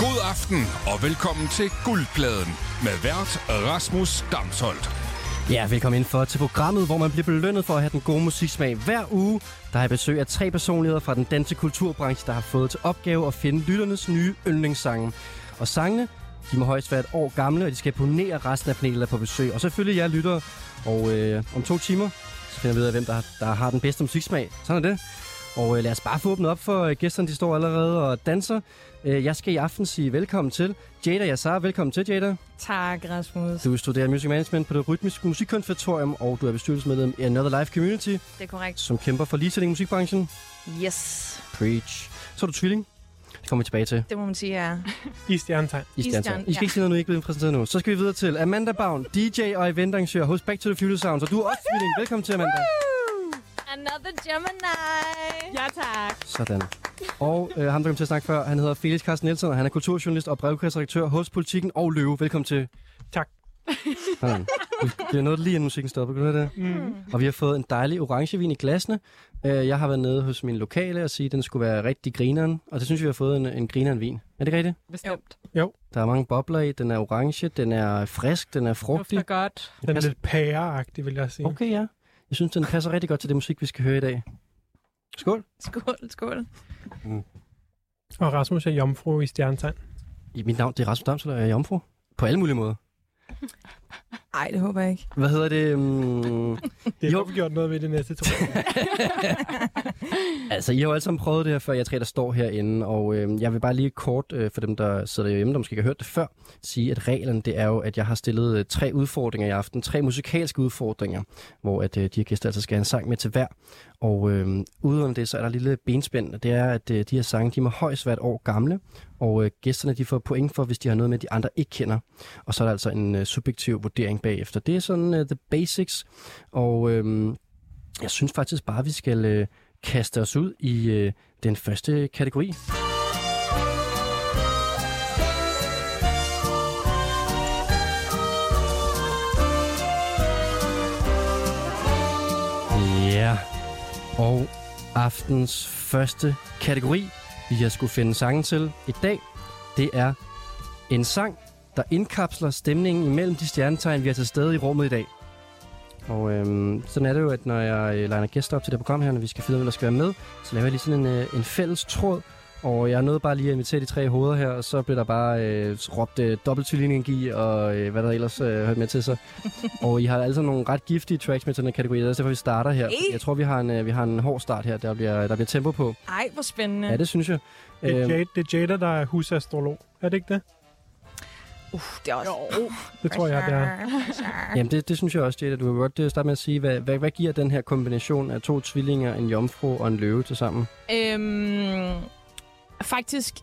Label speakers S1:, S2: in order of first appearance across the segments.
S1: God aften og velkommen til Guldpladen med vært Rasmus Damsholdt.
S2: Ja, velkommen indenfor til programmet, hvor man bliver belønnet for at have den gode musiksmag hver uge. Der er besøg af tre personligheder fra den danske kulturbranche, der har fået til opgave at finde lytternes nye yndlingssange. Og sangene, de må højst være et år gamle, og de skal imponere resten af panelet der er på besøg. Og selvfølgelig jer lyttere. Og øh, om to timer, så finder vi ud af, hvem der, der har den bedste musiksmag. Sådan er det. Og øh, lad os bare få åbnet op for øh, gæsterne, de står allerede og danser. Øh, jeg skal i aften sige velkommen til Jada Yassar. Velkommen til, Jada.
S3: Tak, Rasmus.
S2: Du studerer Music Management på det Rytmiske Musikkonservatorium, og du er bestyrelsesmedlem i Another Life Community,
S3: Det er korrekt.
S2: som kæmper for ligestilling i musikbranchen.
S3: Yes.
S2: Preach. Så er du tvilling. Det kommer vi tilbage til
S3: Det må man sige er...
S4: I stjernetegn.
S2: i stand.
S3: Stjernen,
S2: I skal
S3: ja.
S2: ikke sige noget nu, I er ikke blevet præsenteret nu. Så skal vi videre til Amanda Baun, DJ og eventarrangør hos Back to the Future Sound. Så du er også tvilling. Velkommen til, Amanda.
S5: Another Gemini.
S3: Ja, tak.
S2: Sådan. Og øh, ham, der kom til at snakke før, han hedder Felix Carsten Nielsen, og han er kulturjournalist og brevkassedirektør hos Politiken og Løve. Velkommen til.
S4: Tak.
S2: Sådan. Det er noget lige inden musikken stopper, kan du høre det?
S4: Mm.
S2: Og vi har fået en dejlig orangevin i glasene. Øh, Jeg har været nede hos min lokale og sige, at den skulle være rigtig grineren. Og det synes jeg, vi har fået en, en grineren vin. Er det ikke rigtigt?
S6: Bestemt.
S2: Der er mange bobler i. Den er orange, den er frisk, den er frugtig.
S6: Dufter godt.
S4: Den er
S2: passer-
S4: lidt pæreagtig, vil jeg sige.
S2: Okay, ja. Jeg synes, den passer rigtig godt til det musik, vi skal høre i dag. Skål.
S3: Skål, skål.
S4: Og Rasmus er jomfru i stjernetegn.
S2: I- Mit navn det er Rasmus Damsel, og jeg er jomfru. På alle mulige måder.
S3: Nej, det håber jeg ikke.
S2: Hvad hedder det? Um...
S4: Det er
S2: Jo.
S4: jo. gjort noget ved det næste, tror jeg.
S2: altså, I har jo alle sammen prøvet det her før, jeg tre, der står herinde. Og øh, jeg vil bare lige kort, øh, for dem, der sidder hjemme, der måske ikke har hørt det før, sige, at reglerne det er jo, at jeg har stillet øh, tre udfordringer i aften. Tre musikalske udfordringer, hvor at, øh, de her gæster altså skal have en sang med til hver. Og øh, udover det, så er der et lille benspænd, og det er, at øh, de her sange, de må højst være et år gamle. Og øh, gæsterne, de får point for, hvis de har noget med, de andre ikke kender. Og så er der altså en øh, subjektiv vurdering bagefter. Det er sådan øh, the basics. Og øh, jeg synes faktisk bare, vi skal... Øh, kaste os ud i øh, den første kategori. Ja, og aftens første kategori, vi har skulle finde sangen til i dag, det er en sang, der indkapsler stemningen imellem de stjernetegn, vi har til stede i rummet i dag. Og øhm, sådan er det jo, at når jeg øh, liner gæster op til det her program her, når vi skal finde ud af, hvem der skal være med, så laver jeg lige sådan en, øh, en fælles tråd. Og jeg nåede bare lige at invitere de tre hoveder her, og så blev der bare øh, råbt øh, dobbelttylingengi og øh, hvad der ellers øh, hørte med til sig. og I har alle sammen nogle ret giftige tracks med til den her kategori, det er også derfor, vi starter her.
S3: Hey.
S2: Jeg tror, vi har en, øh, vi har en hård start her, der bliver, der bliver tempo på.
S3: Ej, hvor spændende.
S2: Ja, det synes jeg.
S4: Det
S2: Øhm.
S4: er, Jade, det er Jada, der er husastrolog. Er det ikke det?
S3: Uh, det er også... Jo.
S4: Det tror jeg, det er.
S2: Jamen, det, det synes jeg også, Jada. Du kan godt øh, starte med at sige, hvad, hvad, hvad giver den her kombination af to tvillinger, en jomfru og en løve til sammen?
S6: Øhm, faktisk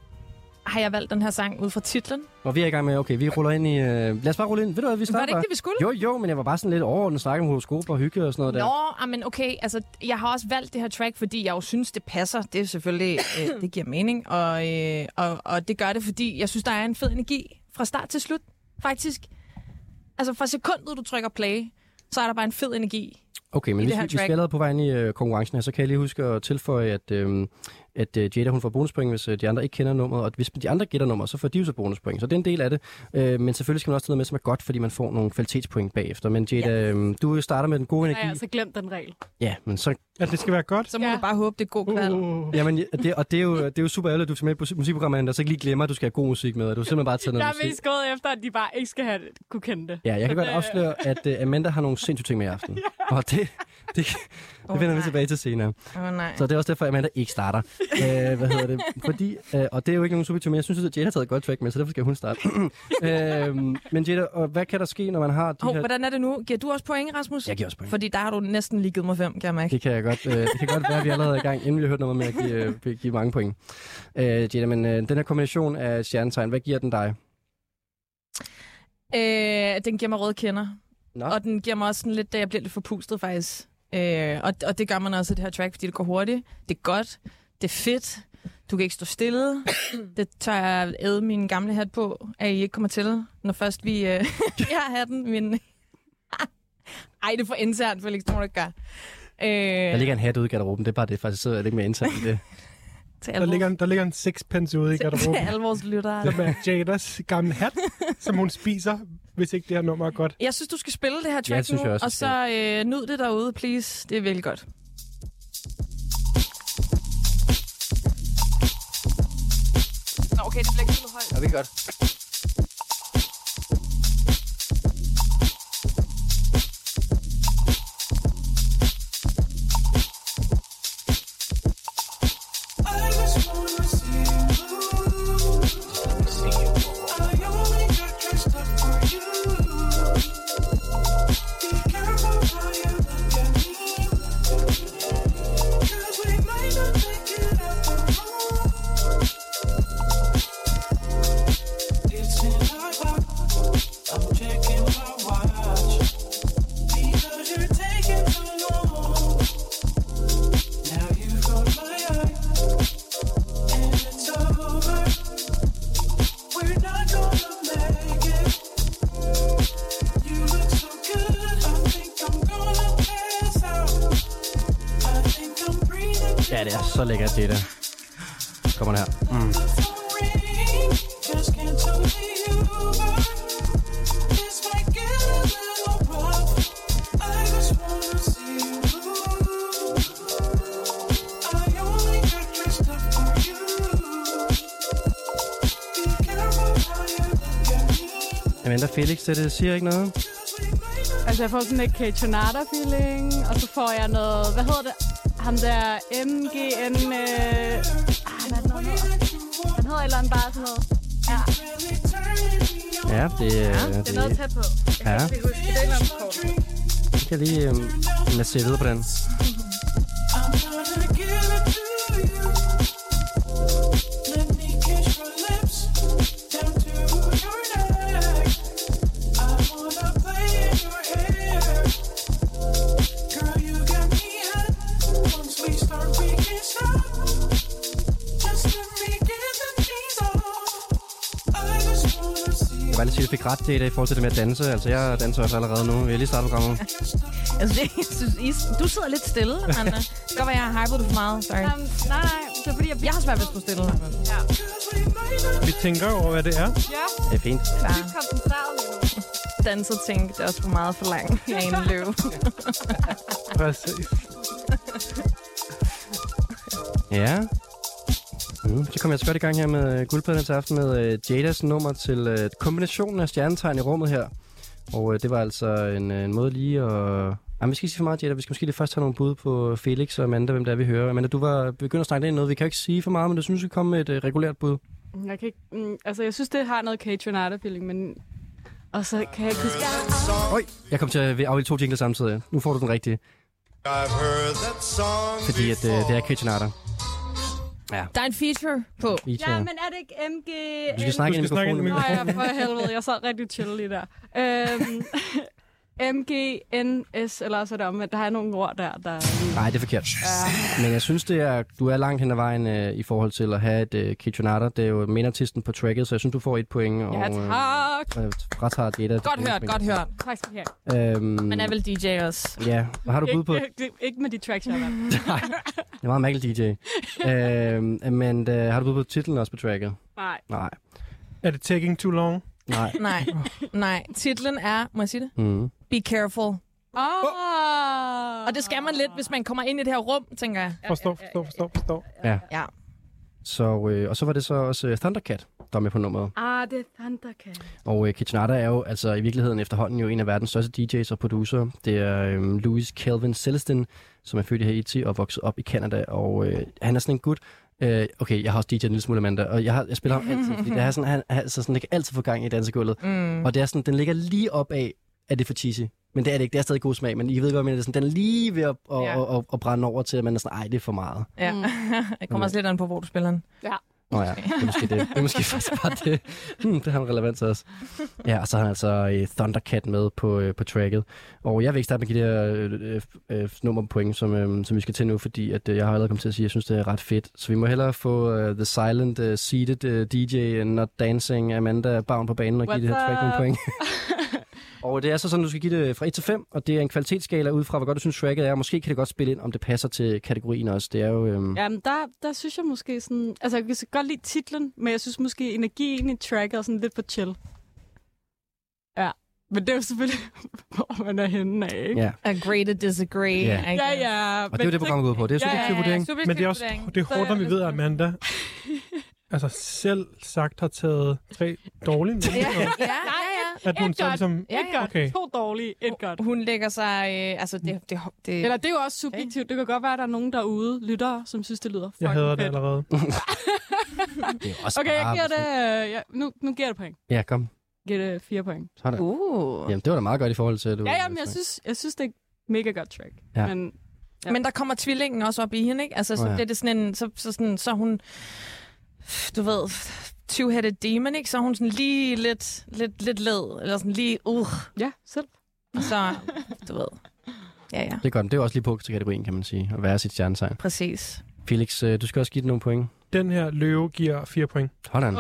S6: har jeg valgt den her sang ud fra titlen.
S2: Og vi er i gang med, okay, vi ruller ind i... Øh, lad os bare rulle ind. Ved du hvad, vi starter
S6: Var det ikke det, vi skulle?
S2: bare. Jo, jo, men jeg var bare sådan lidt overordnet snakke om horoskoper og hygge og sådan noget der.
S6: Nå, ah, men okay, altså, jeg har også valgt det her track, fordi jeg jo synes, det passer.
S3: Det er selvfølgelig... Øh, det giver mening,
S6: Og, øh, og, og det gør det, fordi jeg synes, der er en fed energi fra start til slut, faktisk. Altså, fra sekundet, du trykker play, så er der bare en fed energi.
S2: Okay, men
S6: i det
S2: hvis, vi,
S6: her
S2: hvis vi
S6: track.
S2: allerede er på vej ind i øh, konkurrencen her, så kan jeg lige huske at tilføje, at, øh, at øh, Jada hun får bonuspoint, hvis øh, de andre ikke kender nummeret, og hvis de andre gætter nummeret, så får de jo så bonuspoint. Så det er en del af det. Øh, men selvfølgelig skal man også tage noget med, som er godt, fordi man får nogle kvalitetspoint bagefter. Men Jada, øh, du starter med den gode
S6: Nej,
S2: energi.
S6: altså-
S5: Så glem den regel.
S2: Ja, men så
S4: At det skal være godt.
S3: så må
S6: Ja.
S3: ja. du bare håbe, det er god kval.
S4: Uh,
S2: Jamen, ja, det, og det er, jo, det er jo super ærgerligt, at du skal med på musikprogrammet, Amanda, og så ikke lige glemmer, at du skal have god musik med, og du har simpelthen bare taget
S5: Jeg
S2: noget
S5: er
S2: musik.
S5: mest gået efter, at de bare ikke skal have det, kunne kende det.
S2: Ja, jeg kan godt
S5: Øh.
S2: afsløre, at uh, Amanda har nogle sindssyge ting med i aften. Og det, det, det
S3: Åh,
S2: vender vi
S3: nej.
S2: tilbage til senere.
S3: Åh, oh, nej.
S2: Så det er også derfor, at Amanda ikke starter. Uh, hvad hedder det? Fordi, uh, og det er jo ikke nogen subjektiv, men jeg synes, at Jada har taget et godt track med, så derfor skal hun starte. uh, men Jada, og hvad kan der ske, når man har de
S3: Hov,
S2: her...
S3: hvordan er det nu? Giver du også point, Rasmus?
S2: Jeg giver også point.
S3: Fordi der har du næsten lige givet mig fem, kan jeg mærke.
S2: Det kan jeg godt. Øh, det kan godt være, at vi allerede er i gang, inden vi har hørt noget med at give, øh, give mange point. Øh, Jada, men øh, den her kombination af stjernetegn, hvad giver den dig?
S6: Øh, den giver mig røde kender.
S2: Nå.
S6: Og den giver mig også sådan lidt, da jeg bliver lidt forpustet faktisk. Øh, og, og det gør man også i det her track, fordi det går hurtigt. Det er godt. Det er fedt. Du kan ikke stå stille. Det tager jeg æde min gamle hat på, at I ikke kommer til, når først vi... Øh, jeg har hatten, men... Ej, det er for internt, Felix. Det må du ikke gøre. Øh,
S2: Der ligger en hat ude i garderoben, det er bare det, faktisk sidder jeg lidt mere internt i det.
S6: til
S4: Der
S6: alle,
S4: ligger,
S6: vores,
S4: en- der ligger en sixpence ude i
S6: til
S4: garderoben.
S6: alle vores lyttere.
S4: Som er Jadas gamle hat, som hun spiser, hvis ikke det her nummer er godt.
S6: Jeg synes, du skal spille det her track
S2: det synes
S6: nu,
S2: jeg også,
S6: og
S2: jeg
S6: så øh, nyd det derude, please. Det er virkelig godt. Nå, okay, det bliver ikke helt højt.
S2: Ja, det er godt. Ja, det er så lækkert, det der. Kommer den her. Amanda Felix, det, det siger ikke noget.
S5: Altså, jeg får sådan et Kate-Tornada-feeling, og så får jeg noget... Hvad hedder det? Ham der MGN... Øh... Ah, hvad er det, han hedder? Han hedder et eller andet bare sådan noget. Ja,
S2: Ja, det, ja,
S5: det er noget tæt på.
S2: Ja,
S5: Jeg kan ikke huske, det er et eller andet kort.
S2: det kan jeg lige øhm, lade se videre på den. Jeg vil bare lige sige, at jeg fik ret til i dag i forhold til det med at danse. Altså, jeg danser også allerede nu. Vi har lige startet programmet.
S6: Altså, det, jeg synes, I, du sidder lidt stille, Anna. Det kan godt være, jeg har hypet dig for meget. Sorry.
S5: Jamen, nej, nej. Det er fordi, jeg...
S6: Jeg har svært ved at stå stille.
S5: Ja.
S4: Vi tænker over, hvad det er.
S5: Ja,
S2: Det er fint.
S5: jeg er dybt koncentreret lige nu.
S6: Danset ting, det er også for meget for langt. Jeg er en løve.
S4: Præcis.
S2: Ja. Mm. Så kommer jeg så godt i gang her med øh, guldpladen til aften med øh, Jadas nummer til øh, kombinationen af stjernetegn i rummet her. Og øh, det var altså en, øh, en måde lige at... Ej, vi skal ikke sige for meget, Jada. Vi skal måske lige først have nogle bud på Felix og Amanda, hvem det er, vi hører. Amanda, du var begyndt at snakke ind i noget. Vi kan jo ikke sige for meget, men du synes, vi skal komme med et øh, regulært bud.
S5: Jeg kan ikke... Mm, altså, jeg synes, det har noget Kate-Tornada-feeling, men... Og så kan jeg ikke huske...
S2: Oj, jeg kom til at afvælge to jingler samtidig. Nu får du den rigtige,
S7: I've heard that song
S2: fordi at, øh, det er Kitchen Arter.
S6: Der er en feature på.
S2: I
S5: Ja,
S2: tager.
S5: men er det ikke MG...
S2: Du skal snakke
S4: Du
S2: ind i
S4: skal snakke ind i
S2: mikrofonen.
S5: Nå ja, for helvede, jeg sad rigtig chill lige der. Øhm, MGNS, eller også er det omvendt. Der er nogle ord der, der...
S2: Nej, det er forkert. Ja. Men jeg synes, det er, du er langt hen ad vejen øh, i forhold til at have et øh, Kitchenada. Det er jo mainartisten på tracket, så jeg synes, du får et point. Og,
S5: Ja, tak.
S2: Øh, øh, fratager Jada.
S6: Godt hørt, godt hørt.
S5: Tak skal I have.
S2: Øhm,
S6: Man er vel DJ også.
S2: Ja, og har du bud på...
S5: Ikke, ikke, ikke med de tracks, jeg har været.
S2: Nej, det var en mærkelig DJ. øhm, men øh, har du bud på titlen også på tracket?
S5: Nej.
S2: Nej.
S4: Er det taking too long?
S2: Nej.
S6: Nej, nej. Titlen er, må jeg sige det?
S2: Mm.
S6: Be careful.
S5: Åh! Ah!
S6: Og det skal man lidt, hvis man kommer ind i det her rum, tænker jeg.
S4: Forstår, forstår, forstår, forstår.
S2: Så, øh, og så var det så også øh, Thundercat, der var med på nummeret.
S5: Ah, det er Thundercat.
S2: Og øh, Kitchenada er jo altså i virkeligheden efterhånden jo en af verdens største DJ's og producer. Det er øh, Louis Calvin Celestin, som er født i Haiti og vokset op i Canada. Og øh, han er sådan en gut. Øh, okay, jeg har også DJ'et en lille smule Amanda, og jeg, har, jeg spiller ham altid. Fordi det er sådan, han, han- altså sådan, det kan altid få gang i dansegulvet.
S6: Mm.
S2: Og det er sådan, den ligger lige op af, at det er for cheesy. Men det er det ikke. Det er stadig god smag, men I ved godt, hvad jeg mener. Det er sådan, den er lige ved at, at,
S6: Ja.
S2: at, at, at brænde over til, at man er sådan, ej, det er for meget.
S6: Ja.
S5: Mm.
S6: Jeg kommer også lidt an på, hvor du spiller den.
S2: Nå ja, det er måske det. Det er måske faktisk bare det. Hmm, det har en relevans også. Ja, og så har han altså øh, Thundercat med på, øh, på tracket. Og jeg vil ikke starte med de der øh, øh, øh, nummer på point, som, øh, som vi skal til nu, fordi at, øh, jeg har allerede kommet til at sige, at jeg synes, det er ret fedt. Så vi må hellere få øh, The Silent øh, Seated øh, DJ Not Dancing Amanda Bavn på banen og give
S5: What's
S2: det her track nogle
S5: up?
S2: point. Og det er så sådan, du skal give det fra 1 til 5, og det er en kvalitetsskala ud fra, hvor godt du synes, tracket er. Måske kan det godt spille ind, om det passer til kategorien også. Det er jo... Øhm,
S5: Jamen, der, der synes jeg måske sådan... Altså, jeg kan så godt lide titlen, men jeg synes måske, energien i tracket er sådan lidt for chill. Ja, men det er jo selvfølgelig, hvor man er henne af, ikke?
S2: ja.
S6: Agree to disagree.
S2: Ja.
S6: I
S5: Ja,
S6: guess.
S5: ja.
S2: Og det er jo det, programmet går ud på. Det er
S5: Ja, ja, ja.
S2: subjektiv vurdering.
S4: Men det er også det er hårdt, når vi ved, at Amanda altså selv sagt har taget tre dårlige med,
S6: Ja,
S4: og
S6: ja, ja. ja.
S4: at hun
S5: Et
S4: så
S5: godt.
S4: ligesom...
S6: Ja,
S5: Et
S6: ja.
S5: godt.
S4: Okay.
S5: To dårlige, et godt.
S6: Hun lægger sig... Øh, altså, det, det, det,
S5: Eller det er jo også subjektivt. Det kan godt være, at der er nogen derude, lyttere, som synes, det lyder fucking
S4: Jeg hader
S5: fedt.
S4: det allerede.
S2: Det er også
S5: Okay, jeg
S2: bare-
S5: giver det... øh, Ja, nu, nu giver jeg det point.
S2: Ja, kom.
S5: Jeg giver det fire point.
S2: Sådan.
S6: Uh.
S2: Jamen, det var da meget godt i forhold til, at du...
S5: Ja, ja, men jeg synes, jeg synes det er et mega godt track.
S2: Ja.
S5: Men
S6: Ja. Men der kommer tvillingen også op i hende, ikke? Altså, så
S2: Åh, ja.
S6: bliver det sådan en... Så, så, sådan, så er hun... Du ved... Two-headed demon, ikke? Så er hun sådan lige lidt, lidt, lidt led. Eller sådan lige... Uh.
S5: ja, selv.
S6: Og så... Du ved... Ja, ja.
S2: Det er godt, men det er jo også lige på til kategorien, kan man sige, at være sit stjernetegn.
S6: Præcis.
S2: Felix, øh, du skal også give den nogle point.
S4: Den her løve giver fire point.
S2: Sådan.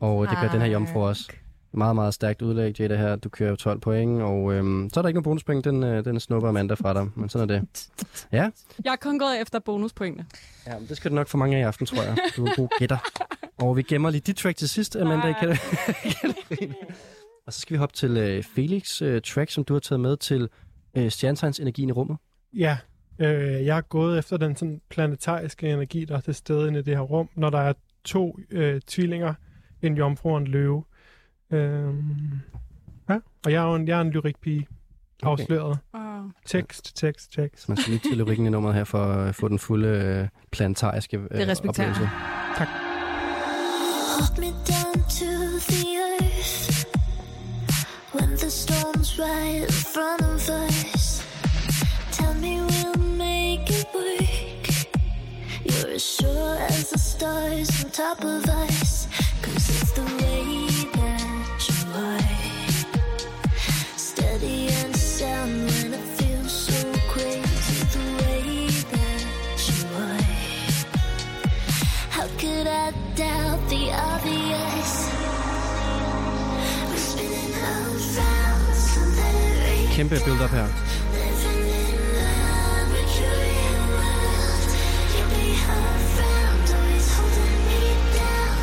S5: Oh.
S2: Og det gør den her jomfru
S6: Ej.
S2: også. Meget, meget stærkt udlæg, Jada, her. Du kører jo 12 point, og øhm, så er der ikke nogen bonuspoint. Den, øh, den snupper Amanda fra dig, men sådan er det.
S5: Jeg har kun gået efter bonuspointene.
S2: Ja, men det skal du nok få mange af i aften, tror jeg. Du er en god gætter. Og vi gemmer lige dit track til sidst, Amanda.
S5: Nej.
S2: Kan du... og så skal vi hoppe til øh, Felix' øh, track, som du har taget med til øh, stjernetegns energien i rummet.
S4: Ja, øh, jeg er gået efter den sådan planetariske energi, der er til stede inde i det her rum, når der er to øh, tvillinger, en jomfru og en løve. Øh, ja, og jeg er jo en, jeg er en lyrikpige,
S2: Okay.
S4: afsløret.
S5: Wow.
S4: Tekst, tekst, tekst.
S2: Så man skal lytte til lyrikken i nummeret her for at få den fulde øh, planetariske øh,
S6: Det respekterer
S2: oplevelse.
S8: Hold me down to the earth when the storm's right in front of us. Tell me we'll make it work. You're as sure as the stars on top of us. Cause it's the way that you are. Steady and sound when it feels so crazy. The way that you are. How could I doubt the obvious? We're spinning around something
S2: Kæmpe build-up her.
S8: living in love, a Julian world. You'll be around, always holding me down.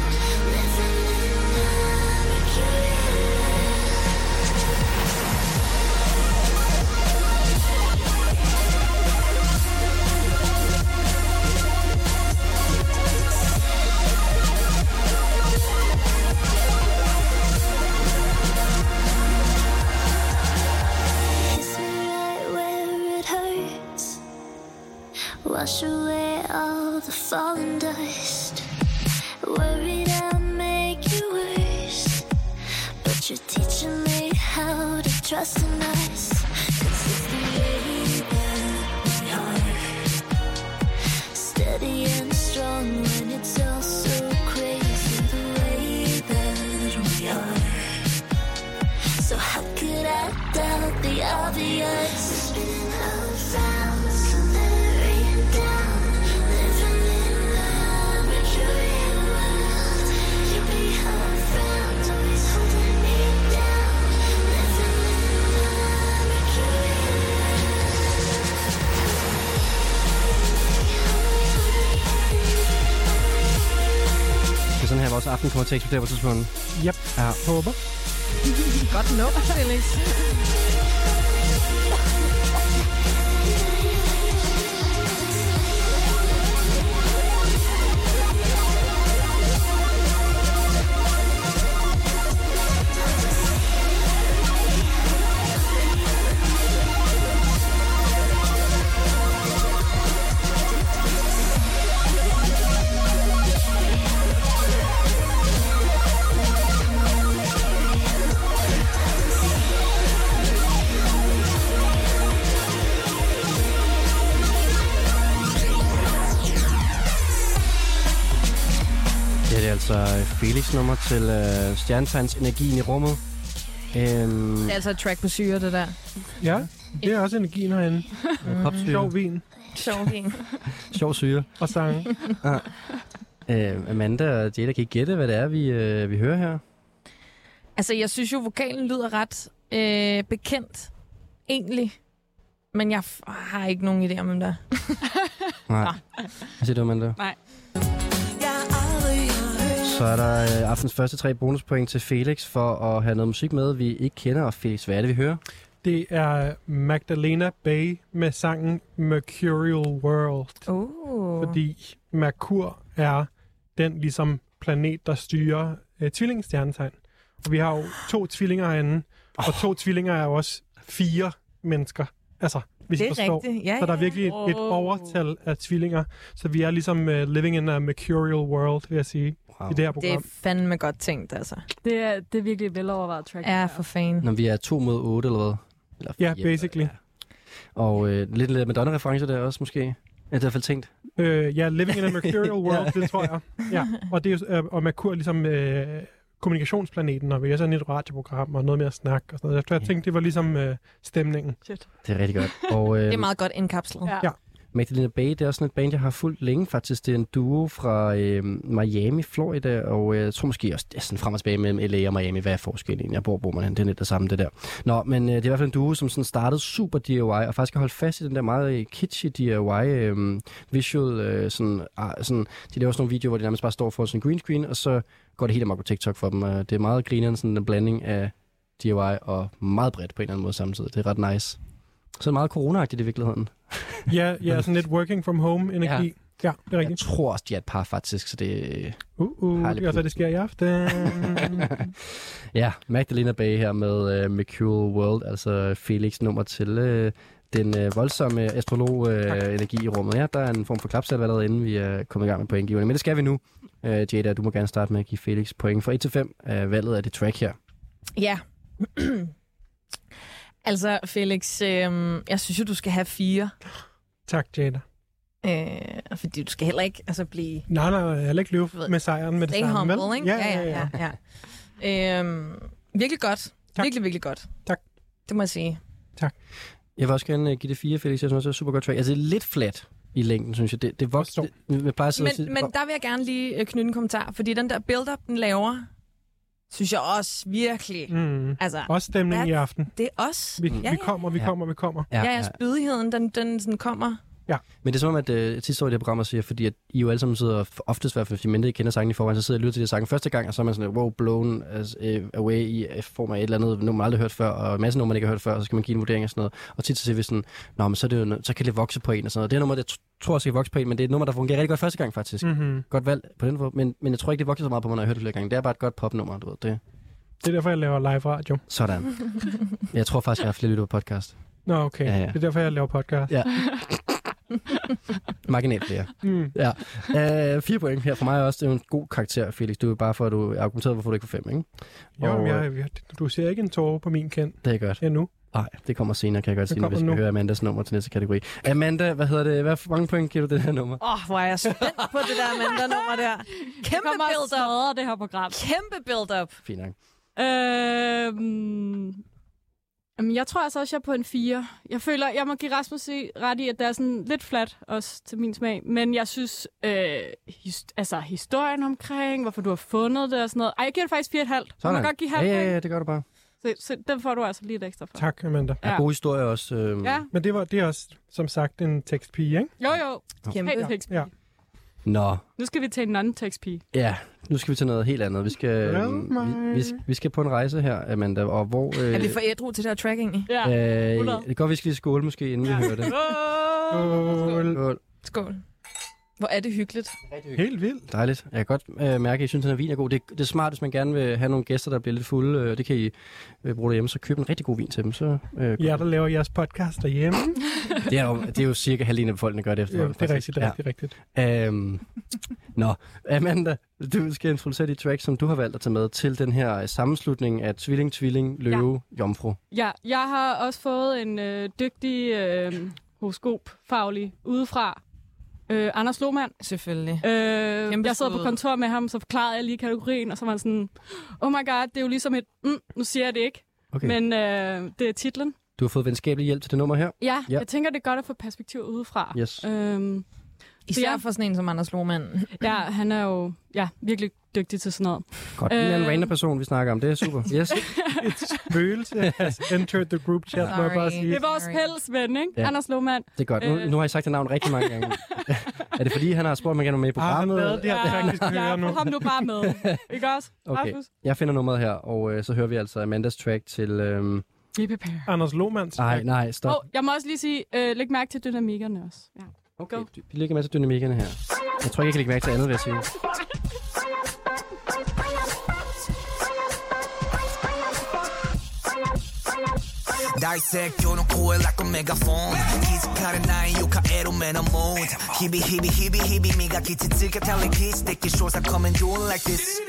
S8: Living in love, a Julian world. Kiss me right where it hurts. Wash away all the fallen dust. Worried I'll make you worse. But you're teaching me how to trust in us. 'Cause it's the way that we are. Steady and strong when it's all so crazy. The way that we are. So how could I doubt the obvious? Spinning around, slithering down, living in love, a Julian world. You'll be around, always holding me down, living in love, a Julian
S2: Det er sådan her, vores aften kommer til at eksplodere på et tidspunkt.
S4: Yep.
S2: Ja.
S4: Håber.
S6: Godt nok, Felix.
S2: Det her, det er altså Felix' nummer til øh, stjernetegns energien i rummet. Øhm,
S6: Det er altså et track på syre, det der.
S4: Ja, det er også energien herinde.
S2: Popsyre.
S4: Sjov vin
S6: Sjov ting.
S2: Sjov syre.
S4: og sange.
S2: Øh, Amanda og Jada kan ikke gætte, hvad det er, vi, øh, vi hører her.
S6: Altså, jeg synes jo, vokalen lyder ret øh, bekendt, egentlig. Men jeg f- har ikke nogen idé om, hvem der er.
S2: Nej. Hvad siger du, Amanda?
S5: Nej.
S2: Så er der øh, aftens første tre bonuspoint til Felix for at have noget musik med, vi ikke kender. Og Felix, hvad er det, vi hører?
S4: Det er Magdalena Bay med sangen Mercurial World. Uh.
S3: Oh.
S4: fordi Merkur er den ligesom planet, der styrer øh, tvillingstjernetegn. Og vi har jo to tvillinger herinde, oh. og to tvillinger er jo også fire mennesker. Altså, hvis
S3: det
S4: I
S3: er
S4: forstår.
S3: rigtigt. Ja,
S4: Så der er
S3: ja.
S4: virkelig et, et
S5: Wow.
S4: overtal af tvillinger. Så vi er ligesom uh, living in a mercurial world, vil jeg sige,
S2: Wow.
S4: i det her
S3: Det er
S4: program.
S3: fandme godt tænkt, altså.
S5: Det er, det er virkelig et velovervejet track.
S6: Ja, for fanden.
S2: Når vi er to mod otte, eller hvad? Eller
S4: Mm-hmm. Ja,
S2: fire,
S4: basically.
S2: Og øh, lidt lidt Madonna-referencer der også, måske? Ja, det er i hvert fald tænkt.
S4: Øh, ja, living in a mercurial world, det tror jeg. Ja. Og, det er, jo- øh, og Merkur er ligesom øh, kommunikationsplaneten, og vi er sådan et radioprogram, og noget mere snak og sådan noget. Jeg tror, jeg tænkte, det var ligesom øh, stemningen.
S2: Det er rigtig godt. Og øh,
S6: Det er meget godt indkapslet.
S5: Ja.
S4: Ja.
S2: Magdalena Bay, det er også sådan et band, jeg har fulgt længe faktisk. Det er en duo fra øh, Miami, Florida, og øh, jeg tror måske også det er sådan frem og tilbage mellem LA og Miami. Hvad er forskellen? Jeg bor, bor man hen. Det er lidt det samme, det der. Nå, men øh, det er i hvert fald en duo, som sådan startede super DIY, og faktisk har holdt fast i den der meget øh, kitschy DIY øh, visual. Øh, sådan, ah, sådan, de laver sådan nogle videoer, hvor de nærmest bare står for sådan en green screen, og så går det helt amok på TikTok for dem. Og det er meget grineren, sådan en blanding af DIY og meget bredt på en eller anden måde samtidig. Det er ret nice. Så det er meget corona i virkeligheden.
S4: Ja, ja sådan lidt working from home energi. Ja, ja det er
S2: Jeg
S4: rigtigt.
S2: tror også, de er et par faktisk, så det
S4: Uh, uh,
S2: Harley
S4: det er også, hvad det sker i aften.
S2: Mm. Ja, Magdalena Bay her med uh, Mercurial World, altså Felix nummer til uh, den uh, voldsomme astrolog-energi i rummet. Ja, der er en form for klapsalve allerede, inden vi er kommet i gang med pointgiverne, men det skal vi nu. Uh, Jada, du må gerne starte med at give Felix point fra 1 til 5 af valget af det track her.
S6: Ja. altså, Felix, øh, jeg synes jo, du skal have fire.
S4: tak, Jada.
S6: Øh, fordi du skal heller ikke altså, blive
S4: Nej, nej, jeg vil ikke løbe
S6: Du ved,
S4: med sejren med det
S6: Stay
S4: samme. vel?
S6: humble, ikke? ja. ja. Øhm, virkelig godt.
S4: Tak.
S6: Tak. Virkelig, virkelig godt.
S4: Tak.
S6: Det må jeg sige.
S2: Jeg vil også gerne øh, give det 4, Felix. Jeg synes også, det er et super godt track. Altså, det er lidt flat i længden, synes jeg. Det, det vokser.
S4: Forstår.
S2: Det, jeg plejer at sidde og sige-
S6: Men, men der vil jeg gerne lige øh, knytte en kommentar, fordi den der build-up, den laver, synes jeg også virkelig... Mm.
S4: Mm.
S6: Altså,
S4: Også stemning i
S6: Ja.
S4: aften.
S6: det er også...
S4: Vi,
S6: ja,
S4: vi kommer, vi
S2: Ja.
S4: kommer, vi kommer.
S6: Ja, ja, spydigheden, den, den sådan kommer.
S2: Men det er som om, at øh, tit står i det her program og siger, fordi at I jo alle sammen sidder, f- oftest i hvert fald, hvis I mindre ikke kender sangen i forvejen, så sidder jeg og lytter til det sangen første gang, og så er man sådan, wow, blown altså, øh, away i øh, form af et eller andet, nummer man aldrig har hørt før, og en masse numre, man ikke har hørt før, og så skal man give en vurdering og sådan noget. Og tit så siger vi sådan, nå, men så, er det jo, noget- så kan det vokse på en og sådan noget. Det er nummer, jeg t- tror også kan vokse på en, men det er et nummer, der fungerer rigtig godt første gang faktisk. Mm.
S4: Mm-hmm.
S2: Godt valg på den måde, men, men jeg tror ikke, det vokser så meget på mig, når jeg har hørt det flere gange. Det er bare et godt popnummer, du ved det.
S4: Det er derfor, jeg laver live radio.
S2: Sådan. jeg tror faktisk, jeg har flere lyttere på podcast.
S4: Nå, okay.
S2: Ja, ja.
S4: Det er derfor, jeg laver podcast.
S2: Ja. Marginalt flere.
S4: Mm.
S2: Ja, øh, fire point her for mig også. Det er jo en god karakter, Felix. Du er bare for, at du argumenterede, hvorfor du ikke får fem, ikke?
S4: Jo,
S2: Og,
S4: men
S2: øh,
S4: jeg, jeg, du ser ikke en tårer på min kend
S2: Det er godt.
S4: endnu.
S2: Nej, det kommer senere, kan jeg godt
S4: Det
S2: sige, nu,
S4: kommer
S2: hvis vi
S4: nu.
S2: hører Amandas nummer til næste kategori. Amanda, hvad hedder det? Hvad for mange point giver du det her nummer?
S6: Åh, oh, hvor er jeg spændt på det der mandag-nummer der.
S5: Kæmpe
S6: Kæmpe
S5: kommer og
S6: build-up.
S5: smadrer det her program.
S6: Kæmpe build-up.
S2: Fint nok.
S5: Øhm, jamen, jeg tror altså også, jeg er på en 4. Jeg føler, jeg må give Rasmus i- ret i, at det er sådan lidt flat også til min smag. Men jeg synes, øh, his, altså historien omkring, hvorfor du har fundet det og sådan noget. Ej, jeg giver det faktisk 4,5. Du må godt give
S2: ja,
S5: halv
S2: ja,
S5: point.
S2: ja, det gør du bare.
S5: Så, så den får du altså lige et ekstra for.
S4: Tak, Amanda.
S2: Ja.
S5: Ja.
S2: Gode historier også. Øh...
S5: Ja,
S4: Men det, var, det er også, som sagt, en tekstpige, ikke?
S5: jo jo.
S6: Kæmpe.
S5: Helt tekst.
S4: Ja.
S2: Nå,
S5: Nu skal vi til en non-tekst pige.
S2: ja. Nu skal vi til noget helt andet. Vi skal, øhm,
S4: Well,
S2: vi,
S4: my-
S2: vi, skal- vi skal på en rejse her, Amanda. Og hvor... Øh,
S6: Er vi for ædru til det her track egentlig?
S5: Ja. Øh.
S2: øh,
S5: 100.
S2: det går, vi skal lige skåle måske, inden vi hører det.
S4: Skål.
S2: Skål.
S6: Skål. Hvor er det hyggeligt.
S4: Helt vildt.
S2: Dejligt. Jeg kan godt øh, mærke, at I synes, at den her vin er god. Det, det er smart, hvis man gerne vil have nogle gæster, der bliver lidt fulde. Øh, det kan I øh, bruge derhjemme, så køb en rigtig god vin til dem. Så, øh,
S4: Ja, der laver jeres podcast derhjemme.
S2: det, er jo, det er jo cirka halvdelen af befolkningen, der gør det
S4: Ja,
S2: efterhånden.
S4: det er rigtigt,
S2: faktisk.
S4: det er
S2: Ja.
S4: rigtigt, rigtigt.
S2: Øhm, nå, Amanda, du skal introducere de tracks, som du har valgt at tage med til den her øh, sammenslutning af Tvilling, Tvilling, Løve, ja. Jomfru.
S5: Ja, jeg har også fået en øh, dygtig øh, horoskopfaglig udefra. Øh, Anders Lohmann.
S6: Selvfølgelig.
S5: Øh,
S6: Kæmpe
S5: jeg sad på
S6: skud.
S5: kontor med ham, så forklarede jeg lige kategorien, og så var han sådan, oh my god, det er jo ligesom et, mm, nu siger jeg det ikke,
S2: Okay.
S5: okay.
S2: Men...
S5: men øh, det er titlen.
S2: Du har fået venskabelig hjælp til det nummer her.
S5: Ja,
S2: Ja.
S5: ja, jeg tænker, det er godt at få perspektiv udefra.
S2: Yes.
S5: Øhm,
S6: Især
S5: Ja.
S6: for sådan en som Anders Lohmann.
S5: ja, han er jo ja, virkelig dygtig til sådan noget.
S2: Godt, en eller anden
S5: Øh.
S2: random person, vi snakker om. Det er super. Yes.
S4: Et spøgelse has entered the group chat, må jeg bare
S6: Sorry.
S4: sige.
S5: Det er vores
S6: Sorry.
S5: pelsven, ikke?
S2: Ja.
S5: Ja. Anders Lohmann.
S2: Det er godt. Nu,
S5: Øh.
S2: nu har jeg sagt det navn rigtig mange gange. er det fordi, han har spurgt, om han gerne vil med i
S4: Har han
S2: programmet?
S4: lavet det her faktisk
S5: ja,
S4: hører nu?
S5: kom nu bare med. Ikke også?
S2: Okay.
S5: Rasmus?
S2: Jeg finder nummeret her, og øh, så hører vi altså Amandas track til... Øhm...
S5: Be prepared.
S4: Anders Lohmanns.
S2: Nej, nej, stop.
S5: Og jeg må også lige sige, øh, læg mærke til dynamikkerne også. Ja.
S2: Okay,
S5: Go.
S2: vi lægger en masse dynamikkerne her. Jeg tror ikke, jeg kan lægge mærke til andet, vil jeg sige.
S9: 날색 교는 코에 like a megaphone 기습하는 나의 욕하 에로맨 I'm on 히비 히비 히비 히비 미가 기치 즐겨 telling kids they can show us coming you like this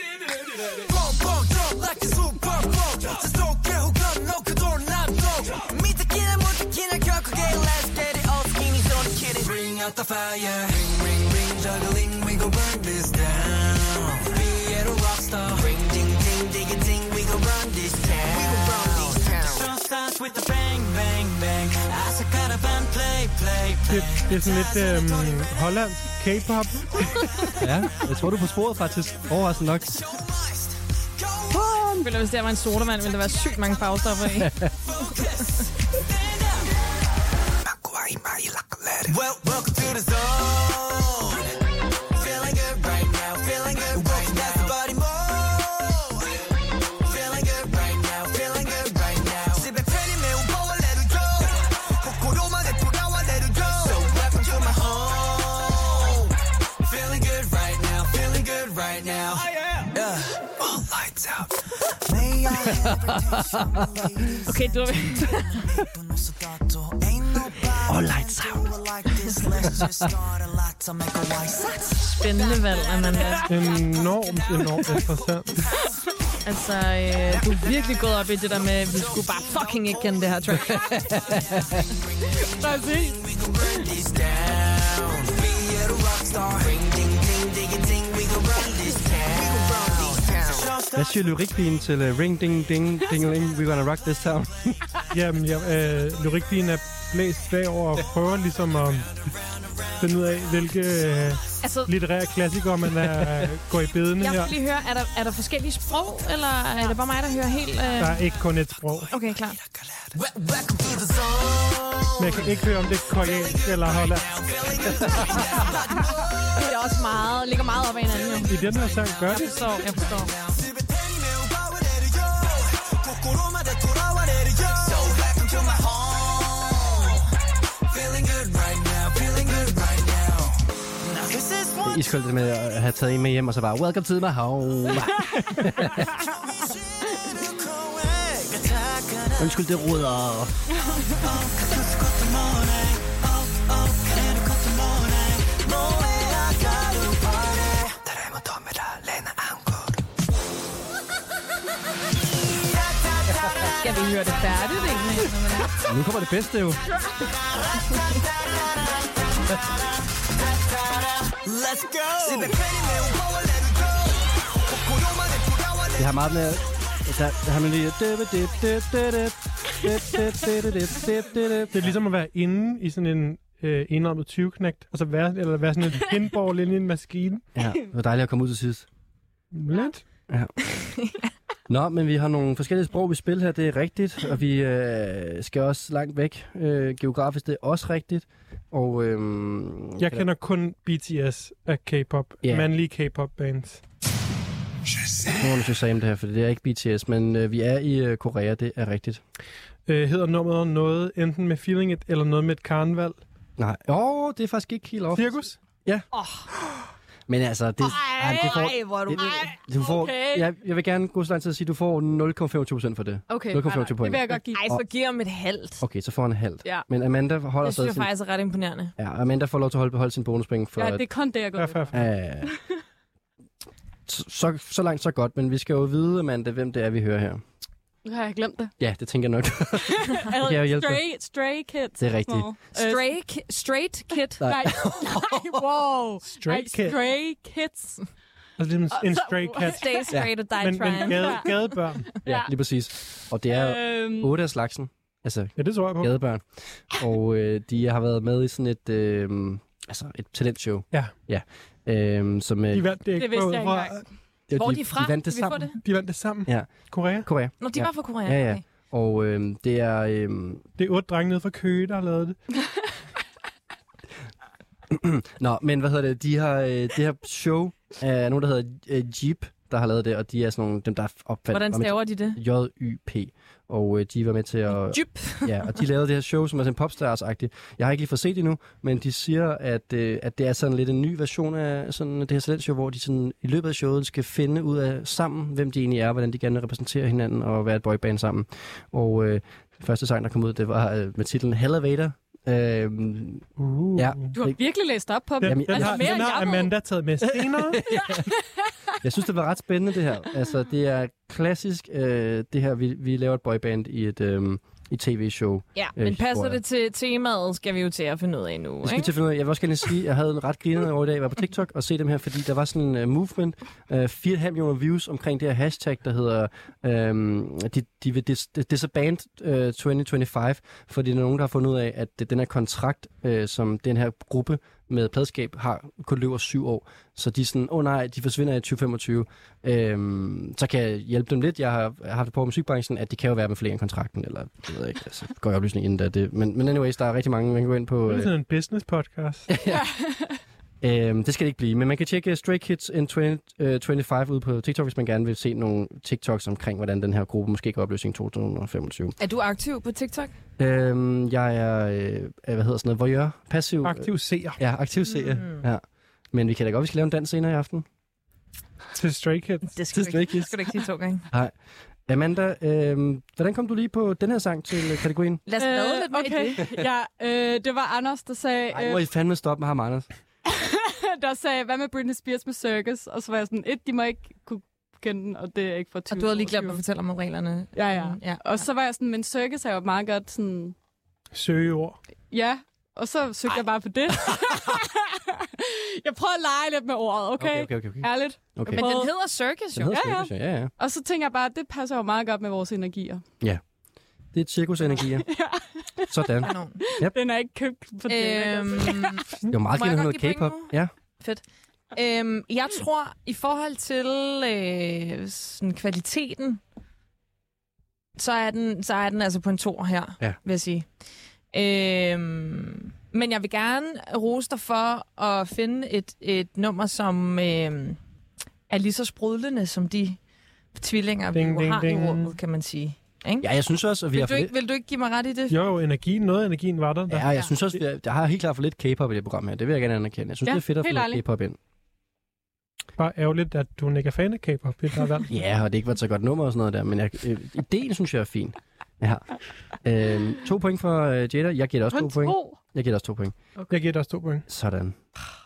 S9: 뻥뻥 drop like a super bowl 지속해 혹은 no 그도 나도 미트키나 못키나 결국에 let's get it all skinny's on the kitty bring out the fire ring ring ring juggling we gon' burn this down be a rockstar ring ding ding ding ding we gon' run this town we gon' run this town starts with the bang, bang, bang. I said, got a band, play, play,
S4: Det, det er sådan lidt øhm, hollandsk K-pop.
S2: Ja, jeg tror, du er på sporet faktisk. Overraskende nok.
S6: Jeg føler, hvis det her var en sodavand, ville der være sygt mange farvestoffer i.
S9: Well, welcome to the zone. Feeling good right now, feeling good right now. the body more. Feeling good right now, feeling good right now. 집에 팬이 매우 보고 let it go. 코코로만에 돌아와 let it go. So welcome to my home. Feeling good right now, feeling good right now. Oh yeah. Yeah. All lights out. May I have
S6: Okay, du
S9: All lights out.
S6: spændende valg, Amanda.
S4: Enormt, enormt interessant.
S6: Altså, øh, du er virkelig gået op i det der med, vi skulle bare fucking ikke kende det her track.
S5: Præcis.
S2: Hvad siger lyrikpigen til uh, Ring Ding Ding Ding Ling, We Gonna Rock This Town?
S4: Jamen, jeg, øh, lyrikpigen er blæst bagover og prøver ligesom at finde ud af, hvilke øh,
S6: altså,
S4: litterære klassikere man er, går i bedene
S6: jeg
S4: her.
S6: vil lige høre, er der, er der forskellige sprog, eller er det bare mig, der hører helt... Øh...
S4: Der er ikke kun et sprog.
S6: Okay, klar.
S9: Welcome to the zone.
S4: Men jeg kan ikke høre, om det er koreansk eller hollandsk.
S6: Det er også meget, ligger meget op ad hinanden. jo.
S4: I den her sang gør
S6: Jeg
S4: det.
S6: forstår, jeg forstår.
S2: I skulle det med at have taget en med hjem, og så bare, welcome to my home. Undskyld, det ruder.
S6: Skal vi høre det færdigt, egentlig?
S2: Nu kommer det bedste jo.
S9: Let's go.
S2: Det har meget med... Der, der har man lige...
S4: Det er ligesom at være inde i sådan en øh, indrammet 20-knægt, altså være, eller være sådan en pinball inde i en maskine.
S2: Ja, det var dejligt at komme ud til sidst.
S4: Lidt.
S2: Nå, men vi har nogle forskellige sprog i spil her, det er rigtigt, og vi øh, skal også langt væk øh, geografisk, det er også rigtigt. Og øh,
S4: Jeg kender kun BTS af K-pop,
S2: Ja.
S4: yeah. mandlige K-pop-bands.
S2: Nu må du sige det her, for det er ikke BTS, men øh, vi er i øh, Korea, det er rigtigt.
S4: Øh, hedder nummeret noget, enten med Feeling It eller noget med et karneval.
S2: Nej, åh, det er faktisk ikke helt off.
S4: Cirkus?
S2: Men altså, det, ej, det får...
S6: Ej, hvor er du...
S2: det- Du får,
S5: okay.
S2: jeg, jeg vil gerne gå så langt til at sige, at du får 0,25 for det.
S5: Okay,
S2: 0,25
S5: det
S2: point.
S5: vil jeg godt give.
S6: Ej, så giv ham et halvt.
S2: Okay, så får han halvt.
S5: Ja.
S2: Men Amanda holder
S6: Det
S2: sig
S6: synes jeg
S2: sin,
S6: faktisk er ret imponerende.
S2: ja, Amanda får lov til at holde, beholde sin bonuspenge for
S5: Ja, det er kun det, jeg går.
S4: Ja, fair, fair.
S2: Øh, så, så- så langt, så godt, men vi skal jo vide, Amanda, hvem det er, vi hører her.
S5: Nu har jeg glemt det.
S2: Ja, det tænker jeg nok.
S5: Ad,
S2: kan jeg jo hjælpe
S5: stray, stray kids.
S2: Det er rigtigt.
S5: Stray.
S6: Stray, ki- straight kid.
S2: Nej.
S5: Nej, nej, wow.
S4: Stray
S5: Ej,
S4: Cat.
S5: Stray kids.
S4: Altså ligesom en stray cat.
S6: Stay straight or die
S4: Men, men
S6: trying.
S4: gade, gadebørn.
S2: ja, lige præcis. Og det er
S5: Øhm,
S2: otte af slagsen, altså
S4: Ja, det tror jeg på.
S2: gadebørn. Og øh, de har været med i sådan et, øh, altså et talentshow.
S4: Ja.
S2: ja. Øh, som, øh,
S4: De vandt det ikke
S5: Det vidste jeg
S4: forud
S5: ikke
S4: fra.
S5: engang.
S2: det
S6: Hvor
S2: var-
S6: er de fra?
S2: De vandt det
S6: Kan vi få
S2: sammen. Det?
S4: De vandt det sammen.
S2: Ja.
S4: Korea.
S2: Korea.
S6: Nå, de
S2: Ja.
S6: var fra Korea.
S2: Ja, ja.
S6: Okay.
S2: Og øhm, det er... Øhm,
S4: Det er otte drenge nede fra Køge, der har lavet det.
S2: Nå, men hvad hedder det? De har, øh, det her show er nogen, der hedder øh, Jeep, der har lavet det, og de er sådan nogle, dem, der opfandt...
S6: Hvordan
S2: var med-
S6: staver de det?
S2: J-Y-P. Og øh, de var med til at...
S6: Jyp.
S2: Ja, og de lavede det her show, som er sådan popstars -agtigt. Jeg har ikke lige fået set det endnu, men de siger, at, øh, at det er sådan lidt en ny version af sådan det her talentshow, hvor de sådan, i løbet af showet skal finde ud af sammen, hvem de egentlig er, hvordan de gerne repræsenterer hinanden og være et boyband sammen. Og øh, den første sang, der kom ud, det var øh, med titlen Elevator. Øh,
S4: Uh.
S2: Ja.
S5: Du har virkelig læst op på dem.
S2: Jamen,
S4: Den, den,
S5: altså,
S4: har,
S5: mere
S4: den
S5: end
S4: har
S5: jeg ved.
S4: Amanda taget med senere.
S2: jeg synes, det var ret spændende, det her. Altså, det er klassisk, øh, det her, vi, vi laver et boyband i et... Øh, i tv-show.
S6: Ja,
S2: Øh,
S6: men
S2: tror
S6: passer
S2: jeg.
S6: det til temaet, skal vi jo til at finde ud af nu.
S2: Det skal vi
S6: ikke?
S2: til at finde ud af. Jeg vil også gerne sige, at jeg havde en ret grinerende over i dag, jeg var på TikTok og se dem her, fordi der var sådan en uh, movement, uh, 4,5 millioner views omkring det her hashtag, der hedder, uh, de, de vil dis, disaband uh, 2025, fordi der er nogen, der har fundet ud af, at det- den her kontrakt, uh, som den her gruppe med pladskab har, kun løber syv år. Så de er sådan, åh oh, nej, de forsvinder i 2025. Øhm, så kan jeg hjælpe dem lidt. Jeg har jeg har haft det på i musikbranchen, at det kan jo være med flere end kontrakten, eller det ved jeg ikke, altså, går jeg oplysning inden da det. Men, men anyways, der er rigtig mange, man kan gå ind på...
S4: Det er
S2: øh,
S4: sådan en business podcast.
S2: Øhm, det skal det ikke blive, men man kan tjekke Stray Kids in 20, øh, 25 ud på TikTok, hvis man gerne vil se nogle TikToks omkring, hvordan den her gruppe måske går opløsning 2025.
S6: Er du aktiv på TikTok?
S2: Øhm, jeg er, øh, hvad hedder sådan noget, voyeur, passiv.
S4: Aktiv seer
S2: Ja, aktiv seer.
S6: Mm.
S2: Ja. Men vi kan da godt, vi skal lave en dans senere i aften.
S4: til Stray Kids.
S6: Det
S2: Til
S6: skal, du
S2: Stray
S6: ikke, det
S2: Kids.
S6: skal du ikke sige to gange.
S2: Amanda, øhm, hvordan kom du lige på den her sang til øh, kategorien?
S6: Lad os øh, lidt mere i det.
S5: ja, øh, det var Anders, der sagde,
S2: Ej, må
S5: øh,
S2: I fandme stoppe med ham, Anders.
S5: der sagde, hvad med Britney Spears med Circus? Og så var jeg sådan, et, de må ikke kunne kende den, og det er ikke for 20
S6: Og du havde lige
S5: år
S6: glemt at
S5: siden."
S6: fortælle om reglerne.
S5: Ja, ja.
S6: ja.
S5: Og så var jeg sådan, men Circus er jo et meget godt sådan,
S4: Søgeord.
S5: ja. Og så søgte Ej. jeg bare på det. jeg prøvede at lege lidt med ordet, okay? okay, okay.
S2: okay. okay.
S5: Ærligt.
S2: okay.
S6: Men den hedder Circus,
S2: Den
S6: jo.
S2: hedder
S5: Ja, ja.
S2: Cirkus, ja, ja. ja.
S5: Og så tænker jeg bare, at det passer jo meget godt med vores energier.
S2: Det er cirkusenergier. Sådan.
S6: Kanon.
S5: Den er ikke købt på det.
S6: Øhm,
S5: Øhm.
S2: Det var meget
S6: Må jeg
S2: gerne noget
S6: godt give point
S2: K-pop.
S6: nu?
S2: Ja.
S6: øhm, jeg tror, i forhold til øh, sådan kvaliteten, så er, den, så er den altså på en tor her,
S2: Ja.
S6: vil jeg sige. Øhm, men jeg vil gerne rose dig for at finde et, et nummer, som øh, er lige så sprudlende som de tvillinger, vi
S4: Ding,
S6: jo
S4: ding,
S6: har i
S4: ding.
S6: rummet, kan man sige.
S2: Ja, jeg synes også, at vi har
S6: Vil du,
S2: for lidt...
S6: ikke, vil du ikke give mig ret i det?
S4: Jo, jo, energien. Noget af energien var der.
S2: Ja,
S4: der.
S2: jeg synes også, vi har- der har helt klart for lidt K-pop i det program her. Det vil jeg gerne anerkende. Jeg synes,
S5: Ja,
S2: det er fedt at få
S5: helt
S2: noget
S5: ærligt.
S2: K-pop ind.
S4: Bare ærgerligt, at du ikke er fan af K-pop. Det er valgt.
S2: Ja, og det ikke var et så godt nummer og sådan noget der, men jeg, øh, ideen synes jeg er fin. Ja. Øhm, to point fra øh, Jada. Jeg giver dig også to point. Jeg giver dig også to point.
S4: Jeg giver dig også to point.
S2: Sådan.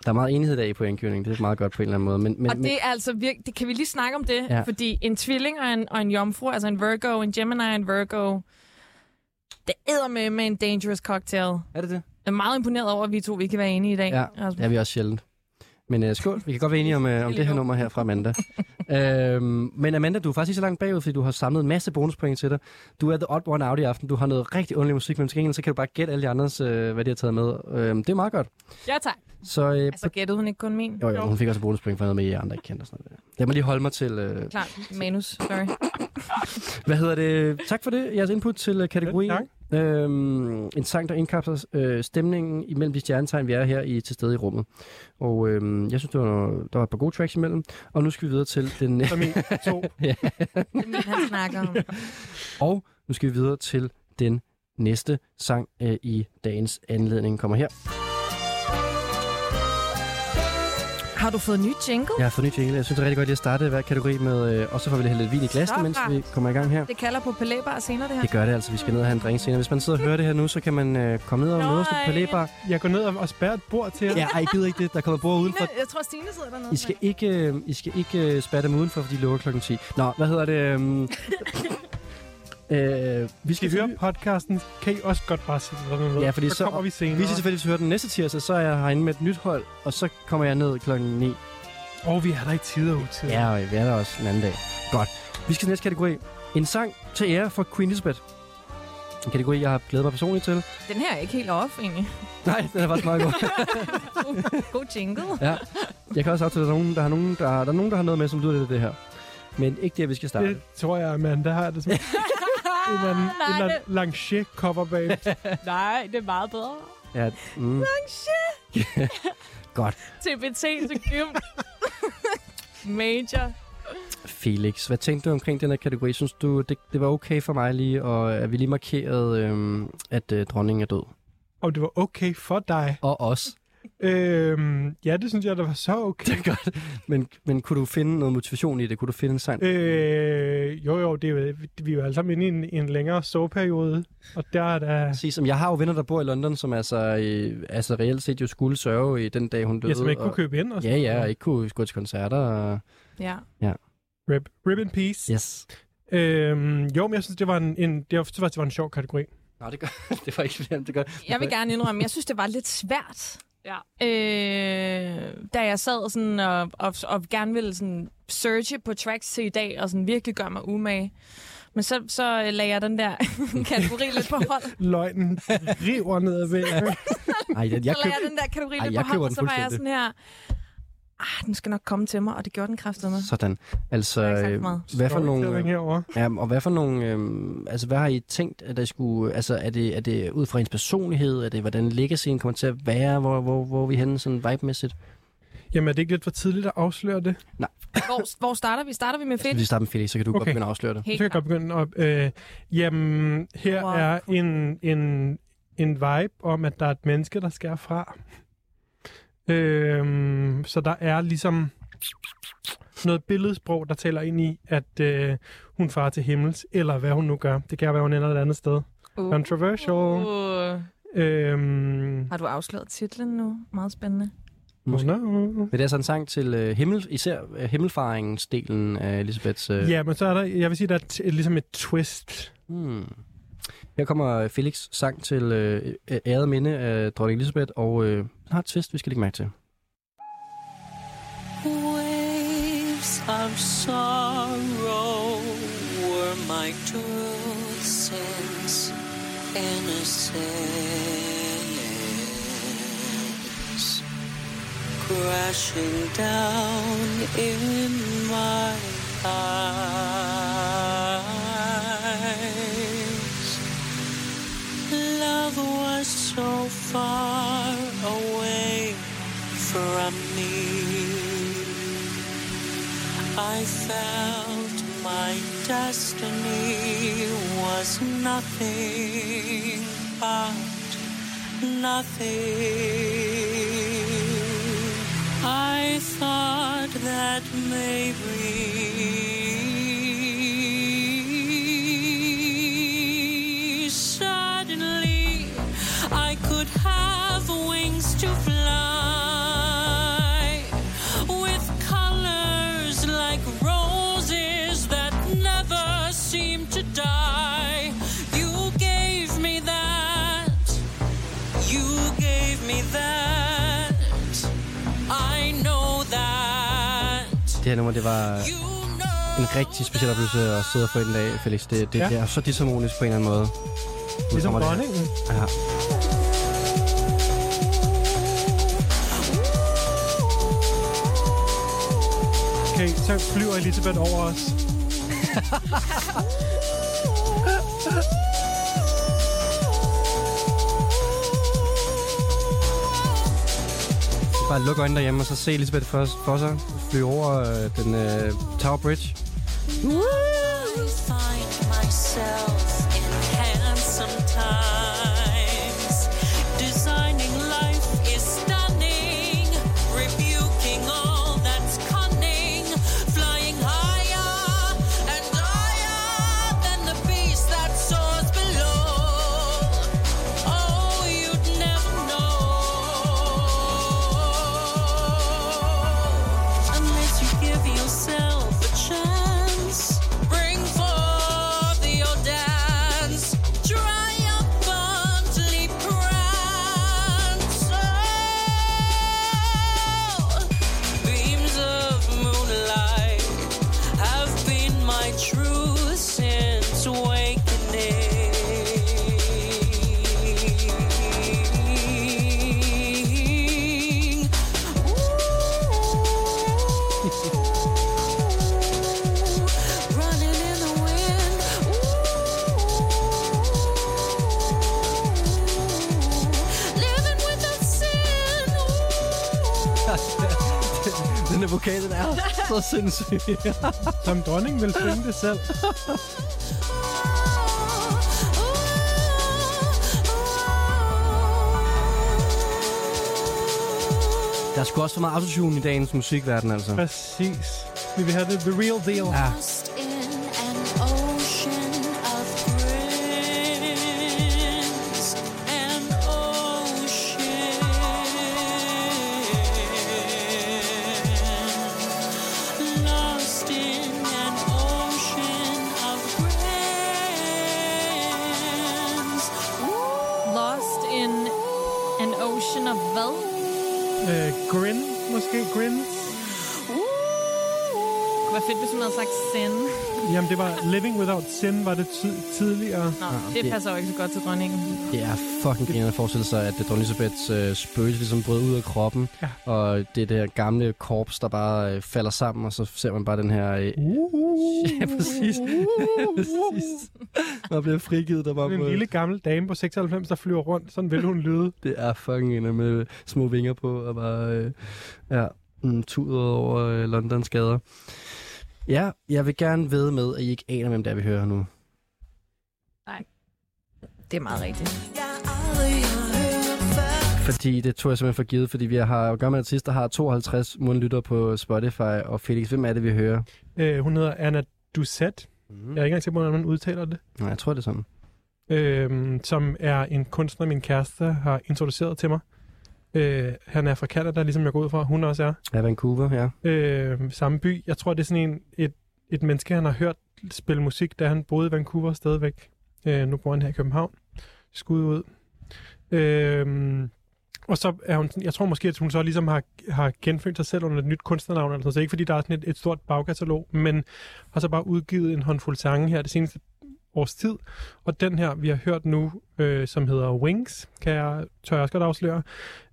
S2: Der er meget enighed der i pointgivningen. Det er meget godt på en eller anden måde. Men, men,
S6: og det er altså virke, det kan vi lige snakke om det,
S2: Ja.
S6: ja. fordi en tvilling og en, og en jomfru, altså en Virgo, en Gemini og en Virgo, det æder med med en dangerous cocktail.
S2: men, er det det?
S6: Jeg er meget imponeret over, at vi to vi kan være enige i dag. Altså,
S2: Ja.
S6: Rasmus.
S2: Det er vi også sjældent. Men øh, skål, vi kan godt være enige om, øh, om det her nummer her fra Amanda. øhm, men Amanda, du er faktisk ikke så langt bagud, fordi du har samlet en masse bonuspoint til dig. Du er the odd one out i aften. Du har noget rigtig underlig musik, men til gengæld så kan du bare gætte alle de andres, øh, hvad de har taget med. Øhm, det er meget godt.
S5: Ja, tak.
S2: Så, øh,
S6: Altså gættede hun ikke kun min?
S2: jo, jo, hun fik også bonuspoint for noget med, I andre ikke kendte. og Sådan noget. der. Lad mig lige holde mig til... Øh,
S6: Klart, manus, sorry.
S2: hvad hedder det? Tak for det, jeres input til øh, kategorien.
S4: Selv
S2: Øhm, en sang, der indkapsler øh, stemningen imellem de stjernetegn, vi er her i til stede i rummet. Og øhm, jeg synes, der var, der var et par gode tracks imellem. Og nu skal vi videre til den...
S4: Som i to.
S6: Det er min, han snakker om.
S2: Og nu skal vi videre til den næste sang øh, i dagens anledning. kommer her.
S6: Har du fået ny jingle?
S2: Jeg har fået nyt jingle. Jeg synes, det er rigtig godt lige at starte hver kategori med... Øh, og så får vi lidt hælde lidt vin i glasene,
S6: Så
S2: mens
S6: rart.
S2: vi kommer i gang her.
S6: Det kalder på palæbar senere, det her.
S2: Det gør det altså. Vi skal ned og have en drink senere. Hvis man sidder og hører det her nu, så kan man øh, komme ned og møde os lidt på
S6: Nej.
S2: læbar.
S4: Jeg går ned og og spærrer et bord til jer.
S2: Ja, ej, gider ikke det. Der kommer bord udenfor.
S6: Stine, jeg tror, Stine sidder dernede.
S2: I skal ikke, øh, I skal ikke øh, spærre dem udenfor, for de lukker klokken 10. Nå, hvad hedder det? øhm, øh, vi
S4: Skal
S2: skal
S4: I høre podcasten, kan I også godt bare sidde sådan noget.
S2: Ja, fordi
S4: så
S2: så-
S4: kommer vi senere.
S2: Hvis I selvfølgelig hører den næste tirsdag, så er jeg herinde med et nyt hold, og så kommer jeg ned klokken 9.
S4: Og vi er der i tid og utid.
S2: Ja, og vi er der også en anden dag. Godt. Vi skal til næste kategori. En sang til ære for Queen Elizabeth. En kategori, jeg har glædet mig personligt til.
S6: Den her er ikke helt off, egentlig.
S2: Nej, den er faktisk meget god.
S6: God jingle.
S2: ja. Jeg kan også aftale, at der er nogen, der har, nogen, der, har, der er nogen, der har noget med, som lyder lidt af det her. Men ikke det, vi skal starte.
S4: Det tror jeg, Amanda har det som en eller anden, en eller anden Lange coverband.
S5: Nej, det er meget bedre.
S2: Ja, mm. Godt.
S5: TBT til gym. Major.
S2: Felix, hvad tænkte du omkring den her kategori? Synes du, det, det var okay for mig lige, og at vi lige markerede, øhm, at øh, dronningen er død?
S4: Om det var okay for dig.
S2: Og os.
S4: Øhm, ja, det synes jeg, der var så okay.
S2: Det er godt. Men, men kunne du finde noget motivation i det? Kunne du finde en sang?
S4: Øh, jo, jo, det er, jo- vi er jo alle sammen inde i en, i en længere soveperiode, og der er der...
S2: Præcis, som jeg har jo venner, der bor i London, som altså, øh, altså reelt set jo skulle sørge i den dag, hun døde.
S4: Jeg som ikke kunne
S2: og,
S4: købe ind. Og
S2: Ja, ja, og ikke kunne gå til koncerter. Og...
S6: Ja.
S4: Rip, rip in peace.
S2: Yes.
S4: Øhm, jo, men jeg synes, det var en, en, det var, det var, det var en sjov kategori.
S2: Nå, det, gør, det var ikke det. Gør.
S6: Jeg vil gerne indrømme, jeg synes, det var lidt svært.
S5: Ja.
S6: Øh, da jeg sad sådan og, og, og gerne ville sådan searche på tracks til i dag, og sådan virkelig gøre mig umage. Men så, så øh, lagde jeg den der kategori lidt på hold.
S4: Løgnen river ned ad væggen.
S2: Ej, jeg, jeg
S6: så lagde
S2: køb...
S6: jeg den der kategori
S2: Ej,
S6: lidt
S2: jeg
S6: på
S2: køber
S6: hånden,
S2: den
S6: og så var jeg sådan
S2: fuldstændig.
S6: her, ah, den skal nok komme til mig, og det gjorde den kraftedeme.
S2: Sådan. Altså,
S6: Jeg har ikke sagt
S2: øh,
S6: meget.
S2: hvad for nogle...
S4: Storytelling
S2: øh,
S4: Herovre.
S2: Ja, og hvad for nogle, øhm, altså hvad har I tænkt, at der skulle, altså er det, er det ud fra ens personlighed, er det hvordan legacyen kommer til at være, hvor, hvor, hvor er vi henne sådan vibe-mæssigt? Altså,
S4: Jamen, er det ikke lidt for tidligt at afsløre det?
S6: Hvor, hvor starter vi? Starter vi med
S2: Så
S6: fedt?
S2: vi starter med Felix, så kan du okay. godt
S4: Okay.
S2: begynde at afsløre det.
S4: Så kan jeg
S6: Helt
S4: godt begynde op. Øh, jamen, her
S6: Wow.
S4: wow. er en, en, en vibe om, at der er et menneske, der skærer fra. Øh, så der er ligesom noget billedsprog, der taler ind i, at øh, hun farer til himmels, eller hvad hun nu gør. Det kan være, hun ender et andet sted.
S6: Uh.
S4: Controversial.
S6: Uh.
S4: Øhm,
S6: Har du afsløret titlen nu? Meget spændende.
S4: oh
S2: Måske.
S4: no.
S2: Men det er sådan en sang til øh, himmel, især øh, himmelfaringsdelen af Elisabeths... Øh,
S4: Ja, men så er der, jeg vil sige, der er t- ligesom et twist.
S2: hmm. Her kommer Felix sang til øh, æ- æret minde af dronning Elisabeth, og øh, den har et twist, vi skal lægge mærke til.
S10: Waves of sorrow were my innocence, innocence, crashing down in my eyes. Love was so far away from me. I felt my destiny was nothing but nothing. I thought that maybe suddenly I could have wings to fly with colors like roses that never seem to die. You gave me that. You gave me that. I know that.
S2: Det her nummer, det var
S10: You know.
S2: en rigtig speciel oplevelse at sidde og få en dag, Felix. Det, det, ja.
S4: Ja.
S2: det er så disharmonisk på en eller anden måde. Nu
S4: Ligesom
S2: kommer det her.
S4: dronningen.
S2: Ja.
S4: Okay, så flyver Elisabeth over os.
S2: Bare luk øjnene derhjemme, og så se Elisabeth for, for sig flyve over øh, den øh, Tower Bridge.
S10: I find myself in handsome times. Designing life is stunning, rebuking all that's cunning, flying higher and higher than the beast that soars below. Oh, you'd never know unless you give yourself a chance. Bring forth your dance, triumph Oh,
S2: vokalen er så sindssyg.
S4: Som dronning vil synge det selv.
S2: Der er sgu også for meget autotune i dagens musikverden, altså.
S4: Præcis. Vi vil have det the real deal.
S2: Ja.
S10: Lost in an ocean of grins, an ocean. Lost in an ocean of grins.
S6: Lost in an ocean of hvad?
S4: Øh, grin, måske. Grins.
S6: Det var fedt, hvis hun havde sagt sin.
S4: Jamen, det var Living Without Sin, var det ty- tidligere.
S6: Nå, det passer jo ikke så godt til dronningen.
S2: Det er fucking grinerne at forestille sig, at dronning Elisabeths øh, spøgelse ligesom brød ud af kroppen,
S4: Ja.
S2: og det der gamle korps, der bare øh, falder sammen, og så ser man bare den her... Øh, ja, præcis. præcis. Man bliver frigivet, der bare
S4: En
S2: på-
S4: lille gammel dame på 96, der flyver rundt. Sådan vil hun lyde.
S2: Det er fucking en med små vinger på, og bare øh, ja, mm, tudet over øh, Londons gader. Ja, jeg vil gerne ved med, at I ikke aner, hvem det er, vi hører nu.
S6: Det er meget rigtigt.
S2: Fordi det tog jeg simpelthen for givet, fordi vi har at gøre med en artist, der har 52 mundlytter på Spotify, og Felix, hvem er det, vi hører?
S4: Øh, hun hedder Anna Doucette.
S2: Mm.
S4: Jeg er ikke engang sikker på, hvordan man udtaler det.
S2: Nej, jeg tror, det er sådan.
S4: øh, som er en kunstner, min kæreste har introduceret til mig. Øh, han er fra Canada, ligesom jeg går ud fra, hun også er.
S2: Ja, Vancouver, ja.
S4: Øh, samme by. Jeg tror, det er sådan en, et, et menneske, han har hørt spille musik, da han boede i Vancouver stadigvæk. Øh, nu bor han her i København. Skud ud. Øh, og så er hun, sådan- jeg tror måske, at hun så ligesom har, har genfødt sig selv under et nyt kunstnernavn, eller sådan noget. Så ikke fordi der er sådan et, et stort bagkatalog, men har så bare udgivet en håndfuld sange her det seneste års tid. Og den her, vi har hørt nu, øh, som hedder Wings, kan jeg, tør jeg også godt afsløre,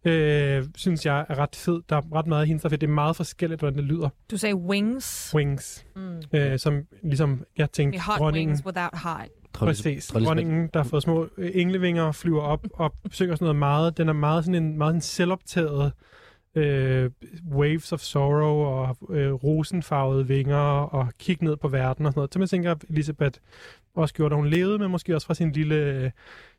S4: øh, synes jeg er ret fed. Der er ret meget af hendes, der er fedt. det er meget forskelligt, hvordan det lyder.
S6: Du sagde wings.
S4: Wings,
S6: Mm.
S4: øh, som ligesom jeg tænkte,
S6: Med hot
S4: dronningen,
S6: wings without heart.
S2: Tror, det er-
S4: Præcis.
S2: Dronning Elisabeth.
S4: Dronningen, der har fået små øh, englevinger, flyver op og synger sådan noget meget. Den er meget sådan en meget sådan selvoptaget øh, waves of sorrow og øh, rosenfarvede vinger og kig ned på verden og sådan noget. Så man tænker, at Elisabeth også gjorde, da hun levede, men måske også fra sin lille, øh,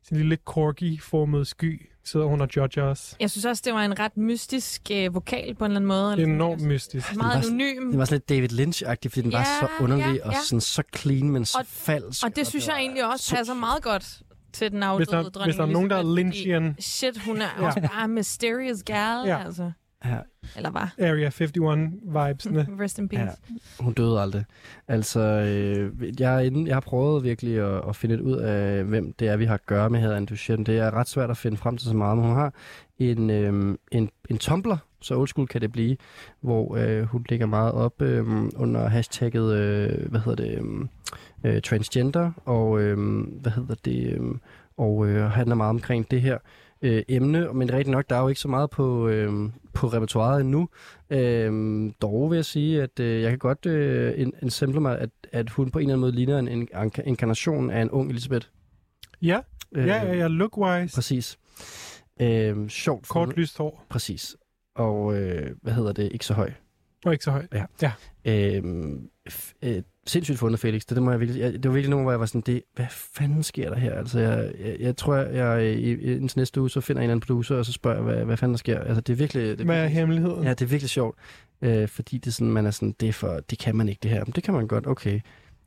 S4: sin lille corgi-formede sky, sidder hun og judger os.
S6: Jeg synes også, det var en ret mystisk øh, vokal på en eller anden måde. Eller sådan. altså,
S4: Enormt mystisk.
S6: Meget
S2: Den var-
S6: anonym.
S2: Den var sådan lidt David Lynch-agtig, fordi den var
S6: Ja,
S2: så underlig
S6: ja,
S2: og
S6: ja.
S2: sådan så clean, men så
S6: Og-
S2: falsk.
S6: Og det synes jeg egentlig også passer meget godt til den afdøde
S4: Hvis der,
S6: dronning.
S4: hvis der er nogen, der er
S6: Elizabeth,
S4: Lynchian
S6: fordi Shit, hun er
S4: Ja.
S6: også bare mysterious gal,
S4: Ja.
S6: ja. altså.
S2: Ja.
S6: Eller var.
S4: Area 51-vibesene.
S6: Rest in peace.
S2: Hun døde aldrig. Altså, øh, jeg, er inde, jeg har prøvet virkelig at, at finde lidt ud af, hvem det er, vi har at gøre med her, Anne Duchenne. Det er ret svært at finde frem til så meget, men hun har en, øh, en, en tumbler, så old school kan det blive, hvor øh, hun ligger meget op øh, under hashtagget, øh, hvad hedder det, øh, øh, transgender, og øh, hvad hedder det, øh, og øh, handler meget omkring det her øh, emne, men rigtig nok, der er jo ikke så meget på, øh, på repertoireet endnu, Øhm, dog vil jeg sige, at øh, jeg kan godt øh, en- ensemble mig, at, at hun på en eller anden måde ligner en, en en- inkarnation af en ung Elisabeth.
S4: Ja,
S2: Øh,
S4: ja, ja, ja. Look-wise.
S2: Præcis. Øhm, sjovt.
S4: Kort
S2: fundet.
S4: lyst hår.
S2: Præcis. Og øh, hvad hedder det? Ikke så høj.
S4: Og ikke så højt.
S2: Øhm, f- øh, sindssygt fundet, Felix. Det, det, må jeg virkelig, jeg, det var virkelig nogen, hvor jeg var sådan, det, hvad fanden sker der her? Altså, jeg, jeg, jeg tror, jeg, jeg i, i, indtil næste uge, så finder jeg en eller anden producer, og så spørger jeg, hvad, hvad fanden der sker. Altså, det er virkelig... Det,
S4: Hvad er hemmeligheden?
S2: Ja, det er virkelig sjovt, øh, fordi det er sådan, man er sådan, det, er for, det kan man ikke det her, men det kan man godt, okay.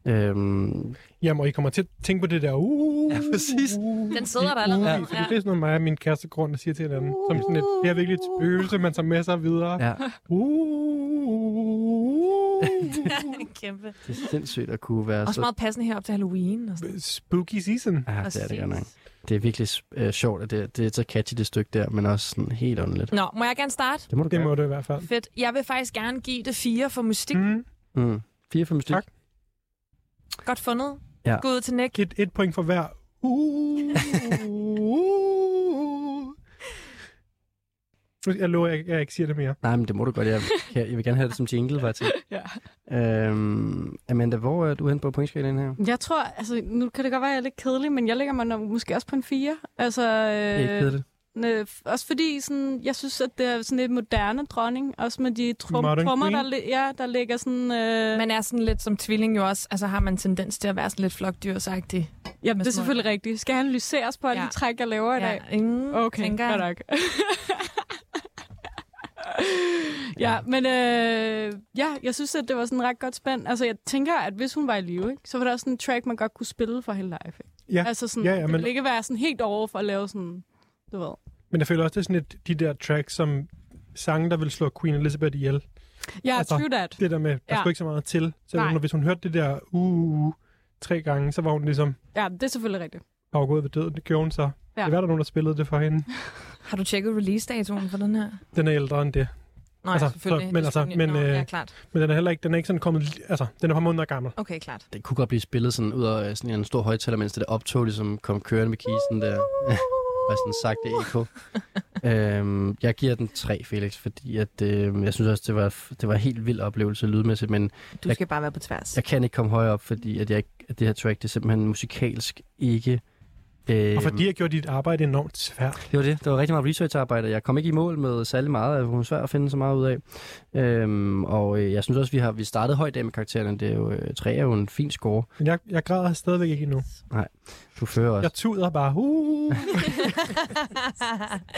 S2: Øhm,
S4: Jamen, og I kommer til at tænke på det der... Uh,
S2: Ja, præcis.
S6: Den sidder der allerede.
S4: Uh, fordi det er sådan noget, mig og min kæreste går rundt og siger til hinanden. Som sådan et, det er virkelig
S6: Uh.
S4: et spøgelse, man tager med sig videre.
S2: ja,
S4: Uh,
S6: Kæmpe.
S2: det er sindssygt at kunne være
S6: Også
S2: så...
S6: meget passende her op til Halloween. Og sådan.
S4: spooky season.
S2: Ja, det er det
S6: Præcis.
S2: godt nok. Det er virkelig øh, sjovt, at det, det er så catchy det stykke der, men også sådan helt underligt.
S6: Nå, må jeg gerne starte?
S2: Det må du
S4: Det må
S2: gøre.
S4: det i hvert fald.
S6: Fedt. Jeg vil faktisk gerne give det fire for mystik. Mm.
S4: Mm.
S2: Mm. Fire for mystik.
S4: Tak.
S6: Godt fundet.
S2: Ja.
S6: Gud til Nick.
S4: Giv et, et point for hver. Uh, jeg lover, at jeg, jeg ikke siger det mere.
S2: Nej, men det må du godt. Jeg, kan, jeg vil gerne have det som jingle, faktisk.
S6: Ja.
S2: Øhm, Amanda, hvor er du hen på pointskalaen her?
S5: Jeg tror, altså, nu kan det godt være, at jeg er lidt kedelig, men jeg ligger mig nok, måske også på en 4. Altså,
S2: Øh, ikke
S5: øh,
S2: kedeligt.
S5: Øh, f- også fordi sådan, jeg synes, at det er sådan lidt moderne dronning. Også med de trum,
S4: Modern
S5: trummer, der,
S4: queen?
S5: li- ja, der ligger sådan... Øh,
S6: Man er sådan lidt som tvilling jo også. Altså har man tendens til at være sådan lidt flokdyrsagtig.
S5: ja,
S6: med
S5: det er
S6: små-
S5: selvfølgelig rigtigt. Skal analyseres på alle
S6: Ja.
S5: de træk, jeg laver i dag?
S6: mm,
S5: Okay,
S6: tænker
S5: godt
S6: jeg.
S5: nok. ja, men øh, ja, jeg synes, at det var sådan ret godt spændt. Altså, jeg tænker, at hvis hun var i live, ikke, så var der også sådan en track, man godt kunne spille for hele live. Ikke?
S4: Ja,
S5: altså, sådan,
S4: ja, ja,
S5: det
S4: men-
S5: ville ikke være sådan helt over for at lave sådan, du ved.
S4: Men jeg føler også, det er sådan et, de der tracks, som sange, der vil slå Queen Elizabeth ihjel. Altså,
S5: Ja, altså, true that.
S4: Det der med, der ja.
S5: Ja.
S4: skulle ikke så meget til. Så
S5: Nej.
S4: når, hvis hun hørte det der uh, uh, uh, tre gange, så var hun ligesom
S5: Ja, det er selvfølgelig rigtigt.
S4: afgået ved døden. Det gjorde hun så. Ja. Det var der nogen, der spillede det for hende.
S6: Har du tjekket release-datoen for den her?
S4: Den er ældre end det.
S6: Nej,
S4: Altså,
S6: selvfølgelig.
S4: så- men
S6: Det
S4: altså,
S6: skulle-
S4: men,
S6: Nå,
S4: øh,
S6: ja, klart.
S4: Men den er heller ikke, den er ikke sådan kommet... li- Altså, den er par måneder gammel.
S6: Okay, klart.
S2: Den kunne godt blive spillet sådan ud af sådan en eller anden stor højtaler, mens det der optog ligesom kom kørende med kisten der. og sådan sagt det EK. øhm, jeg giver den tre, Felix, fordi at, øh, jeg synes også, det var, det var en helt vild oplevelse lydmæssigt, men
S6: Du
S2: Jeg-
S6: skal bare være på tværs.
S2: jeg kan ikke komme højere op, fordi at, jeg, ikke- at det her track, det er simpelthen musikalsk ikke... Øh,
S4: Og fordi jeg gjorde dit arbejde enormt svært.
S2: Det var det. Det var rigtig meget researcharbejde. Jeg kom ikke i mål med særlig meget. Det var svært at finde så meget ud af. Øhm, og øh, jeg synes også, vi har vi startede højt af med karaktererne. Det er jo, øh, tre er jo en fin score.
S4: Men jeg, jeg græder stadigvæk ikke endnu.
S2: Du fører også.
S4: Jeg tuder bare. Uh,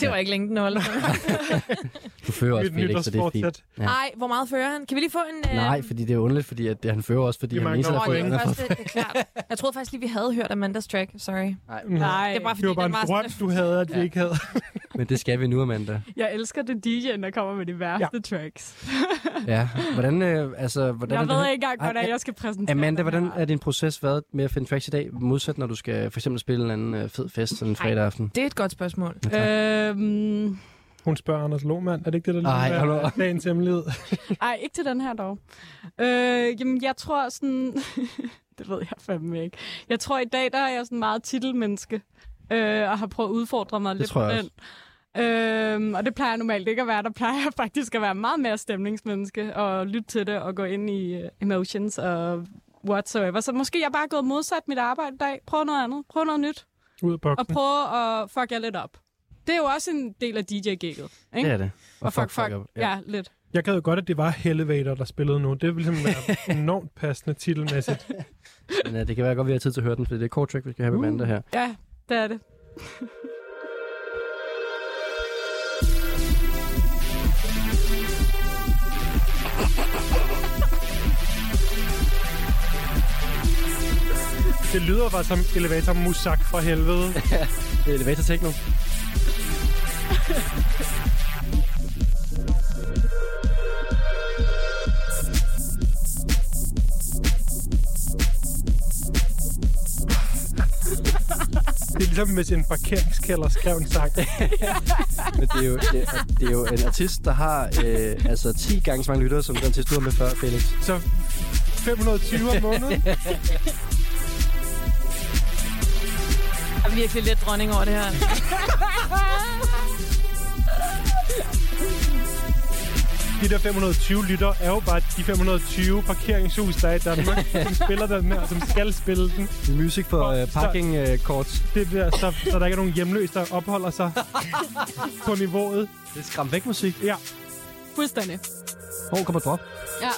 S6: det var ikke længe den holdt.
S2: Du fører også,
S4: mit
S2: Felix, så det er fint.
S4: nytårsfortsæt.
S2: Ja.
S6: Nej, hvor meget fører han? Kan vi lige få en... Øh...
S2: Nej, fordi det er underligt, fordi at det, han fører også, fordi
S4: Vi
S2: han
S4: mangler
S2: viser
S6: Nå,
S2: dig
S4: der
S6: det er den
S4: point.
S6: første, det er klart. Jeg troede faktisk lige, vi havde hørt Amandas track. Sorry.
S4: Mm.
S5: Nej,
S6: Det er bare
S4: Det
S6: fordi,
S4: var bare
S6: den
S4: en
S6: var
S4: drøm, du havde, at vi
S2: Ja.
S4: ikke havde.
S2: Men det skal vi nu, Amanda.
S5: jeg elsker det DJ'en, der kommer med de værste ja. tracks.
S2: Ja. Hvordan, øh, altså, hvordan er
S5: jeg
S2: det
S5: ved
S2: her-
S5: ikke engang,
S2: Ej,
S5: hvordan
S2: A-
S5: jeg skal præsentere
S2: Amanda,
S5: den
S2: hvordan
S5: her.
S2: er din proces været med at finde tracks i dag, modsat når du skal for eksempel spille en eller anden øh, fed fest sådan en fredag aften?
S6: Det er et godt spørgsmål.
S5: Øhm,
S4: Hun spørger Anders Lohmann. Er det ikke det, der
S2: Ej,
S4: lige
S2: hallo.
S4: er dagens hemmelighed?
S5: Ej, ikke til den her dog. Øh, jamen, jeg tror sådan... det ved jeg fandme ikke. Jeg tror, i dag der er jeg sådan meget titelmenneske, øh, og har prøvet at udfordre mig
S2: Det
S5: lidt
S2: tror jeg
S5: på den. Øhm, og det plejer jeg normalt ikke at være. Der plejer jeg faktisk at være meget mere stemningsmenneske, og lytte til det, og gå ind i øh, emotions og whatsoever. Så måske jeg bare er gået modsat mit arbejde i dag. Prøv noget andet. Prøv noget nyt.
S4: Ud af
S5: Og
S4: boksen.
S5: prøv at fuck jer lidt op. Det er jo også en del af DJ-gigget.
S2: Det er det.
S5: Og fuck, fuck,
S2: up.
S5: fuck ja, lidt.
S4: Jeg gad jo godt, at det var Hellevator, der spillede nu. Det ville simpelthen være enormt passende titelmæssigt.
S2: Men øh, det kan være godt, vi har tid til at høre den, for det er et kort track, vi skal have med Amanda her.
S5: Ja, det er det.
S4: Det lyder bare som Elevator Musak fra helvede.
S2: Det er Elevator Techno.
S4: Det er ligesom, hvis en parkeringskælder skrev en sang.
S2: Men det er jo, det er, det er jo en artist, der har øh, altså 10 gange så mange lyttere, som den artist, du har med før, Felix.
S4: Så 520 om måneden.
S6: Der er virkelig lidt dronning over det her.
S4: De der 520 lytter er jo bare de 520 parkeringshus, der er i Danmark, som spiller den her, som skal spille den.
S2: Music for øh, parking øh, courts.
S4: Det der, så, så der ikke er nogen hjemløse, der opholder sig på niveauet.
S2: Det er skræmt væk musik.
S4: Ja,
S5: Fuldstændig.
S2: Hvor kommer drop?
S5: Ja.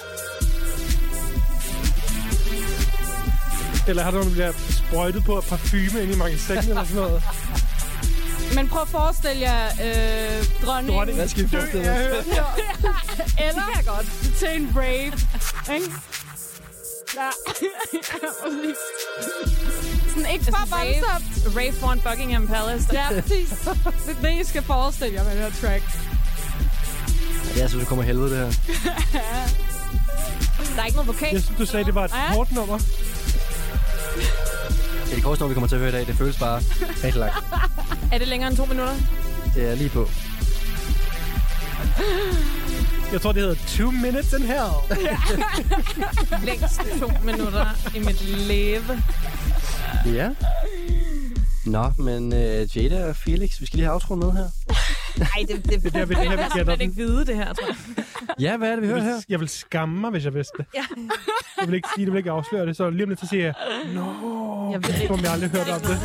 S4: eller har der nogen, der bliver sprøjtet på af parfume ind i magasinen eller sådan noget.
S5: Men prøv at forestille jer øh, dronningen
S4: Dronning.
S2: Hvad skal vi forestille os?
S5: eller godt. til en rave. Ikke? Ja. Præcis. Sådan ikke for voldsomt.
S6: Ray Altså, foran Buckingham Palace.
S5: Ja, præcis. Det er det, I skal forestille jer med den her track.
S2: Ja, jeg synes, det kommer af helvede, det her.
S6: Der er ikke noget vokal.
S4: Jeg synes, du sagde, det var et
S5: Ja.
S4: hårdt nummer.
S2: Det er det korteste, nummer, vi kommer til at høre i dag. Det føles bare rigtig langt.
S6: Er det længere end to minutter?
S2: Det er lige på.
S4: Jeg tror, det hedder Two Minutes in Hell.
S6: Længst to minutter i mit leve.
S2: Ja. Nå, men øh, Jada og Felix, vi skal lige have aftroen med her.
S6: Nej, det, det, det,
S4: er der, vi- det er der, vi
S6: jeg
S4: gætter
S6: simpelthen
S4: den.
S6: ikke vide det her, tror jeg.
S2: Ja, hvad er det, vi hører her?
S4: Jeg vil skamme mig, hvis jeg vidste det.
S6: Ja.
S4: Jeg vil ikke sige det, jeg vil ikke afsløre det. Så lige om lidt, så siger jeg,
S6: Jeg ved
S4: som jeg aldrig hørt om det.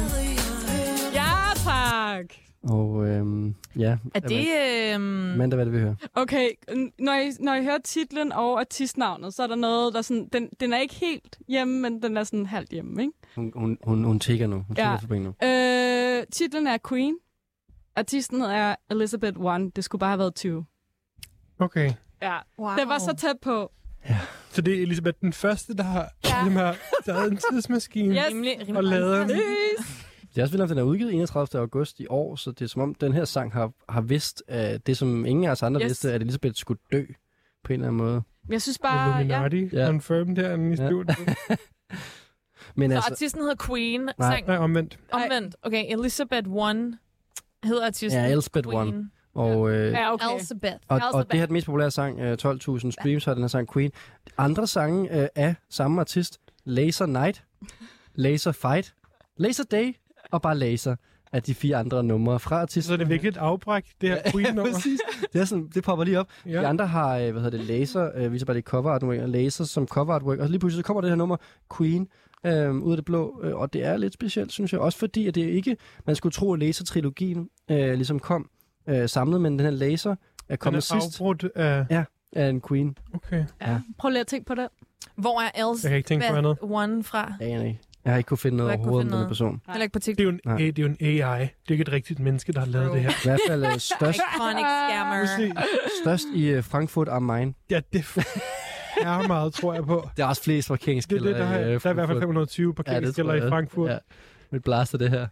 S5: Ja, tak.
S2: Og øhm, ja,
S6: Er det... Øhm...
S2: mandag, hvad er det, vi hører?
S5: Okay, n- når I, når I hører titlen og artistnavnet, så er der noget, der sådan, den, den er ikke helt hjemme, men den er sådan halvt hjemme, ikke?
S2: Hun, hun, hun, hun tigger nu. Hun tigger
S5: Ja.
S2: for penge nu.
S5: Øh, titlen er Queen. Artisten er Elizabeth One. Det skulle bare have været 20.
S4: Okay.
S5: Ja,
S6: Wow.
S5: det var så tæt på.
S4: Så det er Elisabeth den første, der har
S5: Ja.
S4: ja. har taget en
S2: Mm.
S4: tidsmaskine
S5: Yes.
S6: Rimelig, rimelig
S4: og lavet den.
S5: Please.
S2: Det er også vildt, at den er udgivet 31. august i år, så det er som om, den her sang har, har vidst, at det som ingen af os andre
S5: Yes.
S2: yes. vidste, at Elisabeth skulle dø på en eller anden måde.
S5: Jeg synes bare, ja.
S4: Illuminati
S2: Ja.
S4: ja. confirmed herinde i
S2: Ja.
S4: studiet.
S2: Men
S6: Så
S2: altså,
S6: artisten hedder Queen.
S2: Nej.
S6: Sang
S4: Nej, omvendt.
S6: omvendt. Okay, Elizabeth One hedder artisten.
S2: ja, Elspeth
S6: Queen.
S2: One. Og, øh,
S5: Ja, okay.
S6: Elizabeth.
S2: og, og
S6: Elizabeth.
S2: det her er den mest populære sang, øh, 12.000 streams har den her sang Queen. Andre sange øh, af samme artist, Laser Night, Laser Fight, Laser Day og bare Laser er de fire andre numre fra
S4: Så
S2: artisten.
S4: er det virkelig et afbræk, det her Queen-nummer.
S2: Præcis. Det, er sådan, det popper lige op. Ja. De andre har, øh, hvad hedder det, laser, øh, viser bare det cover artwork, og laser som cover artwork, og lige pludselig så kommer det her nummer, Queen, øh, ud af det blå, øh, og det er lidt specielt, synes jeg, også fordi, at det er ikke, man skulle tro, at lasertrilogien øh, ligesom kom øh, samlet, men den her laser er
S4: Den
S2: kommet
S4: er
S2: sidst
S4: afbrudt af...
S2: af en Queen.
S4: Okay,
S5: Prøv lige at tænke på det.
S6: Hvor er
S4: jeg kan ikke tænke på andet.
S6: Elizabeth One fra?
S2: Jeg aner ikke. Jeg har ikke kunne finde noget
S6: Du har ikke
S2: overhovedet om
S6: kunne
S2: den her
S6: finde
S2: person.
S6: Heller ikke på
S4: Det er,
S6: TikTok.
S4: jo en,
S2: Nej.
S4: det er jo en AI. Det er ikke et rigtigt menneske, der har lavet det her.
S2: I hvert fald øh, størst,
S6: Iconic scammer.
S4: Præcis.
S2: størst i øh, Frankfurt am Main.
S4: Ja, det er meget, tror jeg på.
S2: Der er også flest fra Kings
S4: Det er det, der, har, der er i hvert fald 520 parkeringskælder i Frankfurt.
S2: Ja, mit blaster det her.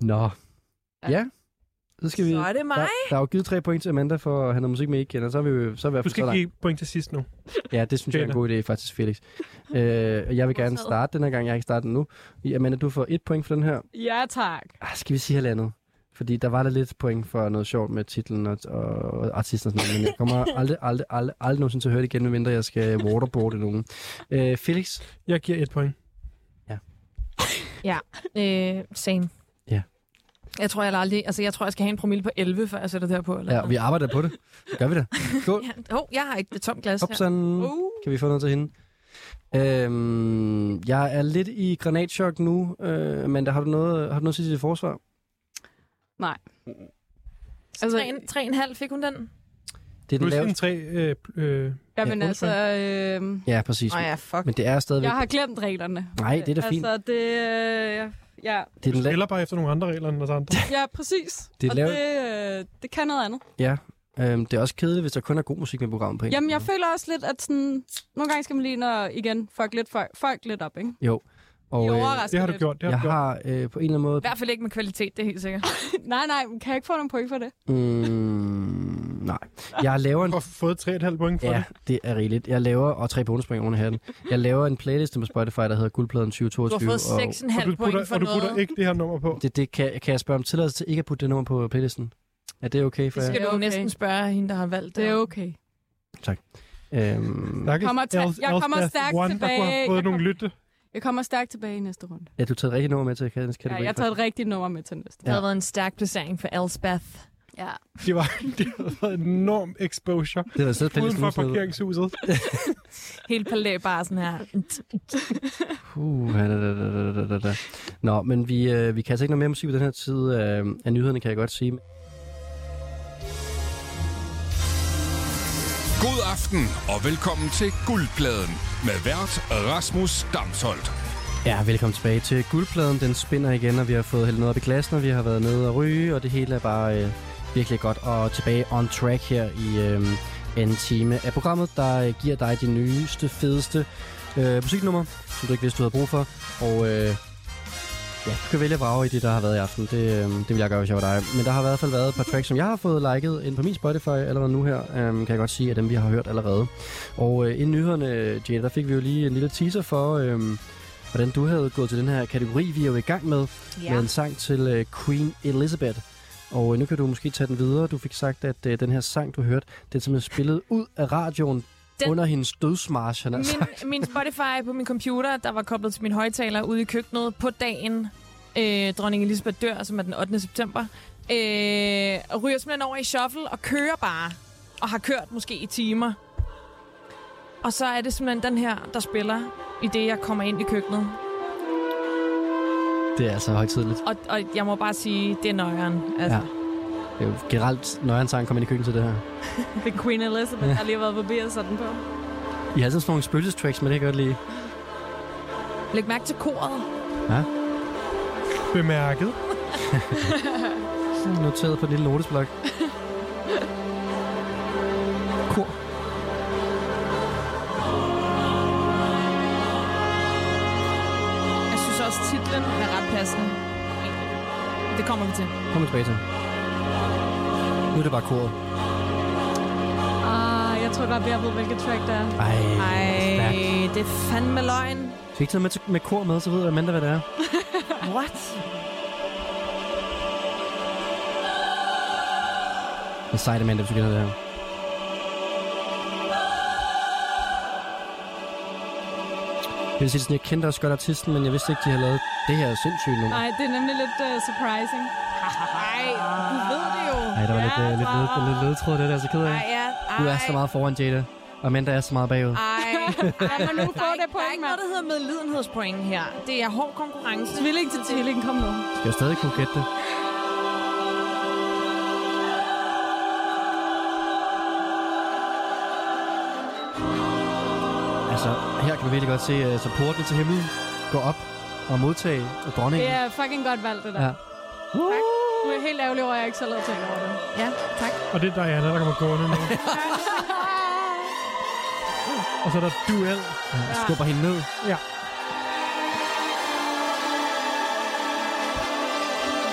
S2: Nå. Ja. ja. Så skal vi...
S6: Så er det mig.
S2: Der, der er jo givet tre point til Amanda for at have noget musik med, I ikke kender. Så er vi jo så er vi i hvert fald
S4: Du
S2: så
S4: skal
S2: langt.
S4: give point til sidst nu.
S2: Ja, det synes jeg er en god idé faktisk, Felix. Øh, og jeg vil gerne
S6: Modtaget.
S2: starte den her gang. Jeg har ikke startet den nu. Amanda, du får et point for den her.
S5: Ja, tak.
S2: Ah, skal vi sige halvandet? Fordi der var der lidt point for noget sjovt med titlen og, og, og artisten og sådan noget, men jeg kommer aldrig, aldrig, aldrig, aldrig nogensinde til at høre det igen, medmindre jeg skal waterboarde nogen. Øh, Felix,
S4: Jeg giver et point.
S6: Øh, same.
S2: Ja.
S6: Jeg tror, jeg lader aldrig... Altså, jeg tror, jeg skal have en promille på 11, før jeg sætter det her på. Eller
S2: ja, vi arbejder på det. Det gør vi da. Skål.
S6: Ja. Hov, jeg har ikke det tom glas her.
S2: Hopsan.
S6: Uh.
S2: Kan vi få noget til hende? Øhm, jeg er lidt i granatchok nu, øh, men der har du noget, har du noget til dit forsvar?
S6: Altså,
S5: Altså-
S6: tre, tre og en halv fik hun den?
S2: Det er den
S4: Plus en
S2: laveste.
S4: tre... Øh, øh,
S5: Jamen
S2: Ja,
S5: ja, altså, øh,
S2: Ja, præcis.
S6: Åh oh, ja, fuck.
S2: Men det er stadigvæk...
S5: jeg har glemt reglerne.
S2: Nej, det er da fint.
S5: Altså, det... Øh, ja,
S2: Det er den la...
S4: eller bare efter nogle andre regler end os andre.
S5: ja, præcis.
S2: Det er
S5: og
S2: lavet-
S5: det, øh, det kan noget andet.
S2: øhm, det er også kedeligt, hvis der kun er god musik med i programmet på en.
S5: Jamen, jeg
S2: måde.
S5: føler også lidt, at sådan, nogle gange skal man lige når, igen fuck lidt, folk, folk lidt op, ikke?
S2: Og,
S5: I
S2: øh,
S5: overrasker
S4: Det har du
S5: lidt.
S4: gjort. Det har
S2: jeg
S4: du
S2: har
S4: gjort.
S2: øh, på en eller anden måde...
S6: I hvert fald ikke med kvalitet, det er helt sikkert.
S5: Nej, nej, men kan jeg ikke få nogle point for det?
S2: Mm, nej. Jeg laver en
S4: Du har fået tre og et halvt point for
S2: Ja,
S4: det.
S2: det er rigeligt. Jeg laver, og tre bonuspoint oven i hatten. Jeg laver en playlist på Spotify, der hedder Guldpladen 2022.
S6: Du har fået
S2: og
S6: 6,5
S4: Og du
S6: point
S4: putter,
S6: for
S4: og du
S6: noget.
S4: putter ikke det her nummer på.
S2: Det, det kan, kan jeg spørge om tilladelse til ikke at putte det nummer på playlisten? Er det okay for
S6: Det skal
S5: Ja,
S6: du
S5: okay.
S6: næsten spørge hende, der har valgt
S5: Det er okay.
S2: jer? Øhm,
S4: Stakkels
S5: Kommer til-
S4: Els-
S5: jeg kommer
S4: Elsbeth
S5: stærkt
S4: One, Der kunne
S5: tilbage.
S4: have
S5: Jeg
S4: fået nogle lytte.
S5: Jeg kommer stærkt tilbage i næste runde.
S2: ja, du tager et rigtigt nummer med til Akademisk
S5: Ja,
S2: Kategori.
S5: jeg tager et rigtigt nummer med til næste.
S6: Det havde været en stærk placering for Elsbeth.
S5: Ja.
S4: Det var, det var en enorm exposure.
S2: Det er da selv
S4: Uden
S2: playlisten.
S4: for
S2: nu, sådan noget.
S4: parkeringshuset.
S6: Helt palæ bare sådan her.
S2: Puh, da, da, da, da, da, da. Nå, men vi, øh, vi kan altså ikke noget mere musik på den her tid øh, af nyhederne, kan jeg godt sige.
S1: God aften og velkommen til Guldpladen med vært Rasmus Damsholdt.
S2: Ja, velkommen tilbage til Guldpladen. Den spinner igen, og vi har fået hældt noget op i glasene, og vi har været nede og ryge, og det hele er bare øh, virkelig godt. Og tilbage on track her i øh, anden time af programmet, der øh, giver dig de nyeste, fedeste øh, musiknummer, som du ikke vidste, du havde brug for. Og øh, ja, du kan vælge at vrage i det, der har været i aften. Det, øh, det vil jeg gøre, hvis jeg var dig. Men der har i hvert fald været et par tracks, som jeg har fået liket ind på min Spotify allerede nu her, øh, kan jeg godt sige, at dem vi har hørt allerede. Og øh, inden nyhederne, Jane, der fik vi jo lige en lille teaser for... Øh, hvordan du havde gået til den her kategori, vi er jo i gang med, ja. med en sang til øh, Queen Elizabeth. Og øh, nu kan du måske tage den videre. Du fik sagt, at øh, den her sang, du hørte, den er simpelthen spillet ud af radioen den...
S6: Den-
S2: under hendes dødsmarsch. Han er altså.
S6: Min, min Spotify på min computer, der var koblet til min højtaler ude i køkkenet på dagen. Øh, dronning Elisabeth dør, som er den 8. september. Øh, og ryger simpelthen over i shuffle og kører bare. Og har kørt måske i timer. Og så er det simpelthen den her, der spiller i det, jeg kommer ind i køkkenet.
S2: Det er altså højtidligt.
S6: Og, og jeg må bare sige, det er nøjeren. Altså,
S2: Ja. Det er jo generelt, når en sang kommer ind i køkkenet til det her.
S6: ja. The Queen Elizabeth
S2: Ja.
S6: ja. har lige været forbi og sådan på.
S2: I har altid sådan nogle spøgelsestracks, men det kan jeg godt lide.
S6: Læg mærke til koret.
S2: Ja.
S4: Bemærket.
S2: Sådan noteret på et lille notesblok. Kor.
S6: Jeg synes også, titlen er ret passende. Det kommer vi til.
S2: Kom tilbage til. Nu er det bare koret.
S5: Ah, jeg tror godt, jeg ved, hvilket track det er.
S2: Ej,
S6: Ej,
S2: stærkt.
S6: det er fandme løgn.
S2: Hvis vi ikke tager med, til- med kor med, så ved jeg mindre, hvad det er.
S6: What?
S2: Det er sejt, Amanda, hvis du kender det her. Jeg vil sige, det sådan, jeg kendte også godt artisten, men jeg vidste ikke, de havde lavet det her sindssyge nummer.
S5: Nej, det er nemlig lidt uh, surprising.
S6: Nej, du ved det jo.
S2: Ej, der var lidt, øh, lidt, lidt, lidt ledtråd, det der, så ked af.
S6: Ej, ja. Ej.
S2: Du er så meget foran, Jada. Og Amanda er så meget bagud.
S6: Ej,
S5: Lad mig nu få
S6: der, er ikke-
S5: det
S6: der er
S5: point,
S6: ikke
S5: mand.
S6: noget, der hedder medlidenhedspoint her. Det er hård konkurrence.
S5: Tvilling til tvilling, kom nu.
S2: Skal jo stadig kunne gætte det. Altså, her kan man virkelig godt se, øh, så portene til himlen går op og modtage af
S5: Det
S2: dronningen.
S5: er fucking godt valgt, det der.
S2: Ja.
S5: Tak. Du er helt ærgerlig over, at jeg ikke selv havde tænkt over det.
S6: Ja, tak.
S4: Og det er Diana, der kommer gående nu. Og så er der duel.
S2: Ja, og Altså, skubber hende ned.
S4: Ja.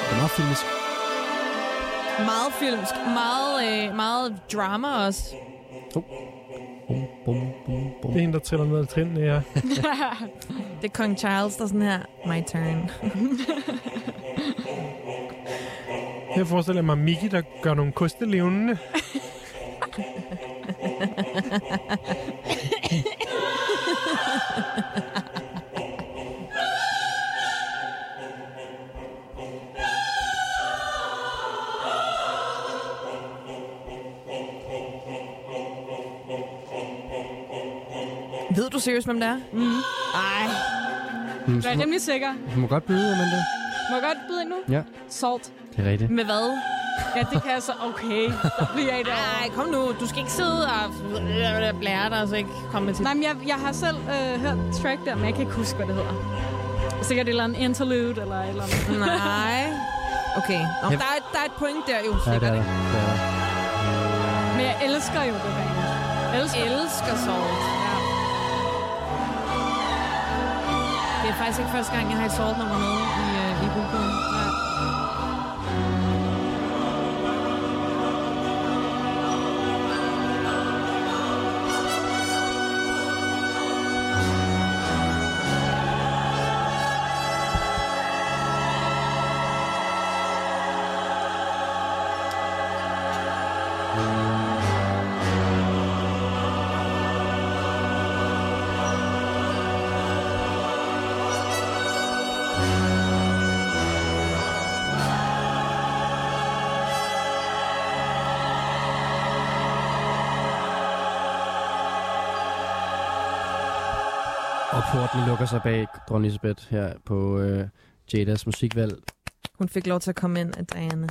S2: Det er meget filmisk.
S6: Meget filmsk. Meget, øh, meget drama også.
S2: Bum, bum, bum, bum.
S4: Det er hende, der triller med trinene, ja.
S6: Det er Kong Charles, der er sådan her. My turn.
S4: Jeg forestiller mig Miki, der gør nogle koste levende.
S6: Ved du seriøst, hvem det er?
S5: Mhm. Nej.
S2: Mm,
S5: Jeg er rimelig sikker.
S2: du må godt byde, Amanda.
S5: Må jeg godt byde ind nu?
S2: Ja,
S5: Salt.
S2: det er rigtigt.
S6: Med hvad?
S5: Ja, det kan jeg så. Okay, så bliver jeg derovre.
S6: Ej, kom nu. Du skal ikke sidde og blære dig, og så ikke komme til.
S5: Nej, men jeg, jeg har selv øh, hørt track der, men jeg kan ikke huske, hvad det hedder. Sikkert et eller andet interlude, eller et eller andet.
S6: Nej. Okay. Nå,
S2: Hæv-
S6: der, er, der er et point der jo,
S2: Ja, det
S6: sikkert.
S2: er
S6: ikke?
S2: det. er der.
S5: Men jeg elsker jo det band. Jeg elsker det.
S6: Elsker salt. Ja. Det er faktisk ikke første gang, jeg har et salt-nummer med i, øh, i bookbogen.
S2: Og portene lukker sig bag dronning Elisabeth her på øh, Jadas musikvalg.
S6: Hun fik lov til at komme ind af Diana.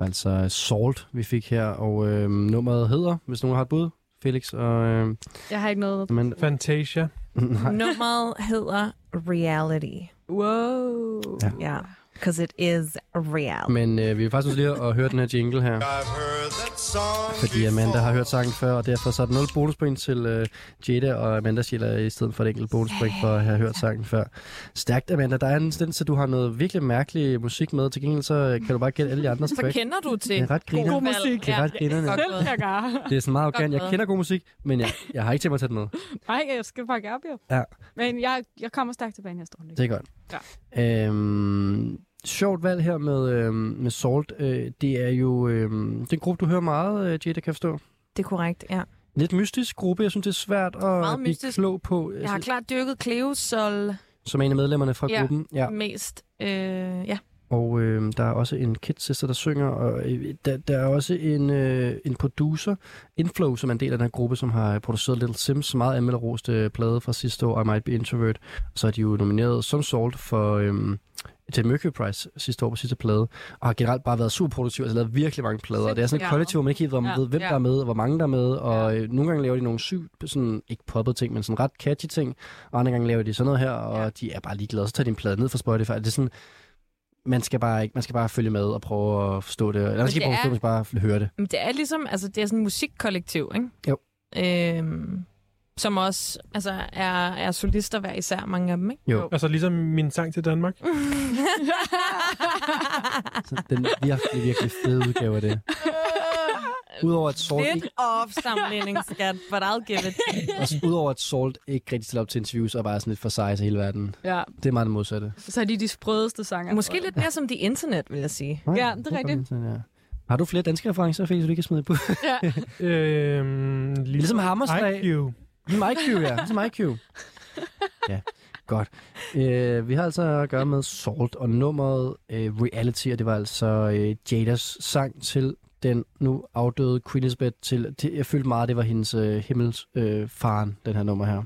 S2: Altså Salt, vi fik her, og øh, nummeret hedder, hvis nogen har et bud, Felix og øh,
S5: Jeg har ikke noget.
S2: Amanda.
S4: Fantasia.
S2: Nej.
S6: Nummeret hedder Reality.
S3: Wow.
S2: Ja.
S6: Ja, yeah. because it is real.
S2: Men øh, vi vil faktisk lige at høre den her jingle her,
S7: I've heard that song
S2: fordi Amanda har hørt sangen før, og derfor så er der 0 bonuspoint til øh, Jada, og Amanda stjæler i stedet for et enkelt bonuspoint for at have hørt sangen før. Stærkt, Amanda. Der er en tendens til, at du har noget virkelig mærkelig musik med. Til gengæld så øh, kan du bare gætte alle de andres
S6: Så
S2: tracks.
S6: kender du til
S2: Det er ret griner.
S6: god musik.
S2: Det er ret grinerende.
S6: Godt
S5: Selv
S6: gået.
S5: jeg gør.
S2: Det er sådan meget
S6: Godt
S2: organ. Jeg
S6: gået.
S2: kender god musik, men jeg, jeg har ikke tænkt mig at tage den med.
S5: Nej, jeg skal pakke op, jo.
S2: Ja.
S5: Men jeg, jeg kommer stærkt tilbage næste runde.
S2: Det er godt. Ja. Øhm, sjovt valg her med, øhm, med Salt. Øh, det er jo øhm, den gruppe, du hører meget, øh, Jada, kan jeg forstå.
S6: Det er korrekt, ja.
S2: Lidt mystisk gruppe. Jeg synes, det er svært at blive
S6: mystisk.
S2: klog på,
S6: Jeg har
S2: øh,
S6: klart dyrket Cleosol
S2: som er en af medlemmerne fra
S6: Ja.
S2: gruppen. Ja.
S6: ja. mest. Øh, ja.
S2: Og øh, der er også en kidsister, der synger, og øh, der, der er også en, øh, en producer, Inflow, som er en del af den her gruppe, som har øh, produceret Little Sims, meget anmelderost øh, plade fra sidste år, I Might Be Introvert. Og så er de jo nomineret som Salt for øh, til Mercury Prize sidste år på sidste plade, og har generelt bare været super produktiv, altså lavet virkelig mange plader.
S6: Sindssygt
S2: Det er sådan et
S6: meget.
S2: kollektiv, hvor man ikke helt ved,
S6: Ja.
S2: ja. ved hvem
S6: Ja.
S2: der er med, og hvor mange der er med, og ja. nogle gange laver de nogle sygt, sådan, ikke poppet ting, men sådan ret catchy ting, og andre gange laver de sådan noget her, og ja. de er bare ligeglade, så tager de en plade ned fra Spotify. Det er sådan, man skal bare ikke, man skal bare følge med og prøve at forstå det. Eller man
S6: Men
S2: skal ikke
S6: det
S2: prøve at forstå,
S6: er-
S2: man skal bare f- høre det.
S6: Men det er ligesom, altså det er sådan et musikkollektiv, ikke?
S2: Jo.
S6: Øhm, som også altså, er, er solister hver især, mange af dem, ikke?
S2: Jo.
S4: Altså ligesom min sang til Danmark.
S2: Så den virkelig, virkelig fede udgave af det. Udover at Salt
S6: Lidt
S2: ikke,
S6: off sammenligning, skat, but I'll give it.
S2: altså, udover at Salt ikke rigtig stiller op til interviews og bare er sådan lidt for sej til hele verden.
S5: Ja,
S2: Det er meget det modsatte.
S5: så er de de sprødeste sanger.
S6: Måske lidt mere som de internet, vil jeg sige.
S2: Nej,
S5: Ja, det er rigtigt.
S2: Sådan, ja. Har du flere danske referencer, Felix, du ikke kan smide på?
S4: Øhm,
S2: Ligesom Hammerslag.
S4: IQ.
S2: Ligesom IQ, ja. Ligesom IQ. Ja, godt. Øh, vi har altså at gøre med Salt og nummeret øh, Reality, og det var altså øh, Jadas sang til den nu afdøde Queen Elizabeth. Til, det, jeg følte meget, det var hendes øh, himmelsfaren, øh, faren, den her nummer her.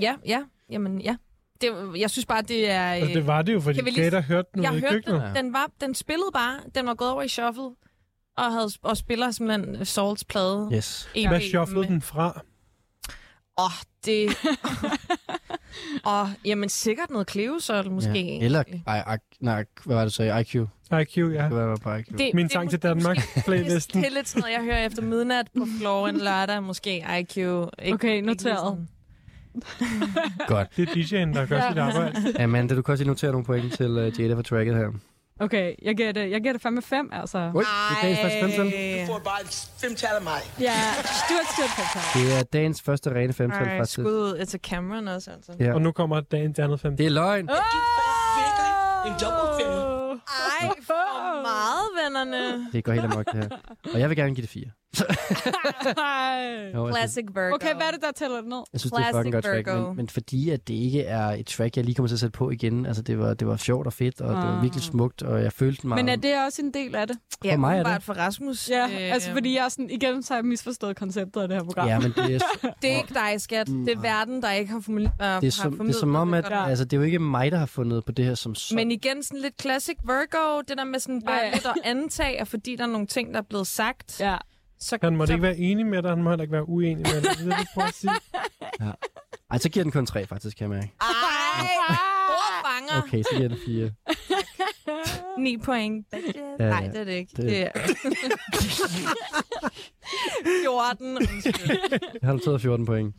S6: Ja, ja, jamen ja. Det, jeg synes bare, det er...
S4: Altså, det var det jo, fordi
S6: Kan vi lige-
S4: Gator lige... hørte den
S6: jeg
S4: ude i
S6: hørte
S4: køkkenet.
S6: den, den, var, den spillede bare, den var gået over i shuffle, og, havde, og spiller simpelthen Salts plade.
S2: Yes.
S6: EP
S4: Hvad shufflede
S6: med-
S4: den fra?
S6: Åh, oh, det... Åh, oh, jamen sikkert noget klevesol, måske.
S2: Ja. Eller,
S6: egentlig.
S2: ej, ak, nej, hvad var det, du sagde? IQ? Det
S4: IQ, ja.
S2: var bare IQ.
S6: det, det
S4: Min
S6: er
S4: sang til
S6: måske-
S4: Danmark,
S6: Det,
S4: playlisten.
S6: det er lidt sådan noget, jeg hører efter midnat på floor en lørdag, måske IQ. Ikke,
S5: Okay,
S6: ikke lige
S5: noteret.
S6: sådan-
S2: Godt.
S4: Det er DJ'en, der gør
S5: Ja.
S4: sit arbejde.
S2: Amanda, du kan også lige notere nogle point til uh, Jada for tracket her.
S5: Okay, jeg giver det, jeg giver det fandme fem, altså.
S2: Ui, det er dagens første femtal.
S11: får bare et femtal af mig.
S5: Ja, du har styrt på det.
S2: Det er dagens første rene femtal,
S6: Ej,
S2: faktisk.
S6: skud ud til Cameron også, altså.
S2: Ja.
S4: Og nu kommer dagens andet fem.
S2: Det er løgn.
S11: En double fem.
S6: Ej, for meget, vennerne.
S2: Det går helt amok, det her. Og jeg vil gerne give det fire.
S5: Ej.
S2: Jo, jeg, synes,
S6: Classic Virgo.
S5: Okay, hvad er det, der tæller det ned?
S2: jeg synes, det er et fucking godt
S6: Classic
S2: track,
S6: Virgo.
S2: men, men fordi at det ikke er et track, jeg lige kommer til at sætte på igen, altså det var, det var sjovt og fedt, og det var
S5: Ah.
S2: virkelig smukt, og jeg følte mig...
S5: Men er det også en del af det?
S6: Ja,
S2: For mig er det.
S6: åbenbart for Rasmus.
S5: Ja,
S6: Øh,
S5: altså fordi jeg er sådan, igen så har jeg misforstået konceptet af det her program.
S2: Ja, men det er,
S6: Det er ikke dig, skat. Det er verden, der ikke har, formul- øh,
S2: Mm, det er,
S6: har
S2: som, det
S6: formidlet
S2: er som om, at
S6: godt.
S2: altså, det er jo ikke mig, der har fundet på det her som sådan.
S6: Men igen, sådan lidt classic Virgo, det der med sådan bare
S5: Ja, ja.
S6: lidt at antage, at fordi der er nogle ting, der er blevet sagt,
S5: Ja.
S6: så,
S4: Han måtte
S6: så
S4: ikke være enig med dig, han må heller ikke være uenig med dig. Det er det, du prøver at sige.
S2: Ej, så giver den kun tre, faktisk, kan jeg mærke.
S6: Ej, fanger. Okay.
S2: Okay, så giver den fire.
S6: 9 point.
S2: Ja,
S6: Nej, det er det ikke.
S2: det-
S6: Det er... 14. Undskyld.
S2: Jeg har noteret 14 point.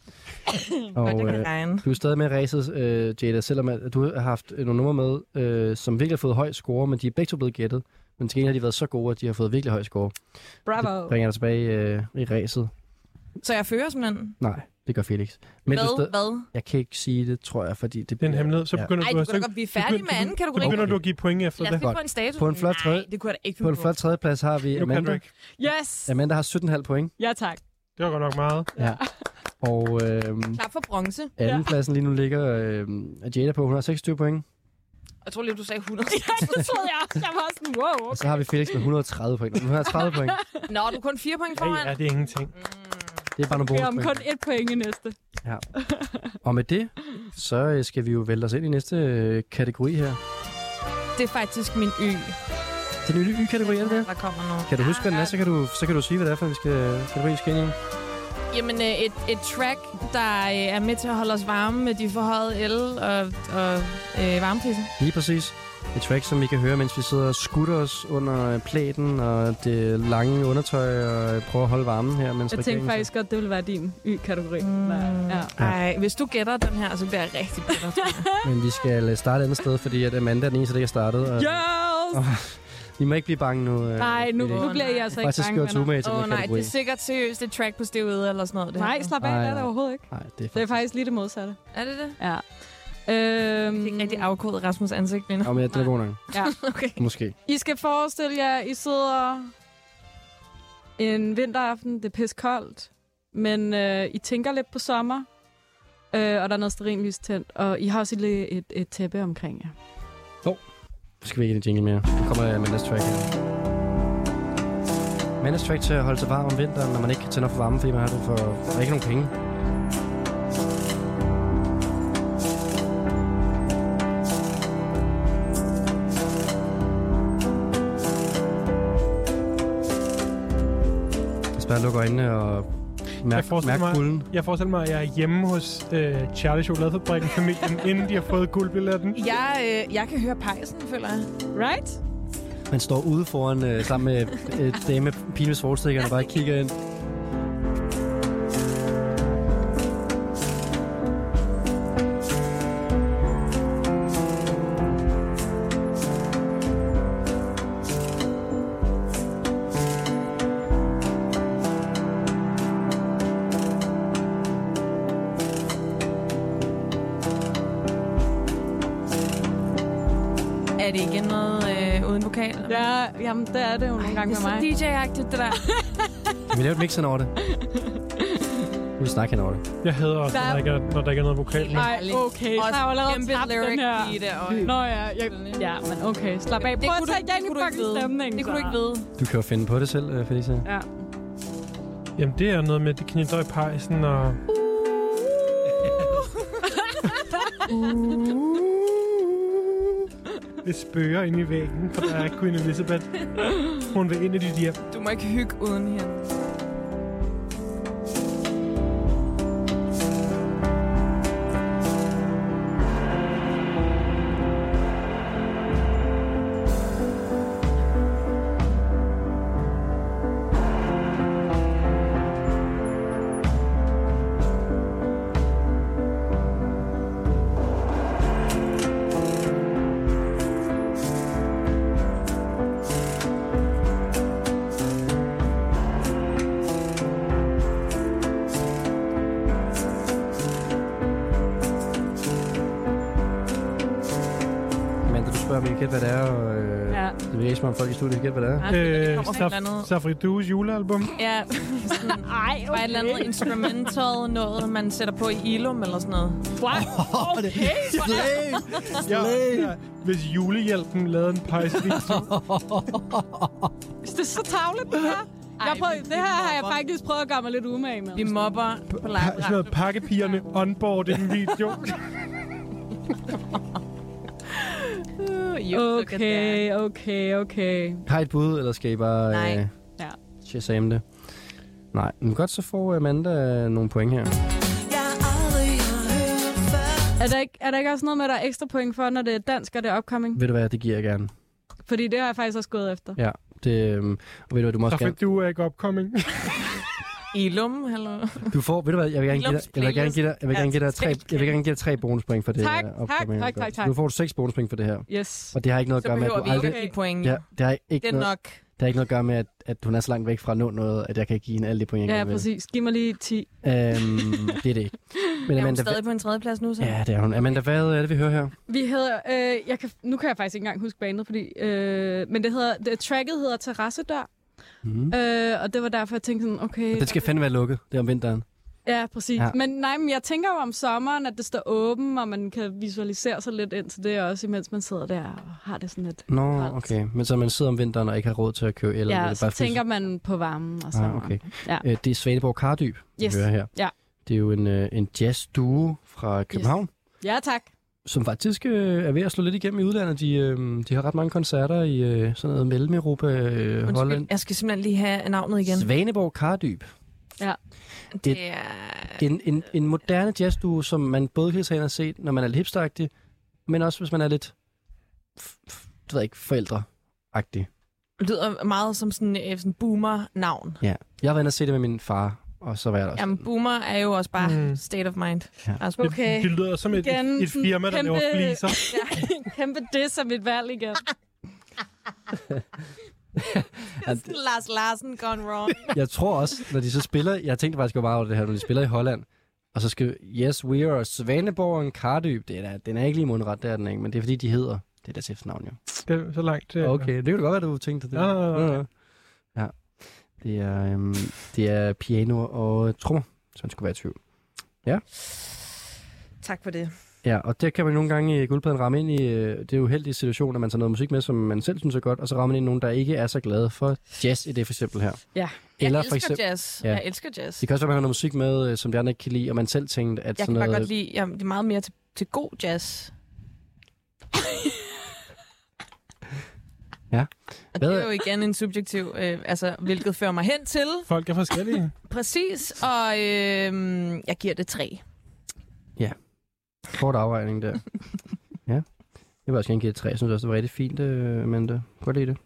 S6: det
S2: Og,
S6: kan
S2: øh,
S6: regne.
S2: Du er stadig med i racet, øh, Jada, selvom at du har haft øh, nogle numre med, øh, som virkelig har fået høj score, men de er begge to blevet gættet. Men til gengæld har de været så gode, at de har fået virkelig høj score.
S5: Bravo.
S2: Bringer dig tilbage øh, i racet?
S6: Så jeg fører simpelthen.
S2: Nej, det gør Felix. Men du
S6: Hvad?
S2: stadig-
S6: Hvad?
S2: Jeg kan ikke sige det, tror jeg, fordi det
S4: Det er en hemmelighed. Så
S2: Ja.
S4: begynder
S6: Ej,
S4: du
S6: du
S4: at
S6: kan da godt blive færdig med anden
S4: så
S6: kategori.
S4: begynder
S2: Okay.
S4: du at give point efter
S6: Lad
S4: det.
S6: os lige få en status.
S2: På en flot
S6: Nej,
S2: tredje-
S6: det kunne jeg da ikke
S2: På
S6: finde
S2: en flot tredjeplads har vi
S4: Nu kan du
S2: Amanda.
S4: ikke.
S5: Yes.
S2: Amanda har 17,5 point,
S5: Ja, tak.
S4: Det var godt nok meget.
S2: og øh,
S6: Klar for bronze.
S2: andenpladsen lige nu ligger øh, Jada på 126 point.
S6: Jeg tror lige, du sagde 100.
S5: Så troede jeg også, jeg var sådan, wow.
S2: Og så har vi Felix med 130 point. Nu har jeg 30 point.
S6: Nå, du er kun 4 point
S4: Ja,
S6: foran.
S4: ja, det er ingenting.
S6: Mm.
S2: Det er bare nogle
S5: Vi har om kun
S2: bonuspoint.
S5: et point i næste.
S2: Og med det, så øh, skal vi jo vælte os ind i næste øh, kategori her.
S6: Det er faktisk min y,
S2: Den nye y-kategori, er det det?
S6: der kommer nu.
S2: Kan du huske, hvad den er, så kan du, så kan du sige, hvad det er for en skal- kategori, vi skal ind i.
S6: Jamen, øh, et, et track, der øh, er med til at holde os varme med de forhøjede el og, og øh, varmepriser.
S2: Lige præcis. Et track, som vi kan høre, mens vi sidder og skutter os under øh, plæten og det lange undertøj og øh, prøver at holde varmen her, mens
S5: Jeg tænkte
S2: regeringen
S5: faktisk godt, det ville være din Y-kategori.
S6: Mm.
S5: Ja.
S6: Ej, hvis du gætter den her, så bliver jeg rigtig bitter. tror jeg.
S2: sidder. Men vi skal øh, starte et andet sted, fordi at Amanda er den eneste, der ikke har startet. Og
S5: Yes!
S2: I må ikke blive bange nu. øh,
S5: Nej, nu,
S2: fordi
S5: nu
S6: Åh,
S5: bliver
S6: nej.
S5: jeg altså
S2: Jeg har
S5: ikke
S2: faktisk gjort
S5: bange. venner.
S2: Zuma i den
S6: Åh
S2: her
S6: oh, nej,
S2: kategori.
S6: det er sikkert seriøst et track på stedet eller sådan noget. Det her.
S5: Nej, slap af,
S2: Nej,
S5: det er det
S2: nej.
S5: overhovedet ikke.
S2: Nej, det er
S5: Det er
S2: faktisk...
S5: faktisk lige det modsatte.
S6: Er det det?
S5: Ja.
S6: Jeg
S5: Øhm,
S6: kan ikke rigtig afkodet Rasmus' ansigt lige nu.
S2: Nå, men det er god nok.
S5: Ja.
S6: Okay.
S2: Måske.
S5: I skal forestille jer, I sidder en vinteraften, det er pisse koldt, men øh, I tænker lidt på sommer, øh, og der er noget sterinlys tændt, og I har også et, et, et tæppe omkring jer.
S2: Nu skal vi ikke ind i jingle mere. Nu kommer Amandas track her. Amandas track til at holde sig varm om vinteren, når man ikke kan tænde op for varmen, fordi man har det for, for ikke nogen penge. Bare luk øjnene og
S4: Jeg
S2: mærk,
S4: forestiller
S2: mærk
S4: mig-
S2: kulden.
S4: Jeg forestiller mig, at jeg er hjemme hos øh, Charlie Chokoladefabrikken familien, inden de har fået guldbilletten.
S6: Jeg, øh, jeg kan høre pejsen, føler jeg. Right?
S2: Man står ude foran øh, sammen med øh, dame med pige med svordstikkerne og bare kigger ind.
S6: Er det igen noget øh, uden vokal?
S5: Ja, jamen, det er det jo nogle gange
S6: det
S5: med
S6: er så
S5: mig.
S6: DJ-agtigt, det der.
S2: Kan vi lave et mix hen over det? Vi vil snakke hen over det.
S4: Jeg hader også, når
S5: Der-
S4: der ikke er, når der ikke er noget vokal. med.
S5: Nej, okay. Så har jeg jo allerede tabt den her. Nå ja, jeg, ja, men okay. Slap af.
S6: Det
S5: Prøv at
S6: kunne du-
S5: tage
S6: det
S5: igen i
S6: kunne du ikke
S5: fucking
S6: vide.
S5: stemningen.
S6: Det kunne du
S5: så.
S6: ikke vide.
S2: Du kan jo finde på det selv, øh, Felicia.
S5: Ja.
S4: Jamen, det er noget med, at de knitter i pejsen, og
S6: Uh.
S4: det spørger ind i væggen, for der er Queen Elizabeth. Hun vil ind i dit hjem.
S6: Du må ikke hygge uden hende.
S2: Men du spørger mig, gæt hvad det er, og øh, ja.
S5: Ja.
S2: det virker ikke som om folk i studiet gæt hvad det er.
S6: Nej, det
S4: Øh,
S6: kommer fra et eller andet.
S4: Safri Dues julealbum.
S6: Ja, sådan,
S5: Ej,
S6: bare et eller andet instrumental noget, man sætter på i Ilum eller sådan noget.
S5: What? Okay.
S2: Slay!
S4: Ja, ja, hvis julehjælpen lavede en pejsvis.
S5: Det er så tavlet, det her. Jeg prøv, det her har jeg faktisk prøvet at gøre mig lidt umage med.
S6: Vi mobber på
S4: Sådan
S6: live.
S4: noget pakkepigerne onboard i en video.
S5: Okay, okay, okay.
S2: Har I et bud, eller skal I bare
S6: Nej.
S2: øh,
S5: Ja.
S2: shazam det? Nej, men godt, så får Amanda øh, nogle point her.
S5: Er der, ikke, er der ikke også noget med, at der er ekstra point for, når det er dansk og det er upcoming?
S2: Ved du hvad, det giver jeg gerne.
S5: Fordi det har jeg faktisk også gået efter.
S2: Det, øh, og ved du hvad, du må også
S4: Safri
S2: gerne...
S4: Due er ikke upcoming.
S6: Ilum, eller?
S2: Du får, ved du hvad, jeg vil gerne give dig, jeg vil gerne give dig, jeg vil gerne give dig, tre, jeg vil gerne give dig tre bonuspoint for det
S5: Tak,
S2: her.
S5: tak,
S2: opgave,
S5: tak,
S2: jeg har
S5: tak,
S2: gjort.
S5: tak.
S2: Nu får du seks bonuspoint for det her.
S5: Yes.
S2: Og det har ikke noget
S6: Så
S2: at gøre med, at
S6: behøver
S2: du aldrig...
S6: vi ikke i point.
S2: Ja, det har ikke,
S6: Det er
S2: noget,
S6: nok.
S2: det har ikke noget at gøre med, at, at hun er så langt væk fra at nå noget, at jeg kan give hende alle de point, jeg
S5: Ja,
S2: gerne vil.
S5: præcis. Giv mig lige 10.
S2: Øhm, det er det ikke. Men
S6: Er hun
S2: Amanda,
S6: stadig på en tredjeplads nu, så?
S2: ja, det er hun. Amanda, hvad er det, vi hører her?
S5: Vi hedder, øh, jeg kan, nu kan jeg faktisk ikke engang huske bandet, fordi, øh, men det hedder, det, tracket hedder Terrassedør,
S2: Mm.
S5: øh, og det var derfor, jeg tænkte sådan, okay,
S2: Den skal fandme være lukket. Det er om vinteren.
S5: ja, præcis.
S2: Ja.
S5: Ja. Men nej, men jeg tænker jo om sommeren, at det står åben, og man kan visualisere sig lidt ind til det også, imens man sidder der og har det sådan lidt.
S2: Nå,
S5: Koldt.
S2: okay. Men så man sidder om vinteren og ikke har råd til at købe el?
S5: ja,
S2: eller
S5: så tænker man på varmen og sommeren.
S2: ah, okay.
S5: Ja.
S2: Øh, Det er Svaneborg Kardyb, vi
S5: Yes.
S2: hører her.
S5: Ja.
S2: Det er jo en, øh, en jazzduo fra København, yes.
S5: Ja, tak.
S2: som faktisk øh, er ved at slå lidt igennem i udlandet. De, øh, de har ret mange koncerter i øh, sådan noget Mellem-Europa, øh, Holland.
S6: Undskyld, jeg skal simpelthen lige have navnet igen.
S2: Svaneborg Kardyb.
S6: Det er...
S2: En, en, en moderne jazzduo, som man både kan tage ind og se, når man er lidt hipsteragtig, men også hvis man er lidt, f- f- det ved jeg ikke, forældreagtig.
S6: lyder meget som sådan øh, sådan boomer-navn.
S2: Ja. Jeg var inde og se det med min far, og så var jeg der også.
S6: Jamen, boomer er jo også bare
S4: Mm.
S6: mm. state of mind.
S2: Ja.
S6: Altså,
S5: Okay.
S4: Det lyder som et,
S5: Igen,
S4: et, et firma, der
S5: kæmpe-
S4: laver fliser.
S5: Kæmpe det som et valg igen.
S6: sådan Lars Larsen gone wrong.
S2: Jeg tror også, når de så spiller, jeg tænkte faktisk jo meget over det her, når de spiller i Holland, og så skal Yes, we are Svaneborg og en Kardyb. Det er da, den er ikke lige mundret, det er den ikke, men det er fordi, de hedder det er deres efternavn jo.
S4: Det er så langt. øh,
S2: Okay, det kan du godt være, du tænkte det.
S4: Nej, nej, nej, nej.
S2: Ja. Det er, øhm, det er piano og trommer, så han skulle være i tvivl.
S6: tak for det.
S2: Ja, og der kan man nogle gange i guldpladen ramme ind i øh, det uheldige situation, at man tager noget musik med, som man selv synes er godt, og så rammer man ind i nogen, der ikke er så glade for jazz i det for eksempel her.
S5: Ja.
S2: Eller
S6: jeg elsker
S2: for eksempel,
S6: jazz.
S2: Ja.
S6: Ja. Jeg elsker jazz.
S2: det kan også være, man har noget musik med, øh, som de andre ikke kan lide, og man selv tænkte, at sådan
S6: Jeg kan
S2: noget...
S6: bare godt lide, jamen, det er meget mere til, til god jazz.
S2: Ja.
S6: Og
S2: Hvad-
S6: det er jo igen en subjektiv, øh, altså, hvilket fører mig hen til.
S4: Folk er forskellige.
S6: Præcis, og øh, jeg giver det tre.
S2: Kort afregning der. ja. Jeg vil også gerne give det tre. Jeg synes også, det var rigtig fint, øh, Amanda. Godt lide det.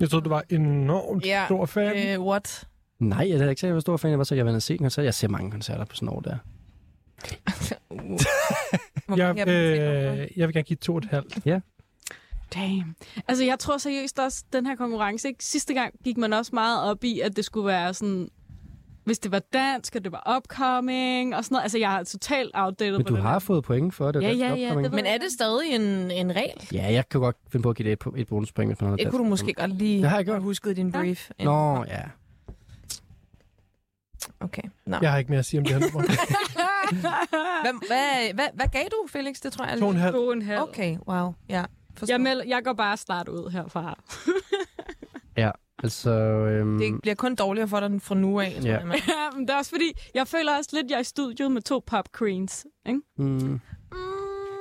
S4: Jeg troede, du var enormt
S6: Ja,
S4: yeah. stor fan. Øh.
S6: Øh, what?
S2: Nej, jeg er da ikke sikker, hvor stor fan jeg var, så jeg var inde og se en koncert. Jeg ser mange koncerter på sådan et år der.
S6: Hvor
S4: Jeg,
S6: mange af dem tænker du på?
S4: øh, jeg vil gerne give to og et halvt.
S5: Damn. Altså, jeg tror seriøst også, den her konkurrence, ikke? sidste gang gik man også meget op i, at det skulle være sådan, hvis det var dansk, og det var upcoming, og sådan noget. Altså, jeg er totalt outdated
S2: Men
S5: på
S2: du
S5: det
S2: har fået point for det.
S5: Ja,
S2: Dansk
S5: ja, ja,
S2: Opsamling.
S5: det ved
S6: Men er det stadig en, en regel?
S2: Ja, jeg kan godt finde på at give det et- et bonuspoint, hvis man har
S6: Det
S2: dansk
S6: kunne du måske
S2: Opsamling.
S6: godt lige
S2: Det har jeg gjort.
S6: have husket i din brief.
S2: Nå, ja.
S6: Okay. Nå.
S4: Jeg har ikke mere at sige om det her nummer.
S6: Hvad, hvad, hvad, hvad gav du, Felix? Det tror jeg
S4: to og en halv.
S5: To og en halv.
S6: Okay, wow. Ja, forstår.
S5: Jeg, meld, jeg går bare snart ud herfra.
S2: Altså, øhm,
S4: Mm.
S6: det bliver kun dårligere for dig fra nu af. tror
S2: Ja.
S6: jeg, mand.
S5: Ja, men det er også fordi, jeg føler også lidt, jeg er i studiet med to pop queens. Ikke?
S2: mm,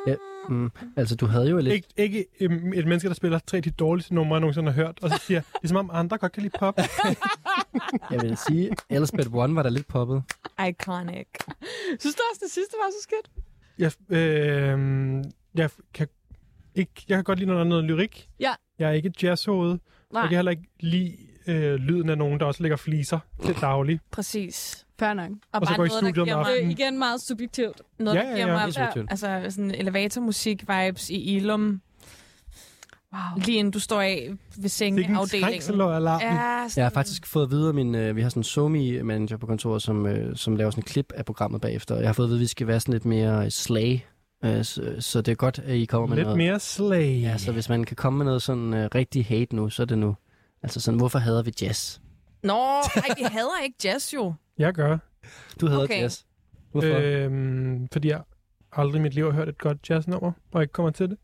S2: ja, mm, altså, du havde jo lidt...
S4: Ikke, ikke øhm, et menneske, der spiller tre af de dårligste numre, jeg nogensinde har hørt, og så siger, det er som om andre godt kan lide pop.
S2: Jeg vil sige, Elspeth One var der lidt poppet.
S6: Iconic.
S5: Synes du også, det sidste var så skidt?
S4: Jeg, øh, jeg, kan, ikke, jeg kan godt lide, når der er noget lyrik.
S5: Ja.
S4: Jeg er ikke et jazzhoved.
S5: Nej.
S4: Jeg kan heller ikke lide øh, lyden af nogen, der også lægger fliser til daglig.
S6: Præcis.
S5: Fair nok.
S4: Og så går I studiet om
S6: giver
S5: Det
S4: aftenen.
S6: mig,
S5: er igen meget subjektivt.
S6: noget,
S4: Ja,
S6: der
S4: ja,
S6: giver
S4: ja.
S6: mig
S2: Det er subjektivt.
S6: altså, sådan elevatormusik-vibes i Ilum. Wow. Lige inden du står af ved
S4: Sikke en
S6: sengeafdelingen.
S4: trængsel og alarm.
S6: Ja,
S2: Jeg
S6: sådan,
S2: har
S4: Mm.
S2: faktisk fået at vide, at min, øh, vi har sådan en somi-manager på kontoret, som, øh, som laver sådan et klip af programmet bagefter. Jeg har fået at vide, at vi skal være sådan lidt mere slag, øh, så, så det er godt, at I kommer med
S4: Lidt
S2: noget.
S4: mere slag.
S2: Ja, så hvis man kan komme med noget sådan øh, rigtig hate nu, så er det nu. Altså sådan, hvorfor hader vi jazz?
S6: Nå, ej, vi hader ikke jazz jo.
S4: Jeg gør.
S2: Du hader
S6: Okay.
S2: jazz. Hvorfor? Øh...
S4: Øhm, fordi jeg aldrig i mit liv har hørt et godt jazznummer, og ikke kommer til det.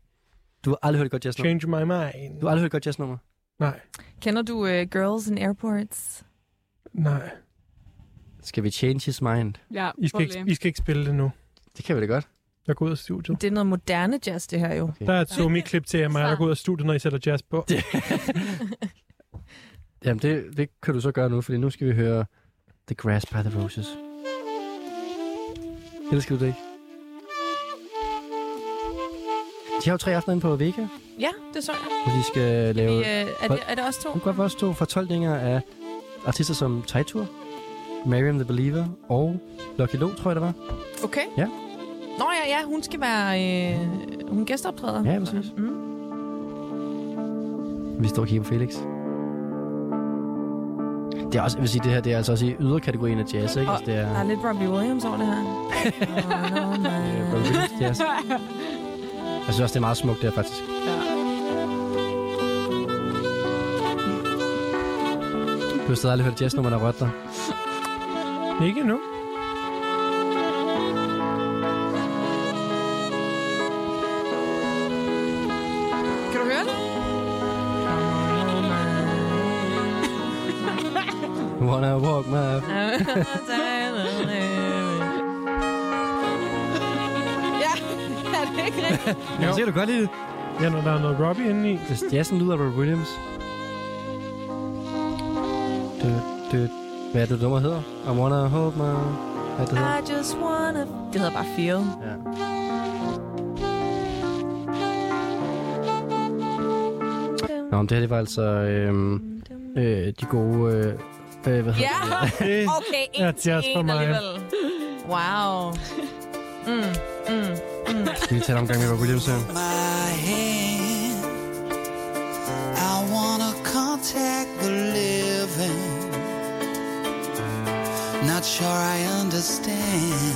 S2: Du har aldrig hørt et godt jazznummer.
S4: Change my mind.
S2: Du har aldrig hørt et godt jazznummer.
S4: Nej,
S6: Kender du uh, Girls in Airports?
S4: nej.
S2: Skal vi change his mind?
S5: Ja,
S4: I skal, ikke, I skal ikke spille det nu.
S2: Det kan vi da godt.
S4: Jeg går ud af studiet.
S6: Det er noget moderne jazz, det her jo.
S4: Der er et Zomi-klip til mig, der går ud af studiet, når I sætter jazz på.
S2: Jamen, det, det kan du så gøre nu, fordi nu skal vi høre The Grass by the Roses. Elsker du det ikke? De har jo tre aftener inde på Vega,
S6: Ja, det så jeg.
S2: hvor de skal lave...
S6: Vi,
S2: Yeah.
S6: uh, er, det, er det også to?
S2: Nu går vi også to fortolkninger af artister som Taitur, Mariam the Believer og Lucky Lo, tror jeg det var.
S6: Okay.
S2: Ja.
S6: Nå ja, ja, hun skal være... Øh, hun gæsteoptræder.
S2: Ja, præcis.
S6: Mm.
S2: Vi står og kigger på Felix. Det er også, jeg vil sige, det her det er altså også i yderkategorien af jazz, ikke?
S6: Og
S2: Altså, det er...
S6: Der er lidt Robbie Williams over det her. oh, no,
S2: Øh,
S6: man.
S2: Robbie Williams jazz. Jeg synes også, det er meget smukt, det her faktisk. Du har stadig aldrig hørt jazznummer, der rødt dig.
S4: Ikke endnu.
S6: Kan du høre det?
S2: Wanna walk my...
S6: ja, er det ikke rigtigt?
S2: Jeg ser du godt lide det.
S4: Ja, når der er noget Robbie inde i.
S2: Hvis jazzen lyder af Robbie Williams. Du, du, hvad er det, nummer hedder? I wanna hope my... Hvad er det hedder?
S6: I just wanna... Det hedder bare Feel.
S2: Ja. Nå, men det her, det var altså øhm, øh, de gode... Øh, øh, hvad hedder
S6: Ja,
S4: Det
S6: okay.
S4: er
S6: En til
S4: jazz for
S6: en
S4: mig.
S6: alligevel. Wow. Mm, mm.
S2: det? Skal vi tale om gang med Robbie Williams her?
S11: my hand. I wanna contact the living. Not sure I understand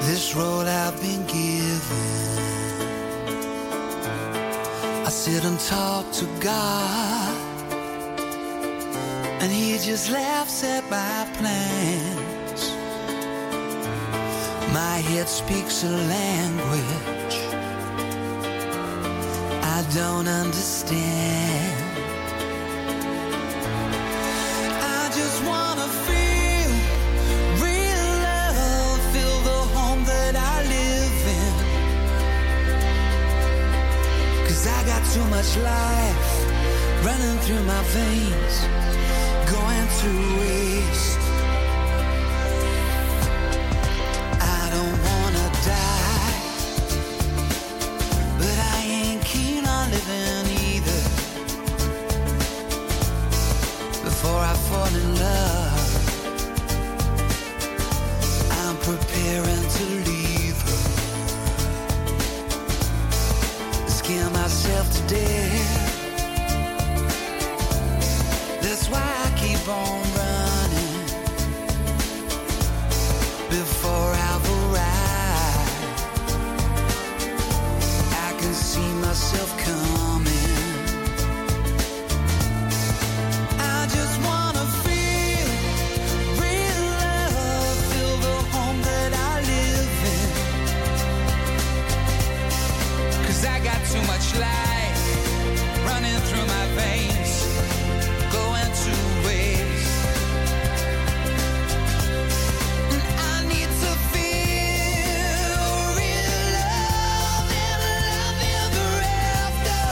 S11: this road I've been given. I sit and talk to God, and He just laughs at my plans. My head speaks a language I don't understand. I just wanna feel real love, feel the home that I live in. Cause I
S9: much life running through my veins, going to waste. I don't wanna die, but I ain't keen on living either. Before I fall in love, I'm preparing to leave her. scare myself to death. That's why I keep on running before I've arrived. I can see myself coming. I just wanna feel real love, feel the home that I live in. Cause I got too much life running through my veins, going to waste. And I need to feel real love and love ever after.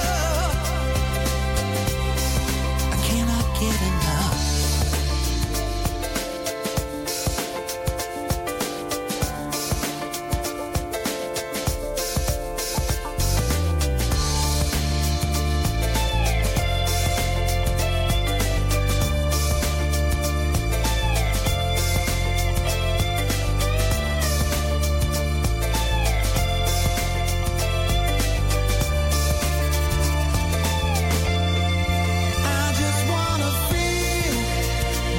S9: I cannot get enough. I just wanna feel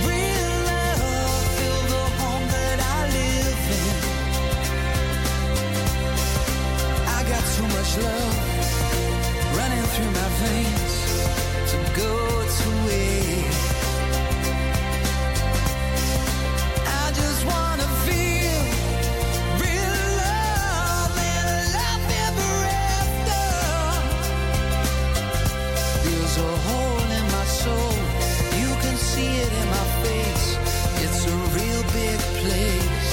S9: real love, feel the home that I live in. I got too much love running through my veins to go to waste. I just wanna feel real love and love ever after. There's a hole in my soul. You can see it in my face. It's a real big place.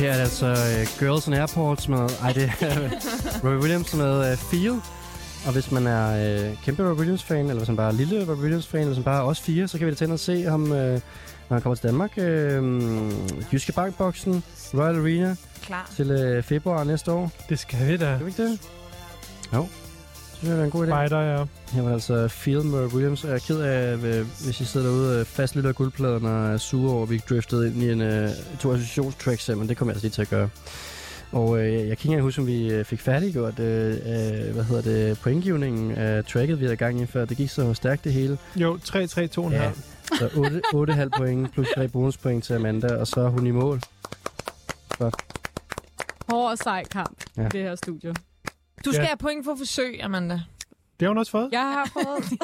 S2: Her er det altså uh, Girls in Airports med... Ej, det er Robbie Williams med uh, Feel. Og hvis man er uh, kæmpe Robbie Williams-fan, eller hvis man bare er lille Robbie Williams-fan, eller hvis man bare er os fire, så kan vi da tænke og se ham, uh, når han kommer til Danmark. Uh, Jyske Bankboksen, Royal Arena
S6: Klar.
S2: til uh, februar næste år.
S4: Det skal vi da.
S2: Skal vi ikke det? Jo. Det synes jeg er en god idé.
S4: Fighter, ja.
S2: Her var altså Field med Williams, og jeg er ked af, øh, hvis I sidder derude øh, fast lidt af guldpladen og er sure over, at vi ikke driftede ind i en øh, to associationstracks, men det kommer jeg altså lige til at gøre. Og øh, jeg kan ikke engang huske, om vi øh, fik færdiggjort, øh, øh, hvad hedder det, pointgivningen af tracket, vi havde gang i før. Det gik så stærkt det hele.
S4: Jo, 3-3-2,5.
S2: Ja.
S4: Ja.
S2: Så 8,5 point plus 3 bonuspoint til Amanda, og så er hun i mål.
S5: Hård og sej kamp i
S2: Ja.
S5: det her studie.
S6: Du skal
S4: Ja.
S6: have point for forsøg, Amanda.
S4: Det har hun også fået.
S5: Jeg har fået...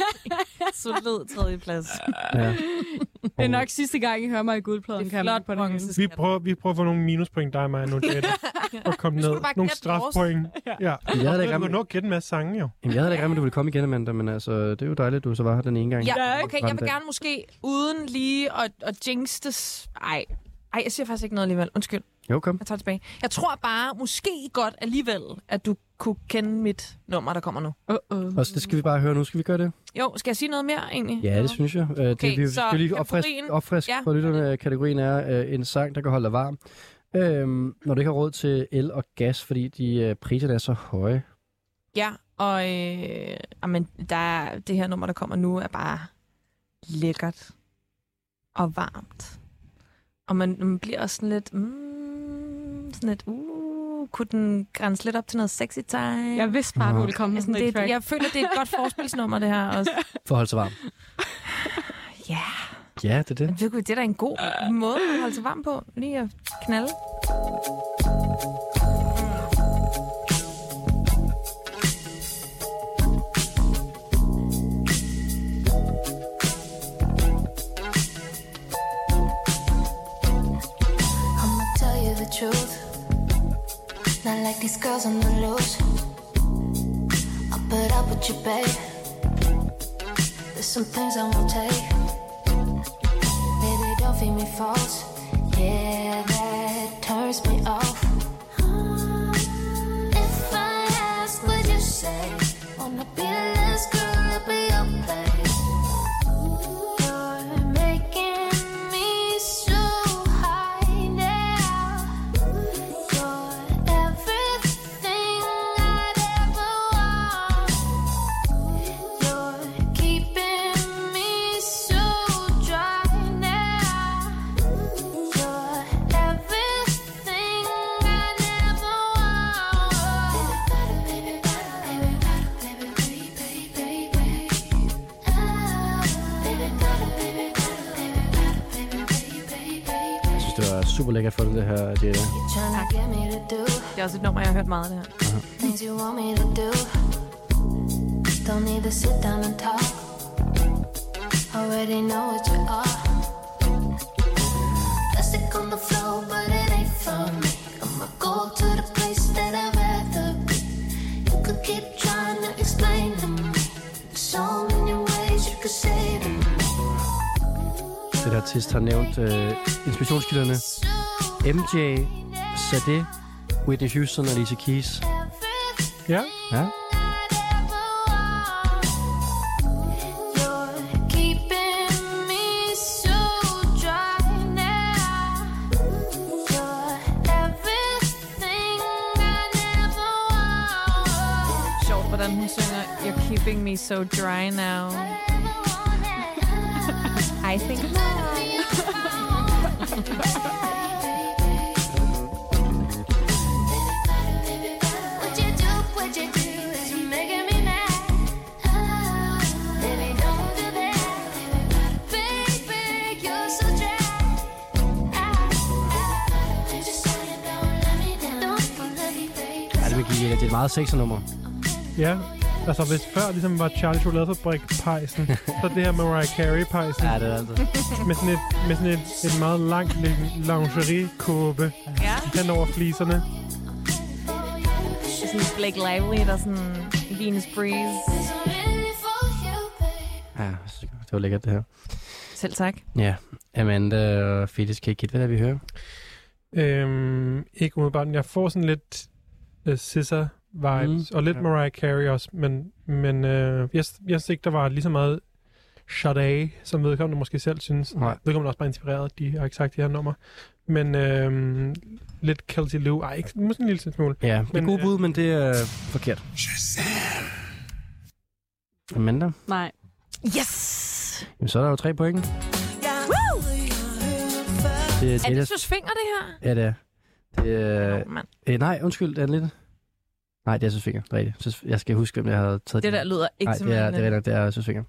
S6: Solid tredjeplads.
S2: Ja.
S5: Det er nok sidste gang, I hører mig i guldpladen.
S6: Det er
S5: kan man
S6: flot
S5: på den
S6: bronze.
S5: hænge.
S4: Vi prøver, vi prøver at få nogle minuspoint, dig og mig, og nogle jætter, og komme
S6: skulle
S4: ned.
S6: bare
S4: Nogle
S6: gætte vores.
S4: strafpoint. Ja. ja.
S2: Jeg havde da
S4: Jeg
S2: gerne,
S4: kunne nå at gætte en masse sange, jo.
S2: jamen, jeg havde da gerne, at du ville komme igen, Amanda, men altså, det er jo dejligt, at du så var her den ene gang.
S6: Ja, okay, jeg
S2: Ramte.
S6: vil gerne måske uden lige at, at jinx det. Ej. Ej, jeg siger faktisk ikke noget alligevel. Undskyld,
S2: Jo, kom.
S6: jeg tager det tilbage. Jeg tror bare, måske godt alligevel, at du kunne kende mit nummer, der kommer nu.
S5: Uh-uh.
S2: Og så det skal vi bare høre nu. Skal vi gøre det?
S6: Jo, skal jeg sige noget mere egentlig?
S2: Ja, det synes jeg. Okay, det, vi,
S6: så
S2: skal lige opfriske
S6: kategorien-
S2: opfrisk ja.
S6: ja.
S2: for lytterne. Kategorien er øh, en sang, der kan holde dig varm. Øhm, når du ikke har råd til el og gas, fordi de øh, priserne er så høje.
S6: Ja, og øh, amen, der, er- det her nummer, der kommer nu, er bare lækkert og varmt. Og man, man bliver også sådan lidt, mm, sådan lidt, uh, kunne den grænse lidt op til noget sexy time?
S5: Jeg vidste bare, du ville komme med
S6: Altså,
S5: sådan
S6: det,
S5: et
S6: er-
S5: track.
S6: jeg føler, det er et godt forspilsnummer, det her også.
S2: For at holde sig varm.
S6: Ja,
S2: Ja, det er det.
S6: men ved Gud, det er da en god måde at holde sig varm på. Lige at knalde.
S10: I'ma tell you the truth. Not like these girls on the loose. I'll put up with you, babe. There's some things I won't take. Baby, don't
S8: feed me false. Yeah, that turns me off. If I ask, would you say? Wanna be the last girl at your place? You're making me so high now. You're everything I'd ever want. You're keeping me so dry now. You're everything I never wanted. Baby, baby, baby, baby, baby, baby, baby, baby, baby, baby, baby, baby.
S2: Jeg synes, det var super lækkert for det her. Det,
S8: Trying to get me to do
S6: Det er også et nummer, jeg har hørt meget af det her.
S8: things you want me to do. Don't need to sit down and talk. Already know what you are. Plastic on the floor, but it ain't for me. I'ma go to the place that I'd rather be. You could keep trying to explain to me. So many ways you could say to me.
S2: det her artist har nævnt øh, inspirationskilderne. MJ, Sade, Whitney Houston og Alicia Keys.
S4: Ja.
S2: Ja.
S8: Keeping me so dry now. You're everything I never wanted.
S6: Sjovt, hvordan hun synger You're keeping me so dry now. I think
S8: What you do, what you do is you making me mad. Baby, don't do that. Baby, you're so dry. I'm just saying, don't let me down. Don't let me
S2: Ja,
S8: down.
S2: det vil give, det er et meget sexet nummer.
S4: Ja, altså hvis før ligesom var Charlie Chokoladefabrik pejsen, så det her Mariah Carey pejsen.
S2: Ja, det er altid.
S4: Med sådan et, med sådan et, et meget langt lin- lingerie-kåbe
S6: Ja.
S4: hen over fliserne.
S8: Oh,
S6: det er sådan Blake Lively, der er sådan Venus Breeze.
S2: Ja, jeg synes, det var lækkert det her.
S6: Selv tak.
S2: Ja, Amanda og Felix, kan I gætte, hvad det er, vi hører?
S4: Øhm, ikke umiddelbart, men jeg får sådan lidt uh, scissor vibes,
S2: Mm,
S4: mm, og lidt
S2: ja.
S4: ja. Mariah Carey også, men, men øh, jeg, jeg synes ikke, der var lige så meget Sade, som vedkommende måske selv synes.
S2: Nej.
S4: Vedkommende er også bare inspireret, de har ikke sagt det her nummer. Men øh, lidt Kelsey Lou, ej, ikke, måske en lille smule.
S2: Ja, det er
S4: Men,
S2: gode
S4: øh,
S2: bud, men det er forkert. Amanda,
S5: Nej.
S6: Yes!
S2: jamen, så er der jo tre point.
S6: Woo!
S2: Det,
S6: Er
S2: Dahlias-
S6: det Søs Finger, det her?
S2: Ja, det er. Det er...
S6: Åh, mand.
S2: Øh, nej, undskyld, det er lidt... Nej, det er Søs Finger, det er rigtigt. Søs- Jeg skal huske, hvem jeg havde taget.
S6: Det der lyder ikke
S2: Nej,
S6: som
S2: det er,
S6: en,
S2: det er,
S6: øh,
S2: rigtigt, det er Søs Finger.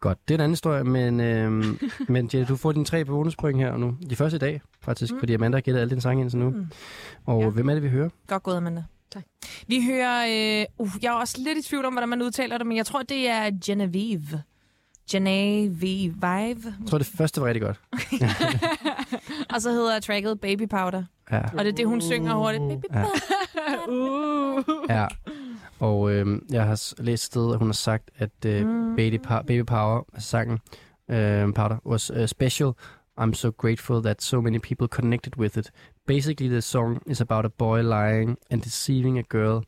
S2: Godt, det er en anden historie, men, øhm, men Jette, du får dine tre bonuspoint her nu. De første i dag, faktisk, mm.
S6: Mm.
S2: fordi Amanda har gættet alle dine sange indtil nu. Mm.
S6: Mm.
S2: Og ja.
S6: Ja.
S2: hvem er det, vi hører?
S6: Godt gået, Amanda.
S5: Tak.
S6: Vi hører... Øh, uh, jeg er også lidt i tvivl om, hvordan man udtaler det, men jeg tror, det er Genevieve. Genevieve.
S2: Jeg tror, det første var rigtig godt.
S6: Og så hedder tracket Baby Powder.
S2: Ja.
S6: Og det er det, hun synger hurtigt. Baby
S2: Ja.
S6: Uh.
S2: ja. Og øh, jeg har s- læst et sted, at hun har sagt, at øh, mm.
S6: Mm.
S2: Baby, pa- Baby Power, altså sangen, øh, Powder, was uh, special. I'm so grateful that so many people connected with it. Basically, the song is about a boy lying and deceiving a girl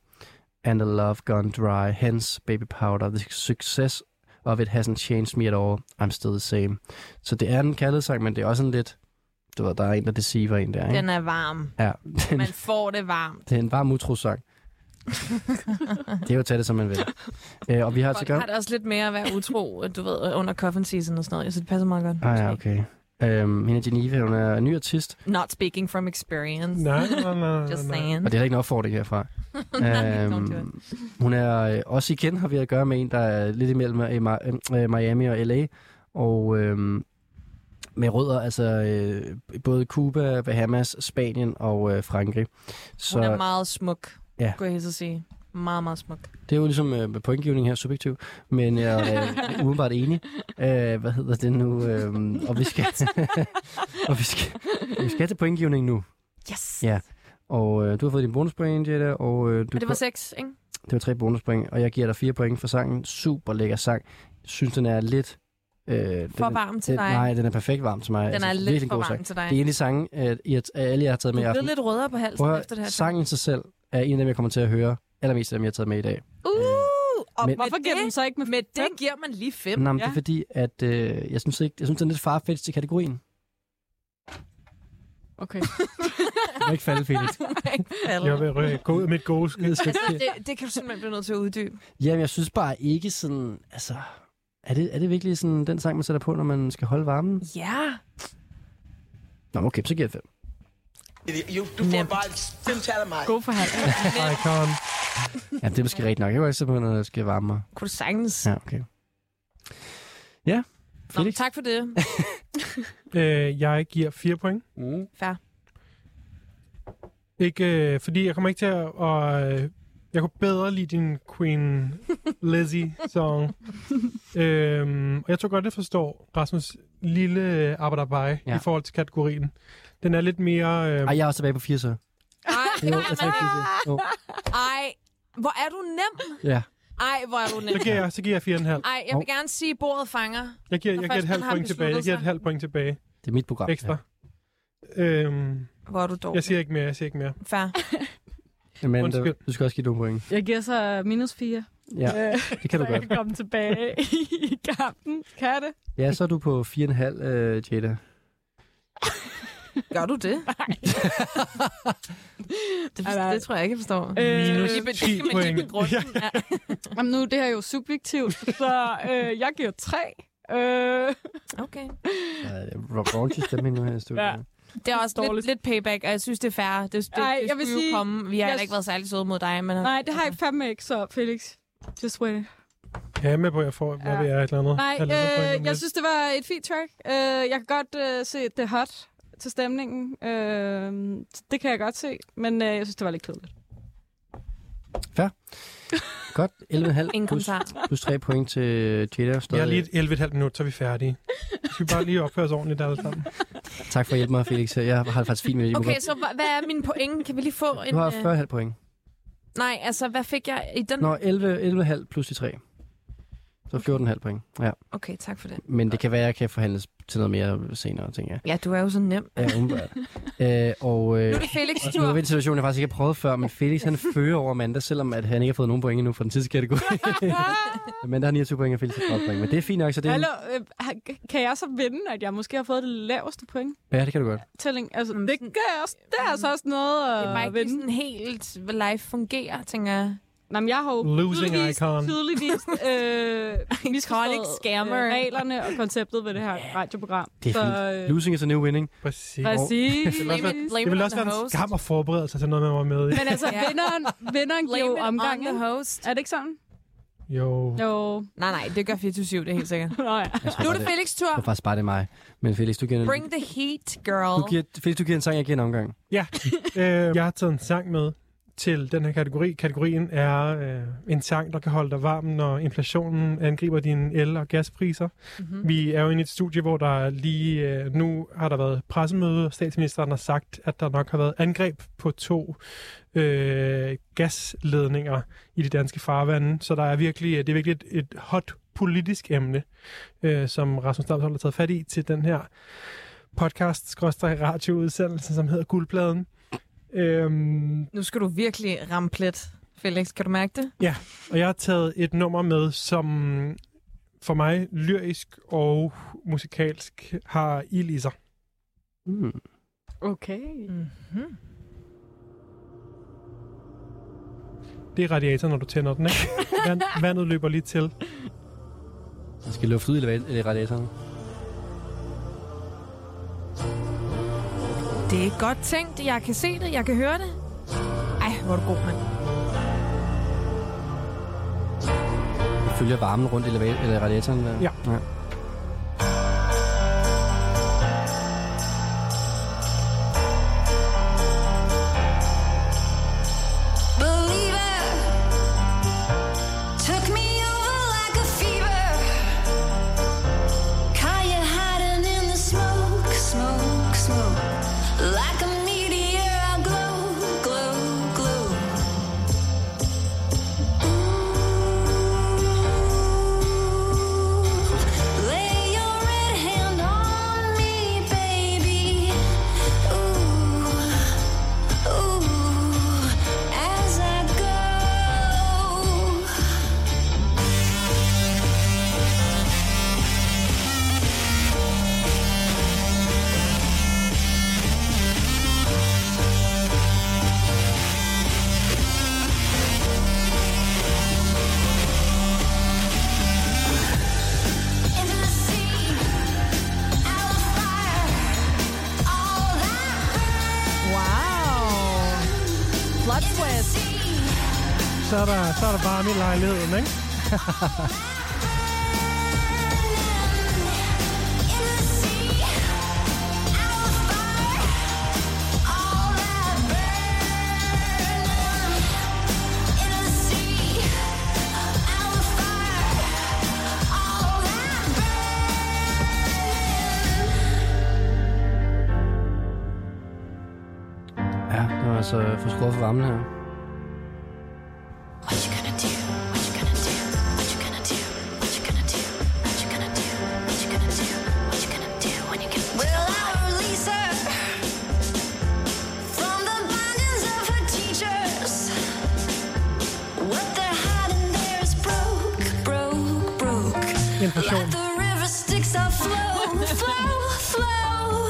S2: and a love gone dry. Hence, Baby Powder, the success of it hasn't changed me at all. I'm still the same. Så det er en kærlighedssang, men det er også en lidt... Du ved, der er en, der deceiver en der, ikke?
S6: Den er varm.
S2: Ja, den,
S6: Man får det varmt.
S2: det er en varm utrosang. det er jo tage det, som man vil. Øh, og vi har til
S6: Folk har
S2: gang...
S6: det også lidt mere at være utro, du ved, under coffin season og sådan noget, så det passer meget godt.
S2: Ah ja, okay. Øhm, hende er Geneva, hun er ny artist,
S6: Not speaking from experience.
S4: Nej, nej, nej, nej.
S6: Just
S4: nej.
S6: saying.
S2: og det er heller ikke en opfordring herfra.
S6: Nej, kom til
S2: øhm, hun er øh, også igen har vi at gøre med en, der er lidt imellem øh, Ma- øh, Miami og L.A., og øhm, med rødder, altså øh, både Cuba, Bahamas, Spanien og øh, Frankrig. Så
S6: Hun er meget smuk,
S2: Ja.
S6: kunne jeg hilse at sige. Meget, meget smuk.
S2: Det er jo ligesom øh, med pointgivning her, subjektiv, men jeg er øh, udenbart enig. Øh, hvad hedder det nu? Øh, og, vi skal, og vi skal vi skal til pointgivning nu.
S6: Yes!
S2: Ja. Og øh, du har fået din bonuspoint, Jette, og øh, du,
S6: Og det var seks, ikke?
S2: det var tre bonuspoint, og jeg giver dig fire point for sangen. Super lækker sang. Jeg synes, den er lidt Øh, den
S6: For
S2: er-
S6: varm til
S2: den,
S6: dig.
S2: Nej, den er perfekt varm til mig. Altså,
S6: Den er lidt
S2: virkelig en
S6: for
S2: god
S6: varm
S2: sang.
S6: til dig.
S2: Det er en af de sange, øh, i at- af alle, jeg har taget med i
S6: Du er
S2: aften.
S6: blevet lidt rødere på halsen
S2: Prøv at høre,
S6: efter det her.
S2: Sangen i sig selv er en af dem, jeg kommer til at høre allermest af dem, jeg har taget med i dag.
S6: Uh! og
S2: Men-
S6: hvorfor giver det, så ikke med Med det giver man lige fem.
S2: Nå, men det er fordi, at øh, jeg synes ikke, jeg synes, den er lidt farfetched i kategorien.
S5: Okay.
S2: Det må ikke falde, Felix.
S4: Jeg vil rø- gå ud af mit gode skid.
S6: det, det kan du simpelthen blive nødt til at uddybe.
S2: Jamen, jeg synes bare ikke sådan, altså... Er det, er det virkelig sådan den sang, man sætter på, når man skal holde varmen?
S6: Ja.
S2: Nå, okay, så giver jeg fem.
S12: Jo, du får bare et femtal af mig.
S6: God for halv.
S4: Icon.
S2: Ja, det er måske rigtigt nok. Jeg kan også sætte på, når jeg skal varme mig.
S6: Kunne du sagtens.
S2: Ja, okay. Ja,
S6: Nå, men tak for det.
S4: Øh, jeg giver 4 point.
S2: Mm.
S6: Fair.
S4: Ikke, øh, fordi jeg kommer ikke til at... Og, øh, jeg kunne bedre lide din Queen Lizzie-song. øhm, og jeg tror godt, jeg forstår Rasmus' lille arbejderbej ja.
S2: Ja.
S4: i forhold til kategorien. Den er lidt mere... Øh,
S2: Ej, jeg er også tilbage på fire, så. Jo,
S6: Ej,
S2: jeg er tilbage på fire. Jo,
S6: Ej, hvor er du nem.
S2: ja.
S6: Ej, hvor er du nem.
S4: så giver jeg, så giver jeg 4,5.
S6: Ej, jeg vil gerne sige, at bordet fanger.
S4: Jeg giver,
S6: Når
S4: jeg giver
S6: først
S4: et halvt
S6: han har
S4: point tilbage. Jeg
S6: besluttet
S4: giver et halvt point tilbage
S2: Det er mit program.
S4: ekstra. Øhm,
S6: Hvor er du dårlig.
S4: jeg siger ikke mere, jeg siger ikke mere.
S6: Fair.
S2: Ja. Men øh,
S4: Undskyld.
S2: du skal også give nogle point.
S5: Jeg giver så minus 4.
S2: Ja,
S5: Øh,
S2: det kan du
S5: så jeg
S2: godt.
S5: kan komme tilbage i kampen. Kan jeg det?
S2: Ja, så er du på 4,5, øh, Jada.
S6: Gør du det? Nej. det,
S5: Ej, nej.
S6: det, tror jeg ikke, jeg forstår.
S5: Øh,
S4: Minus 10 point. Ja.
S6: Ja.
S5: Jamen nu, er det her jo subjektivt, så øh, jeg giver 3. Øh,
S6: Okay.
S2: Ja, raunchy stemning nu her i studiet.
S5: Ja.
S2: Ja.
S6: Det er også lidt,
S5: Dårligt.
S6: lidt payback, og jeg synes, det er fair. Det, det,
S5: Ej,
S6: det
S5: jeg vil
S6: skulle jo
S5: sige-
S6: komme. Vi har
S5: jeg-
S6: heller ikke været særlig søde mod dig, men...
S5: nej, det har jeg fandme ikke så, Felix. Just wait it.
S4: Jeg er med på, at jeg får, hvad
S5: Ja.
S4: ja. vi er, et eller andet.
S5: Nej,
S4: halvandet point om
S5: øh, jeg
S4: lidt.
S5: synes, det var et fint track. Øh, jeg kan godt øh, se, at det er hot til stemningen. Øh, det kan jeg godt se, men øh, jeg synes, det var lidt kedeligt.
S2: Godt, 11,5
S6: Ingen
S2: plus,
S6: kommentar.
S2: plus 3 point til Jada. Stadig.
S4: Jeg har lige et 11,5 minut, så er vi færdige. Skal vi bare lige opføre os ordentligt alle sammen?
S2: Tak for at hjælpe mig, Felix. Jeg har det faktisk fint med det.
S6: Okay, så hva- hvad er min pointe? Kan vi lige få en...
S2: Du har
S6: øh,
S2: 40,5 point.
S6: Nej, altså, hvad fik jeg i den?
S2: Nå, 11, 11,5 plus de 3. Så 14,5 point. Ja.
S6: Okay, tak for det.
S2: Men det kan være, at jeg kan forhandles til noget mere senere, tænker jeg.
S6: Ja, du er jo så nem.
S2: Ja, umiddelbart. Æ, og øh,
S6: Nu er det Felix'
S2: nu er
S6: tur.
S2: vi i en situation, jeg faktisk ikke har prøvet før, men Felix han fører over Amanda, selvom at han ikke har fået nogen point endnu fra den sidste kategori. Amanda har 29 point, og Felix har 30 point. Men det er fint nok, så det er...
S5: Hallo, øh, ha- kan jeg så vinde, at jeg måske har fået det laveste point?
S2: Ja, det kan du godt.
S5: Tælling, altså,
S6: Jamen,
S5: det
S6: sådan-
S5: gør jeg også. Det er altså også
S6: Det er
S5: noget
S6: bare
S5: at
S6: ikke lige
S5: vinde.
S6: sådan helt, hvad live fungerer, tænker jeg.
S5: Nå, men jeg har jo
S4: Losing
S5: tydeligvis,
S4: icon.
S5: tydeligvis øh, misforstået
S6: Chronic scammer.
S5: øh, reglerne og konceptet ved det her radioprogram. øh,
S2: Det er
S6: Øh.
S2: fint. Losing is a new winning.
S4: Præcis.
S5: Præcis.
S4: Det vil også være,
S6: Blame
S4: det
S6: it
S4: vil
S6: on
S4: også
S6: the
S4: være en
S6: host.
S4: skam at forberede sig til noget, man var med i.
S5: Men altså,
S6: Ja.
S5: vinderen, vinderen giver jo
S6: Blame it
S5: omgang,
S6: on the
S5: ikke?
S6: host.
S5: Er det ikke sådan?
S4: Jo.
S5: Jo.
S6: Nej, nej, det gør 24-7, det er helt sikkert.
S5: Nå ja.
S2: Jeg tror,
S6: Nu er
S2: Altså, bare,
S6: det
S2: det,
S6: Felix'
S2: jeg tror
S6: tur.
S2: faktisk bare, det er mig. Men Felix, du giver, en,
S6: Bring the heat, girl.
S2: du giver, Felix, du giver en sang, jeg giver en omgang.
S4: Ja. øh, jeg har taget en sang med til den her kategori. Kategorien er øh, en sang, der kan holde dig varm, når inflationen angriber dine el- og gaspriser.
S6: Mhm.
S4: Vi er jo inde i et studie, hvor der lige øh, nu har der været pressemøde, og statsministeren har sagt, at der nok har været angreb på to øh, gasledninger i de danske farvande. Så der er virkelig, øh, det er virkelig et, et hot politisk emne, øh, som Rasmus Damsholm har taget fat i til den her podcast radioudsendelse, som hedder Guldpladen. Øhm,
S6: Nu skal du virkelig ramme plet, Felix. Kan du mærke det?
S4: og jeg har taget et nummer med, som for mig lyrisk og musikalsk har ild i sig.
S2: Mm.
S5: Okay.
S6: Mm-hmm.
S4: Det er radiatoren, når du tænder den, ikke? Vand, vandet løber lige til.
S2: Jeg skal lufte ud i eleva- eller radiatoren.
S6: Det er godt tænkt. Jeg kan se det. Jeg kan høre det. Ej, hvor er du god, mand.
S2: Jeg følger varmen rundt i eleva- eller radiatoren. Der.
S4: Ja.
S2: ja.
S10: Believer took me over like a fever. Caught you hiding in the smoke, smoke, smoke. Like a meteor, I glow, glow, glow. Ooh,
S4: er der, så er der bare min lejligheden, ikke?
S2: Ja, det var altså for skruet for varmen her.
S10: Will I release her from the bindings of her teachers? What they're hiding there is broke, broke, broke. Like the river sticks out, flow, flow, flow.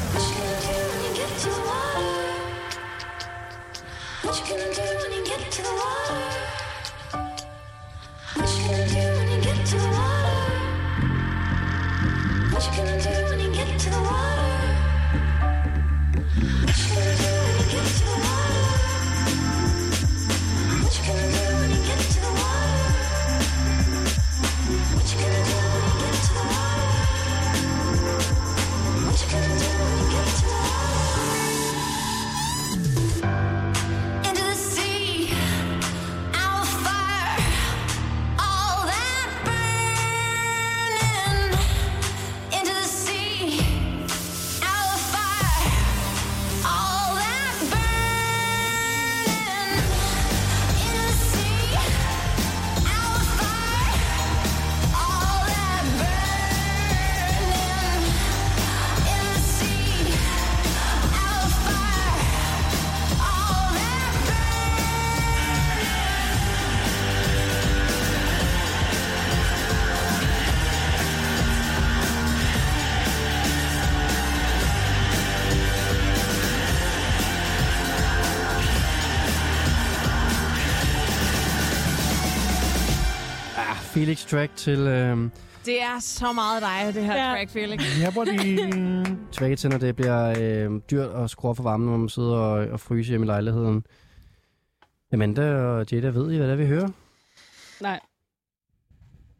S10: What you gonna do when you get to the water? What you gonna do when you get to the water? What you gonna do when you get to the water? What you gonna do when you get to the water? What you gonna do when you get to the water? What you gonna do when you get to the water? What you gonna do when you get to the water? What you gonna do when you get to the water? Into the sea, I will fire all that burning. Into the sea, I will fire all that burning. Into the sea, I will fire all that burning. In the sea, I will fire all that burning.
S2: Ah, Felix track til øh,
S6: Det er så meget dig, det her ja. track, Felix.
S4: Jeg bruger din...
S2: Track til, når det bliver øh, dyrt at skrue op for varmen, når man sidder og, og fryser hjemme i lejligheden. Amanda og Jada, ved I, hvad det er, vi hører?
S6: Nej.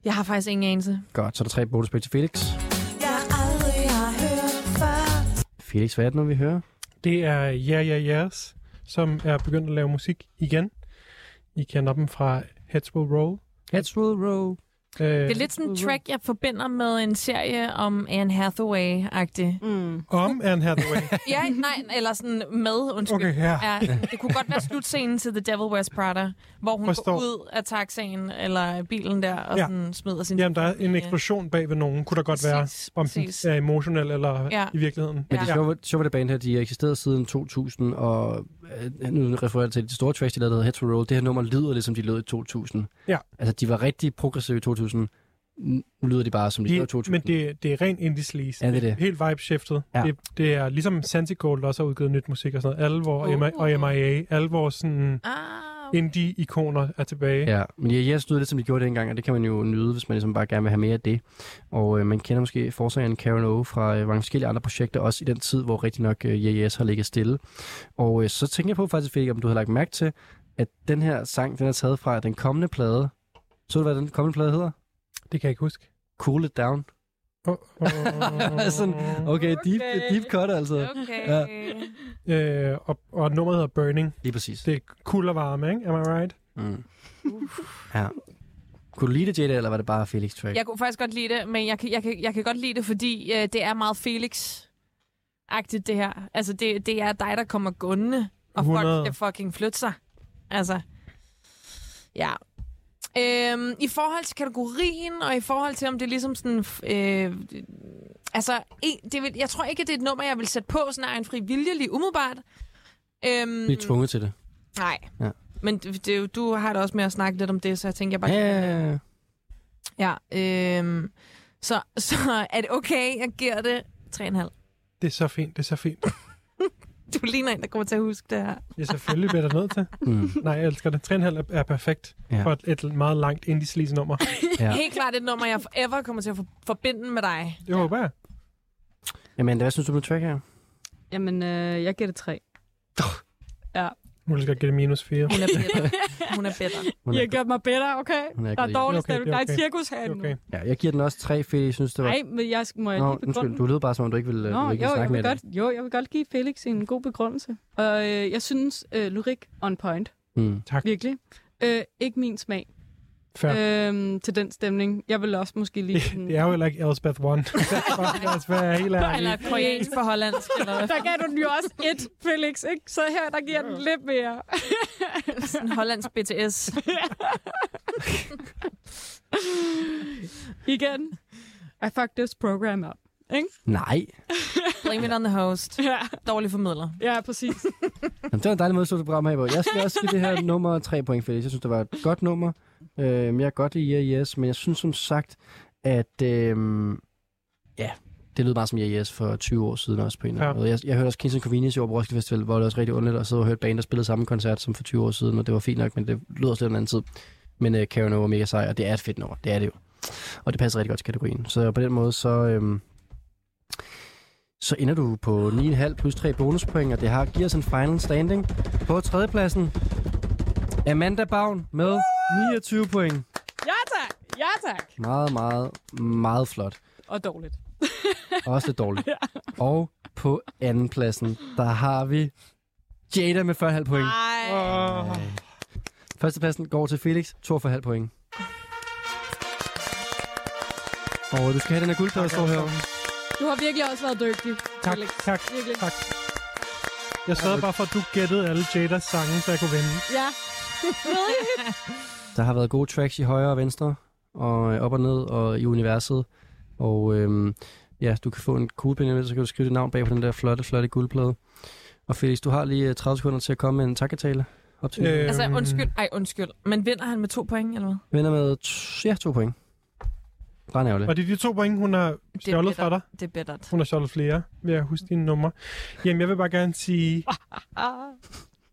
S6: Jeg har faktisk ingen anelse.
S2: Godt, så er der tre bonuspoint til Felix.
S10: Jeg aldrig har hørt før.
S2: Felix, hvad er det nu, vi hører?
S4: Det er Ja Ja Yes, som er begyndt at lave musik igen. I kender dem fra Heads Will Roll.
S2: Heads Will Roll.
S4: Øh,
S6: Det er lidt sådan en track, jeg forbinder med en serie om Anne Hathaway-agtig. Mm.
S4: Om Anne Hathaway.
S6: ja, nej, eller sådan med, undskyld.
S4: Okay, ja.
S6: det kunne godt være slutscenen til The Devil Wears Prada, hvor hun Forstår.
S4: Forstår.
S6: går ud af taxaen eller bilen der og
S4: Ja.
S6: ja. sådan smider sin...
S4: Jamen, der er en
S6: Ja.
S4: eksplosion bag ved nogen, kunne der godt være, om
S6: præcis.
S4: den er emotionel eller
S6: Ja.
S4: ja. i virkeligheden.
S2: Men det sjove, ja. sjove ved det band her, de har eksisteret siden 2000, og øh, nu refererer jeg til de store tracks, de lavede, der hedder Head to Roll. Det her nummer lyder lidt, som de lød i 2000.
S4: Ja.
S2: Altså, de var rigtig progressive i 2000. Nu lyder de bare, som de, de lød i
S4: De,
S2: 2000.
S4: men det, det er rent indie sleaze.
S2: Ja, det er det.
S4: Helt vibe-shiftet.
S2: Ja.
S4: Ja. Det, det er ligesom Santi Gold også har udgivet nyt musik og sådan noget. Alle vores uh. og MIA, alle vores sådan
S6: Ah,
S4: indie-ikoner er tilbage.
S2: Ja, men jeg, jeg stod lidt, som de gjorde dengang, og det kan man jo nyde, hvis man ligesom bare gerne vil have mere af det. Og øh, man kender måske forsangeren Karen O. fra øh, mange forskellige andre projekter, også i den tid, hvor rigtig nok øh, yeah, yes har ligget stille. Og øh, så tænker jeg på faktisk, Fik, om du har lagt mærke til, at den her sang, den er taget fra den kommende plade. Så du, hvad den kommende plade hedder?
S4: Det kan jeg ikke huske.
S2: Cool It Down.
S4: Oh,
S2: oh. Sådan, okay, deep, okay. deep cut altså.
S6: Okay.
S2: Ja.
S4: Øh, og, og nummeret hedder Burning.
S2: Lige præcis.
S4: Det er kul og varme, ikke? Am I right?
S2: Mm. ja. Kunne du lide det, Jada, eller var det bare Felix track?
S6: Jeg kunne faktisk godt lide det, men jeg kan, jeg kan, jeg kan godt lide det, fordi øh, det er meget Felix-agtigt, det her. Altså, det, det er dig, der kommer gående, og folk
S4: 100.
S6: skal fucking flytte sig. Altså, ja. Øhm, I forhold til kategorien, og i forhold til, om det er ligesom sådan... f- Øh, altså, en, det vil, jeg tror ikke, at det er et nummer, jeg vil sætte på sådan af en fri vilje lige umiddelbart. Øhm,
S2: Vi er tvunget til det.
S6: Nej.
S2: Ja.
S6: Men det, det, er jo- du har det også med at snakke lidt om det, så jeg tænker, jeg bare...
S2: Ja,
S6: Ja, øhm, så, så er det okay, jeg giver det 3,5.
S4: Det er så fint, det er så fint.
S6: Du ligner en, der kommer til at huske det her.
S4: Jeg selvfølgelig bliver der nødt til.
S2: Mm.
S4: Nej, jeg elsker det. 3,5 er, er perfekt
S2: Ja.
S4: ja. for et, et meget langt indie sleaze nummer.
S6: Ja.
S2: Ja.
S6: Helt klart et nummer, jeg forever kommer til at for, forbinde med dig.
S4: Det håber jeg.
S2: Jamen, hvad synes du om det track her?
S13: Jamen, øh, jeg giver det tre. Ja.
S4: Hun skal give det minus 4.
S6: Hun er bitter. Hun er bitter.
S5: I har gjort mig bedre, okay?
S2: Hun er
S5: Der er
S2: grin.
S5: dårlig
S2: Okay,
S5: stemning.
S2: det er
S5: Der er et
S2: okay.
S5: cirkus herinde okay.
S2: Ja, jeg giver den også tre, fordi jeg synes, det var...
S5: Nej, men jeg må jeg
S2: Nå,
S5: lige begrunde
S2: undskyld, du lød bare, som om du ikke ville, Nå,
S5: Nå,
S2: ville ikke
S5: jo, jeg
S2: snakke med
S5: vil
S2: det.
S5: godt, jo, jeg vil godt give Felix en god begrundelse. Og øh, jeg synes, øh, lyrik on point.
S2: Mm.
S4: Tak.
S5: Virkelig. Øh, ikke min smag.
S4: Fair.
S5: Øhm, til den stemning. Jeg vil også måske lige...
S4: Det er jo heller ikke Elspeth 1. Lad os være helt
S5: Eller
S4: ærlig.
S5: koreansk for hollandsk. Eller hvad? Der gav du den jo også et, Felix. Ikke? Så her, der giver den lidt mere.
S6: Sådan hollandsk BTS.
S5: Igen. I fucked this program up. Ikke?
S2: Nej.
S6: Blame it on the host.
S5: Ja.
S6: Dårlig formidler.
S5: Ja, præcis.
S2: Jamen, det var en dejlig måde at slutte programmet her på. Jeg skal også give det her nummer tre point, Felix. Jeg synes, det var et godt nummer. Øh, jeg kan godt lide Yeah Yes, men jeg synes som sagt, at øh, ja, det lød bare som Yeah Yes for 20 år siden også på en eller anden
S4: Ja.
S2: måde. Jeg, jeg hørte også Kings and Convenience i år på Roskilde Festival, hvor det også rigtig underligt at sidde og høre et band, der spillede samme koncert som for 20 år siden, og det var fint nok, men det lød også lidt en anden tid. Men øh, Karen over mega sej, og det er et fedt nummer. Det er det jo. Og det passer rigtig godt til kategorien. Så på den måde, så... Øh, så ender du på 9,5 plus 3 bonuspoint, og det har giver os en final standing på tredjepladsen. Amanda Bavn med 29 point.
S5: Ja tak. Ja tak.
S2: Meget, meget, meget flot.
S5: Og dårligt.
S2: Også lidt dårligt. Og på andenpladsen, der har vi Jada med 40,5 point.
S6: Ah.
S4: Åh.
S2: Førstepladsen går til Felix, 42,5 point. Og du skal have den her guldplade, der står herovre.
S5: Du har virkelig også været dygtig.
S4: Tak,
S5: Felix.
S4: tak,
S5: Virkelig.
S4: tak. Jeg sørgede bare for, at du gættede alle Jadas sange, så jeg kunne vinde.
S5: Ja.
S2: Der har været gode tracks i højre og venstre, og øh, op og ned og i universet. Og øhm, ja, du kan få en kuglepind, med, så kan du skrive dit navn bag på den der flotte, flotte guldplade. Og Felix, du har lige øh, 30 sekunder til at komme med en takketale op til
S4: Øh.
S2: øh.
S6: Altså, undskyld. Ej, undskyld. Men vinder han med to point, eller hvad?
S2: Vinder med t- ja, to point. Brændærgerligt.
S4: Og det er de to point, hun har stjålet fra dig.
S6: Det er bittert.
S4: Hun har stjålet flere, ved at huske dine numre. Jamen, jeg vil bare gerne sige...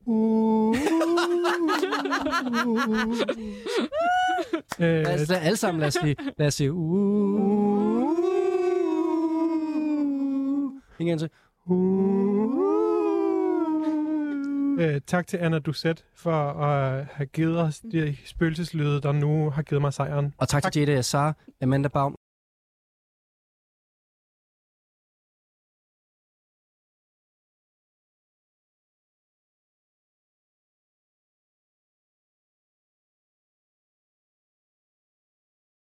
S4: Uh, øh,
S2: Lad os, lad, alle sammen, lad os sige, lad os sige, uh, en gang til.
S4: øh, tak til Anna Doucet for at have givet os de spøgelseslyde, der nu har givet mig sejren.
S2: Og tak, tak. til Jette Sara, Amanda Baum,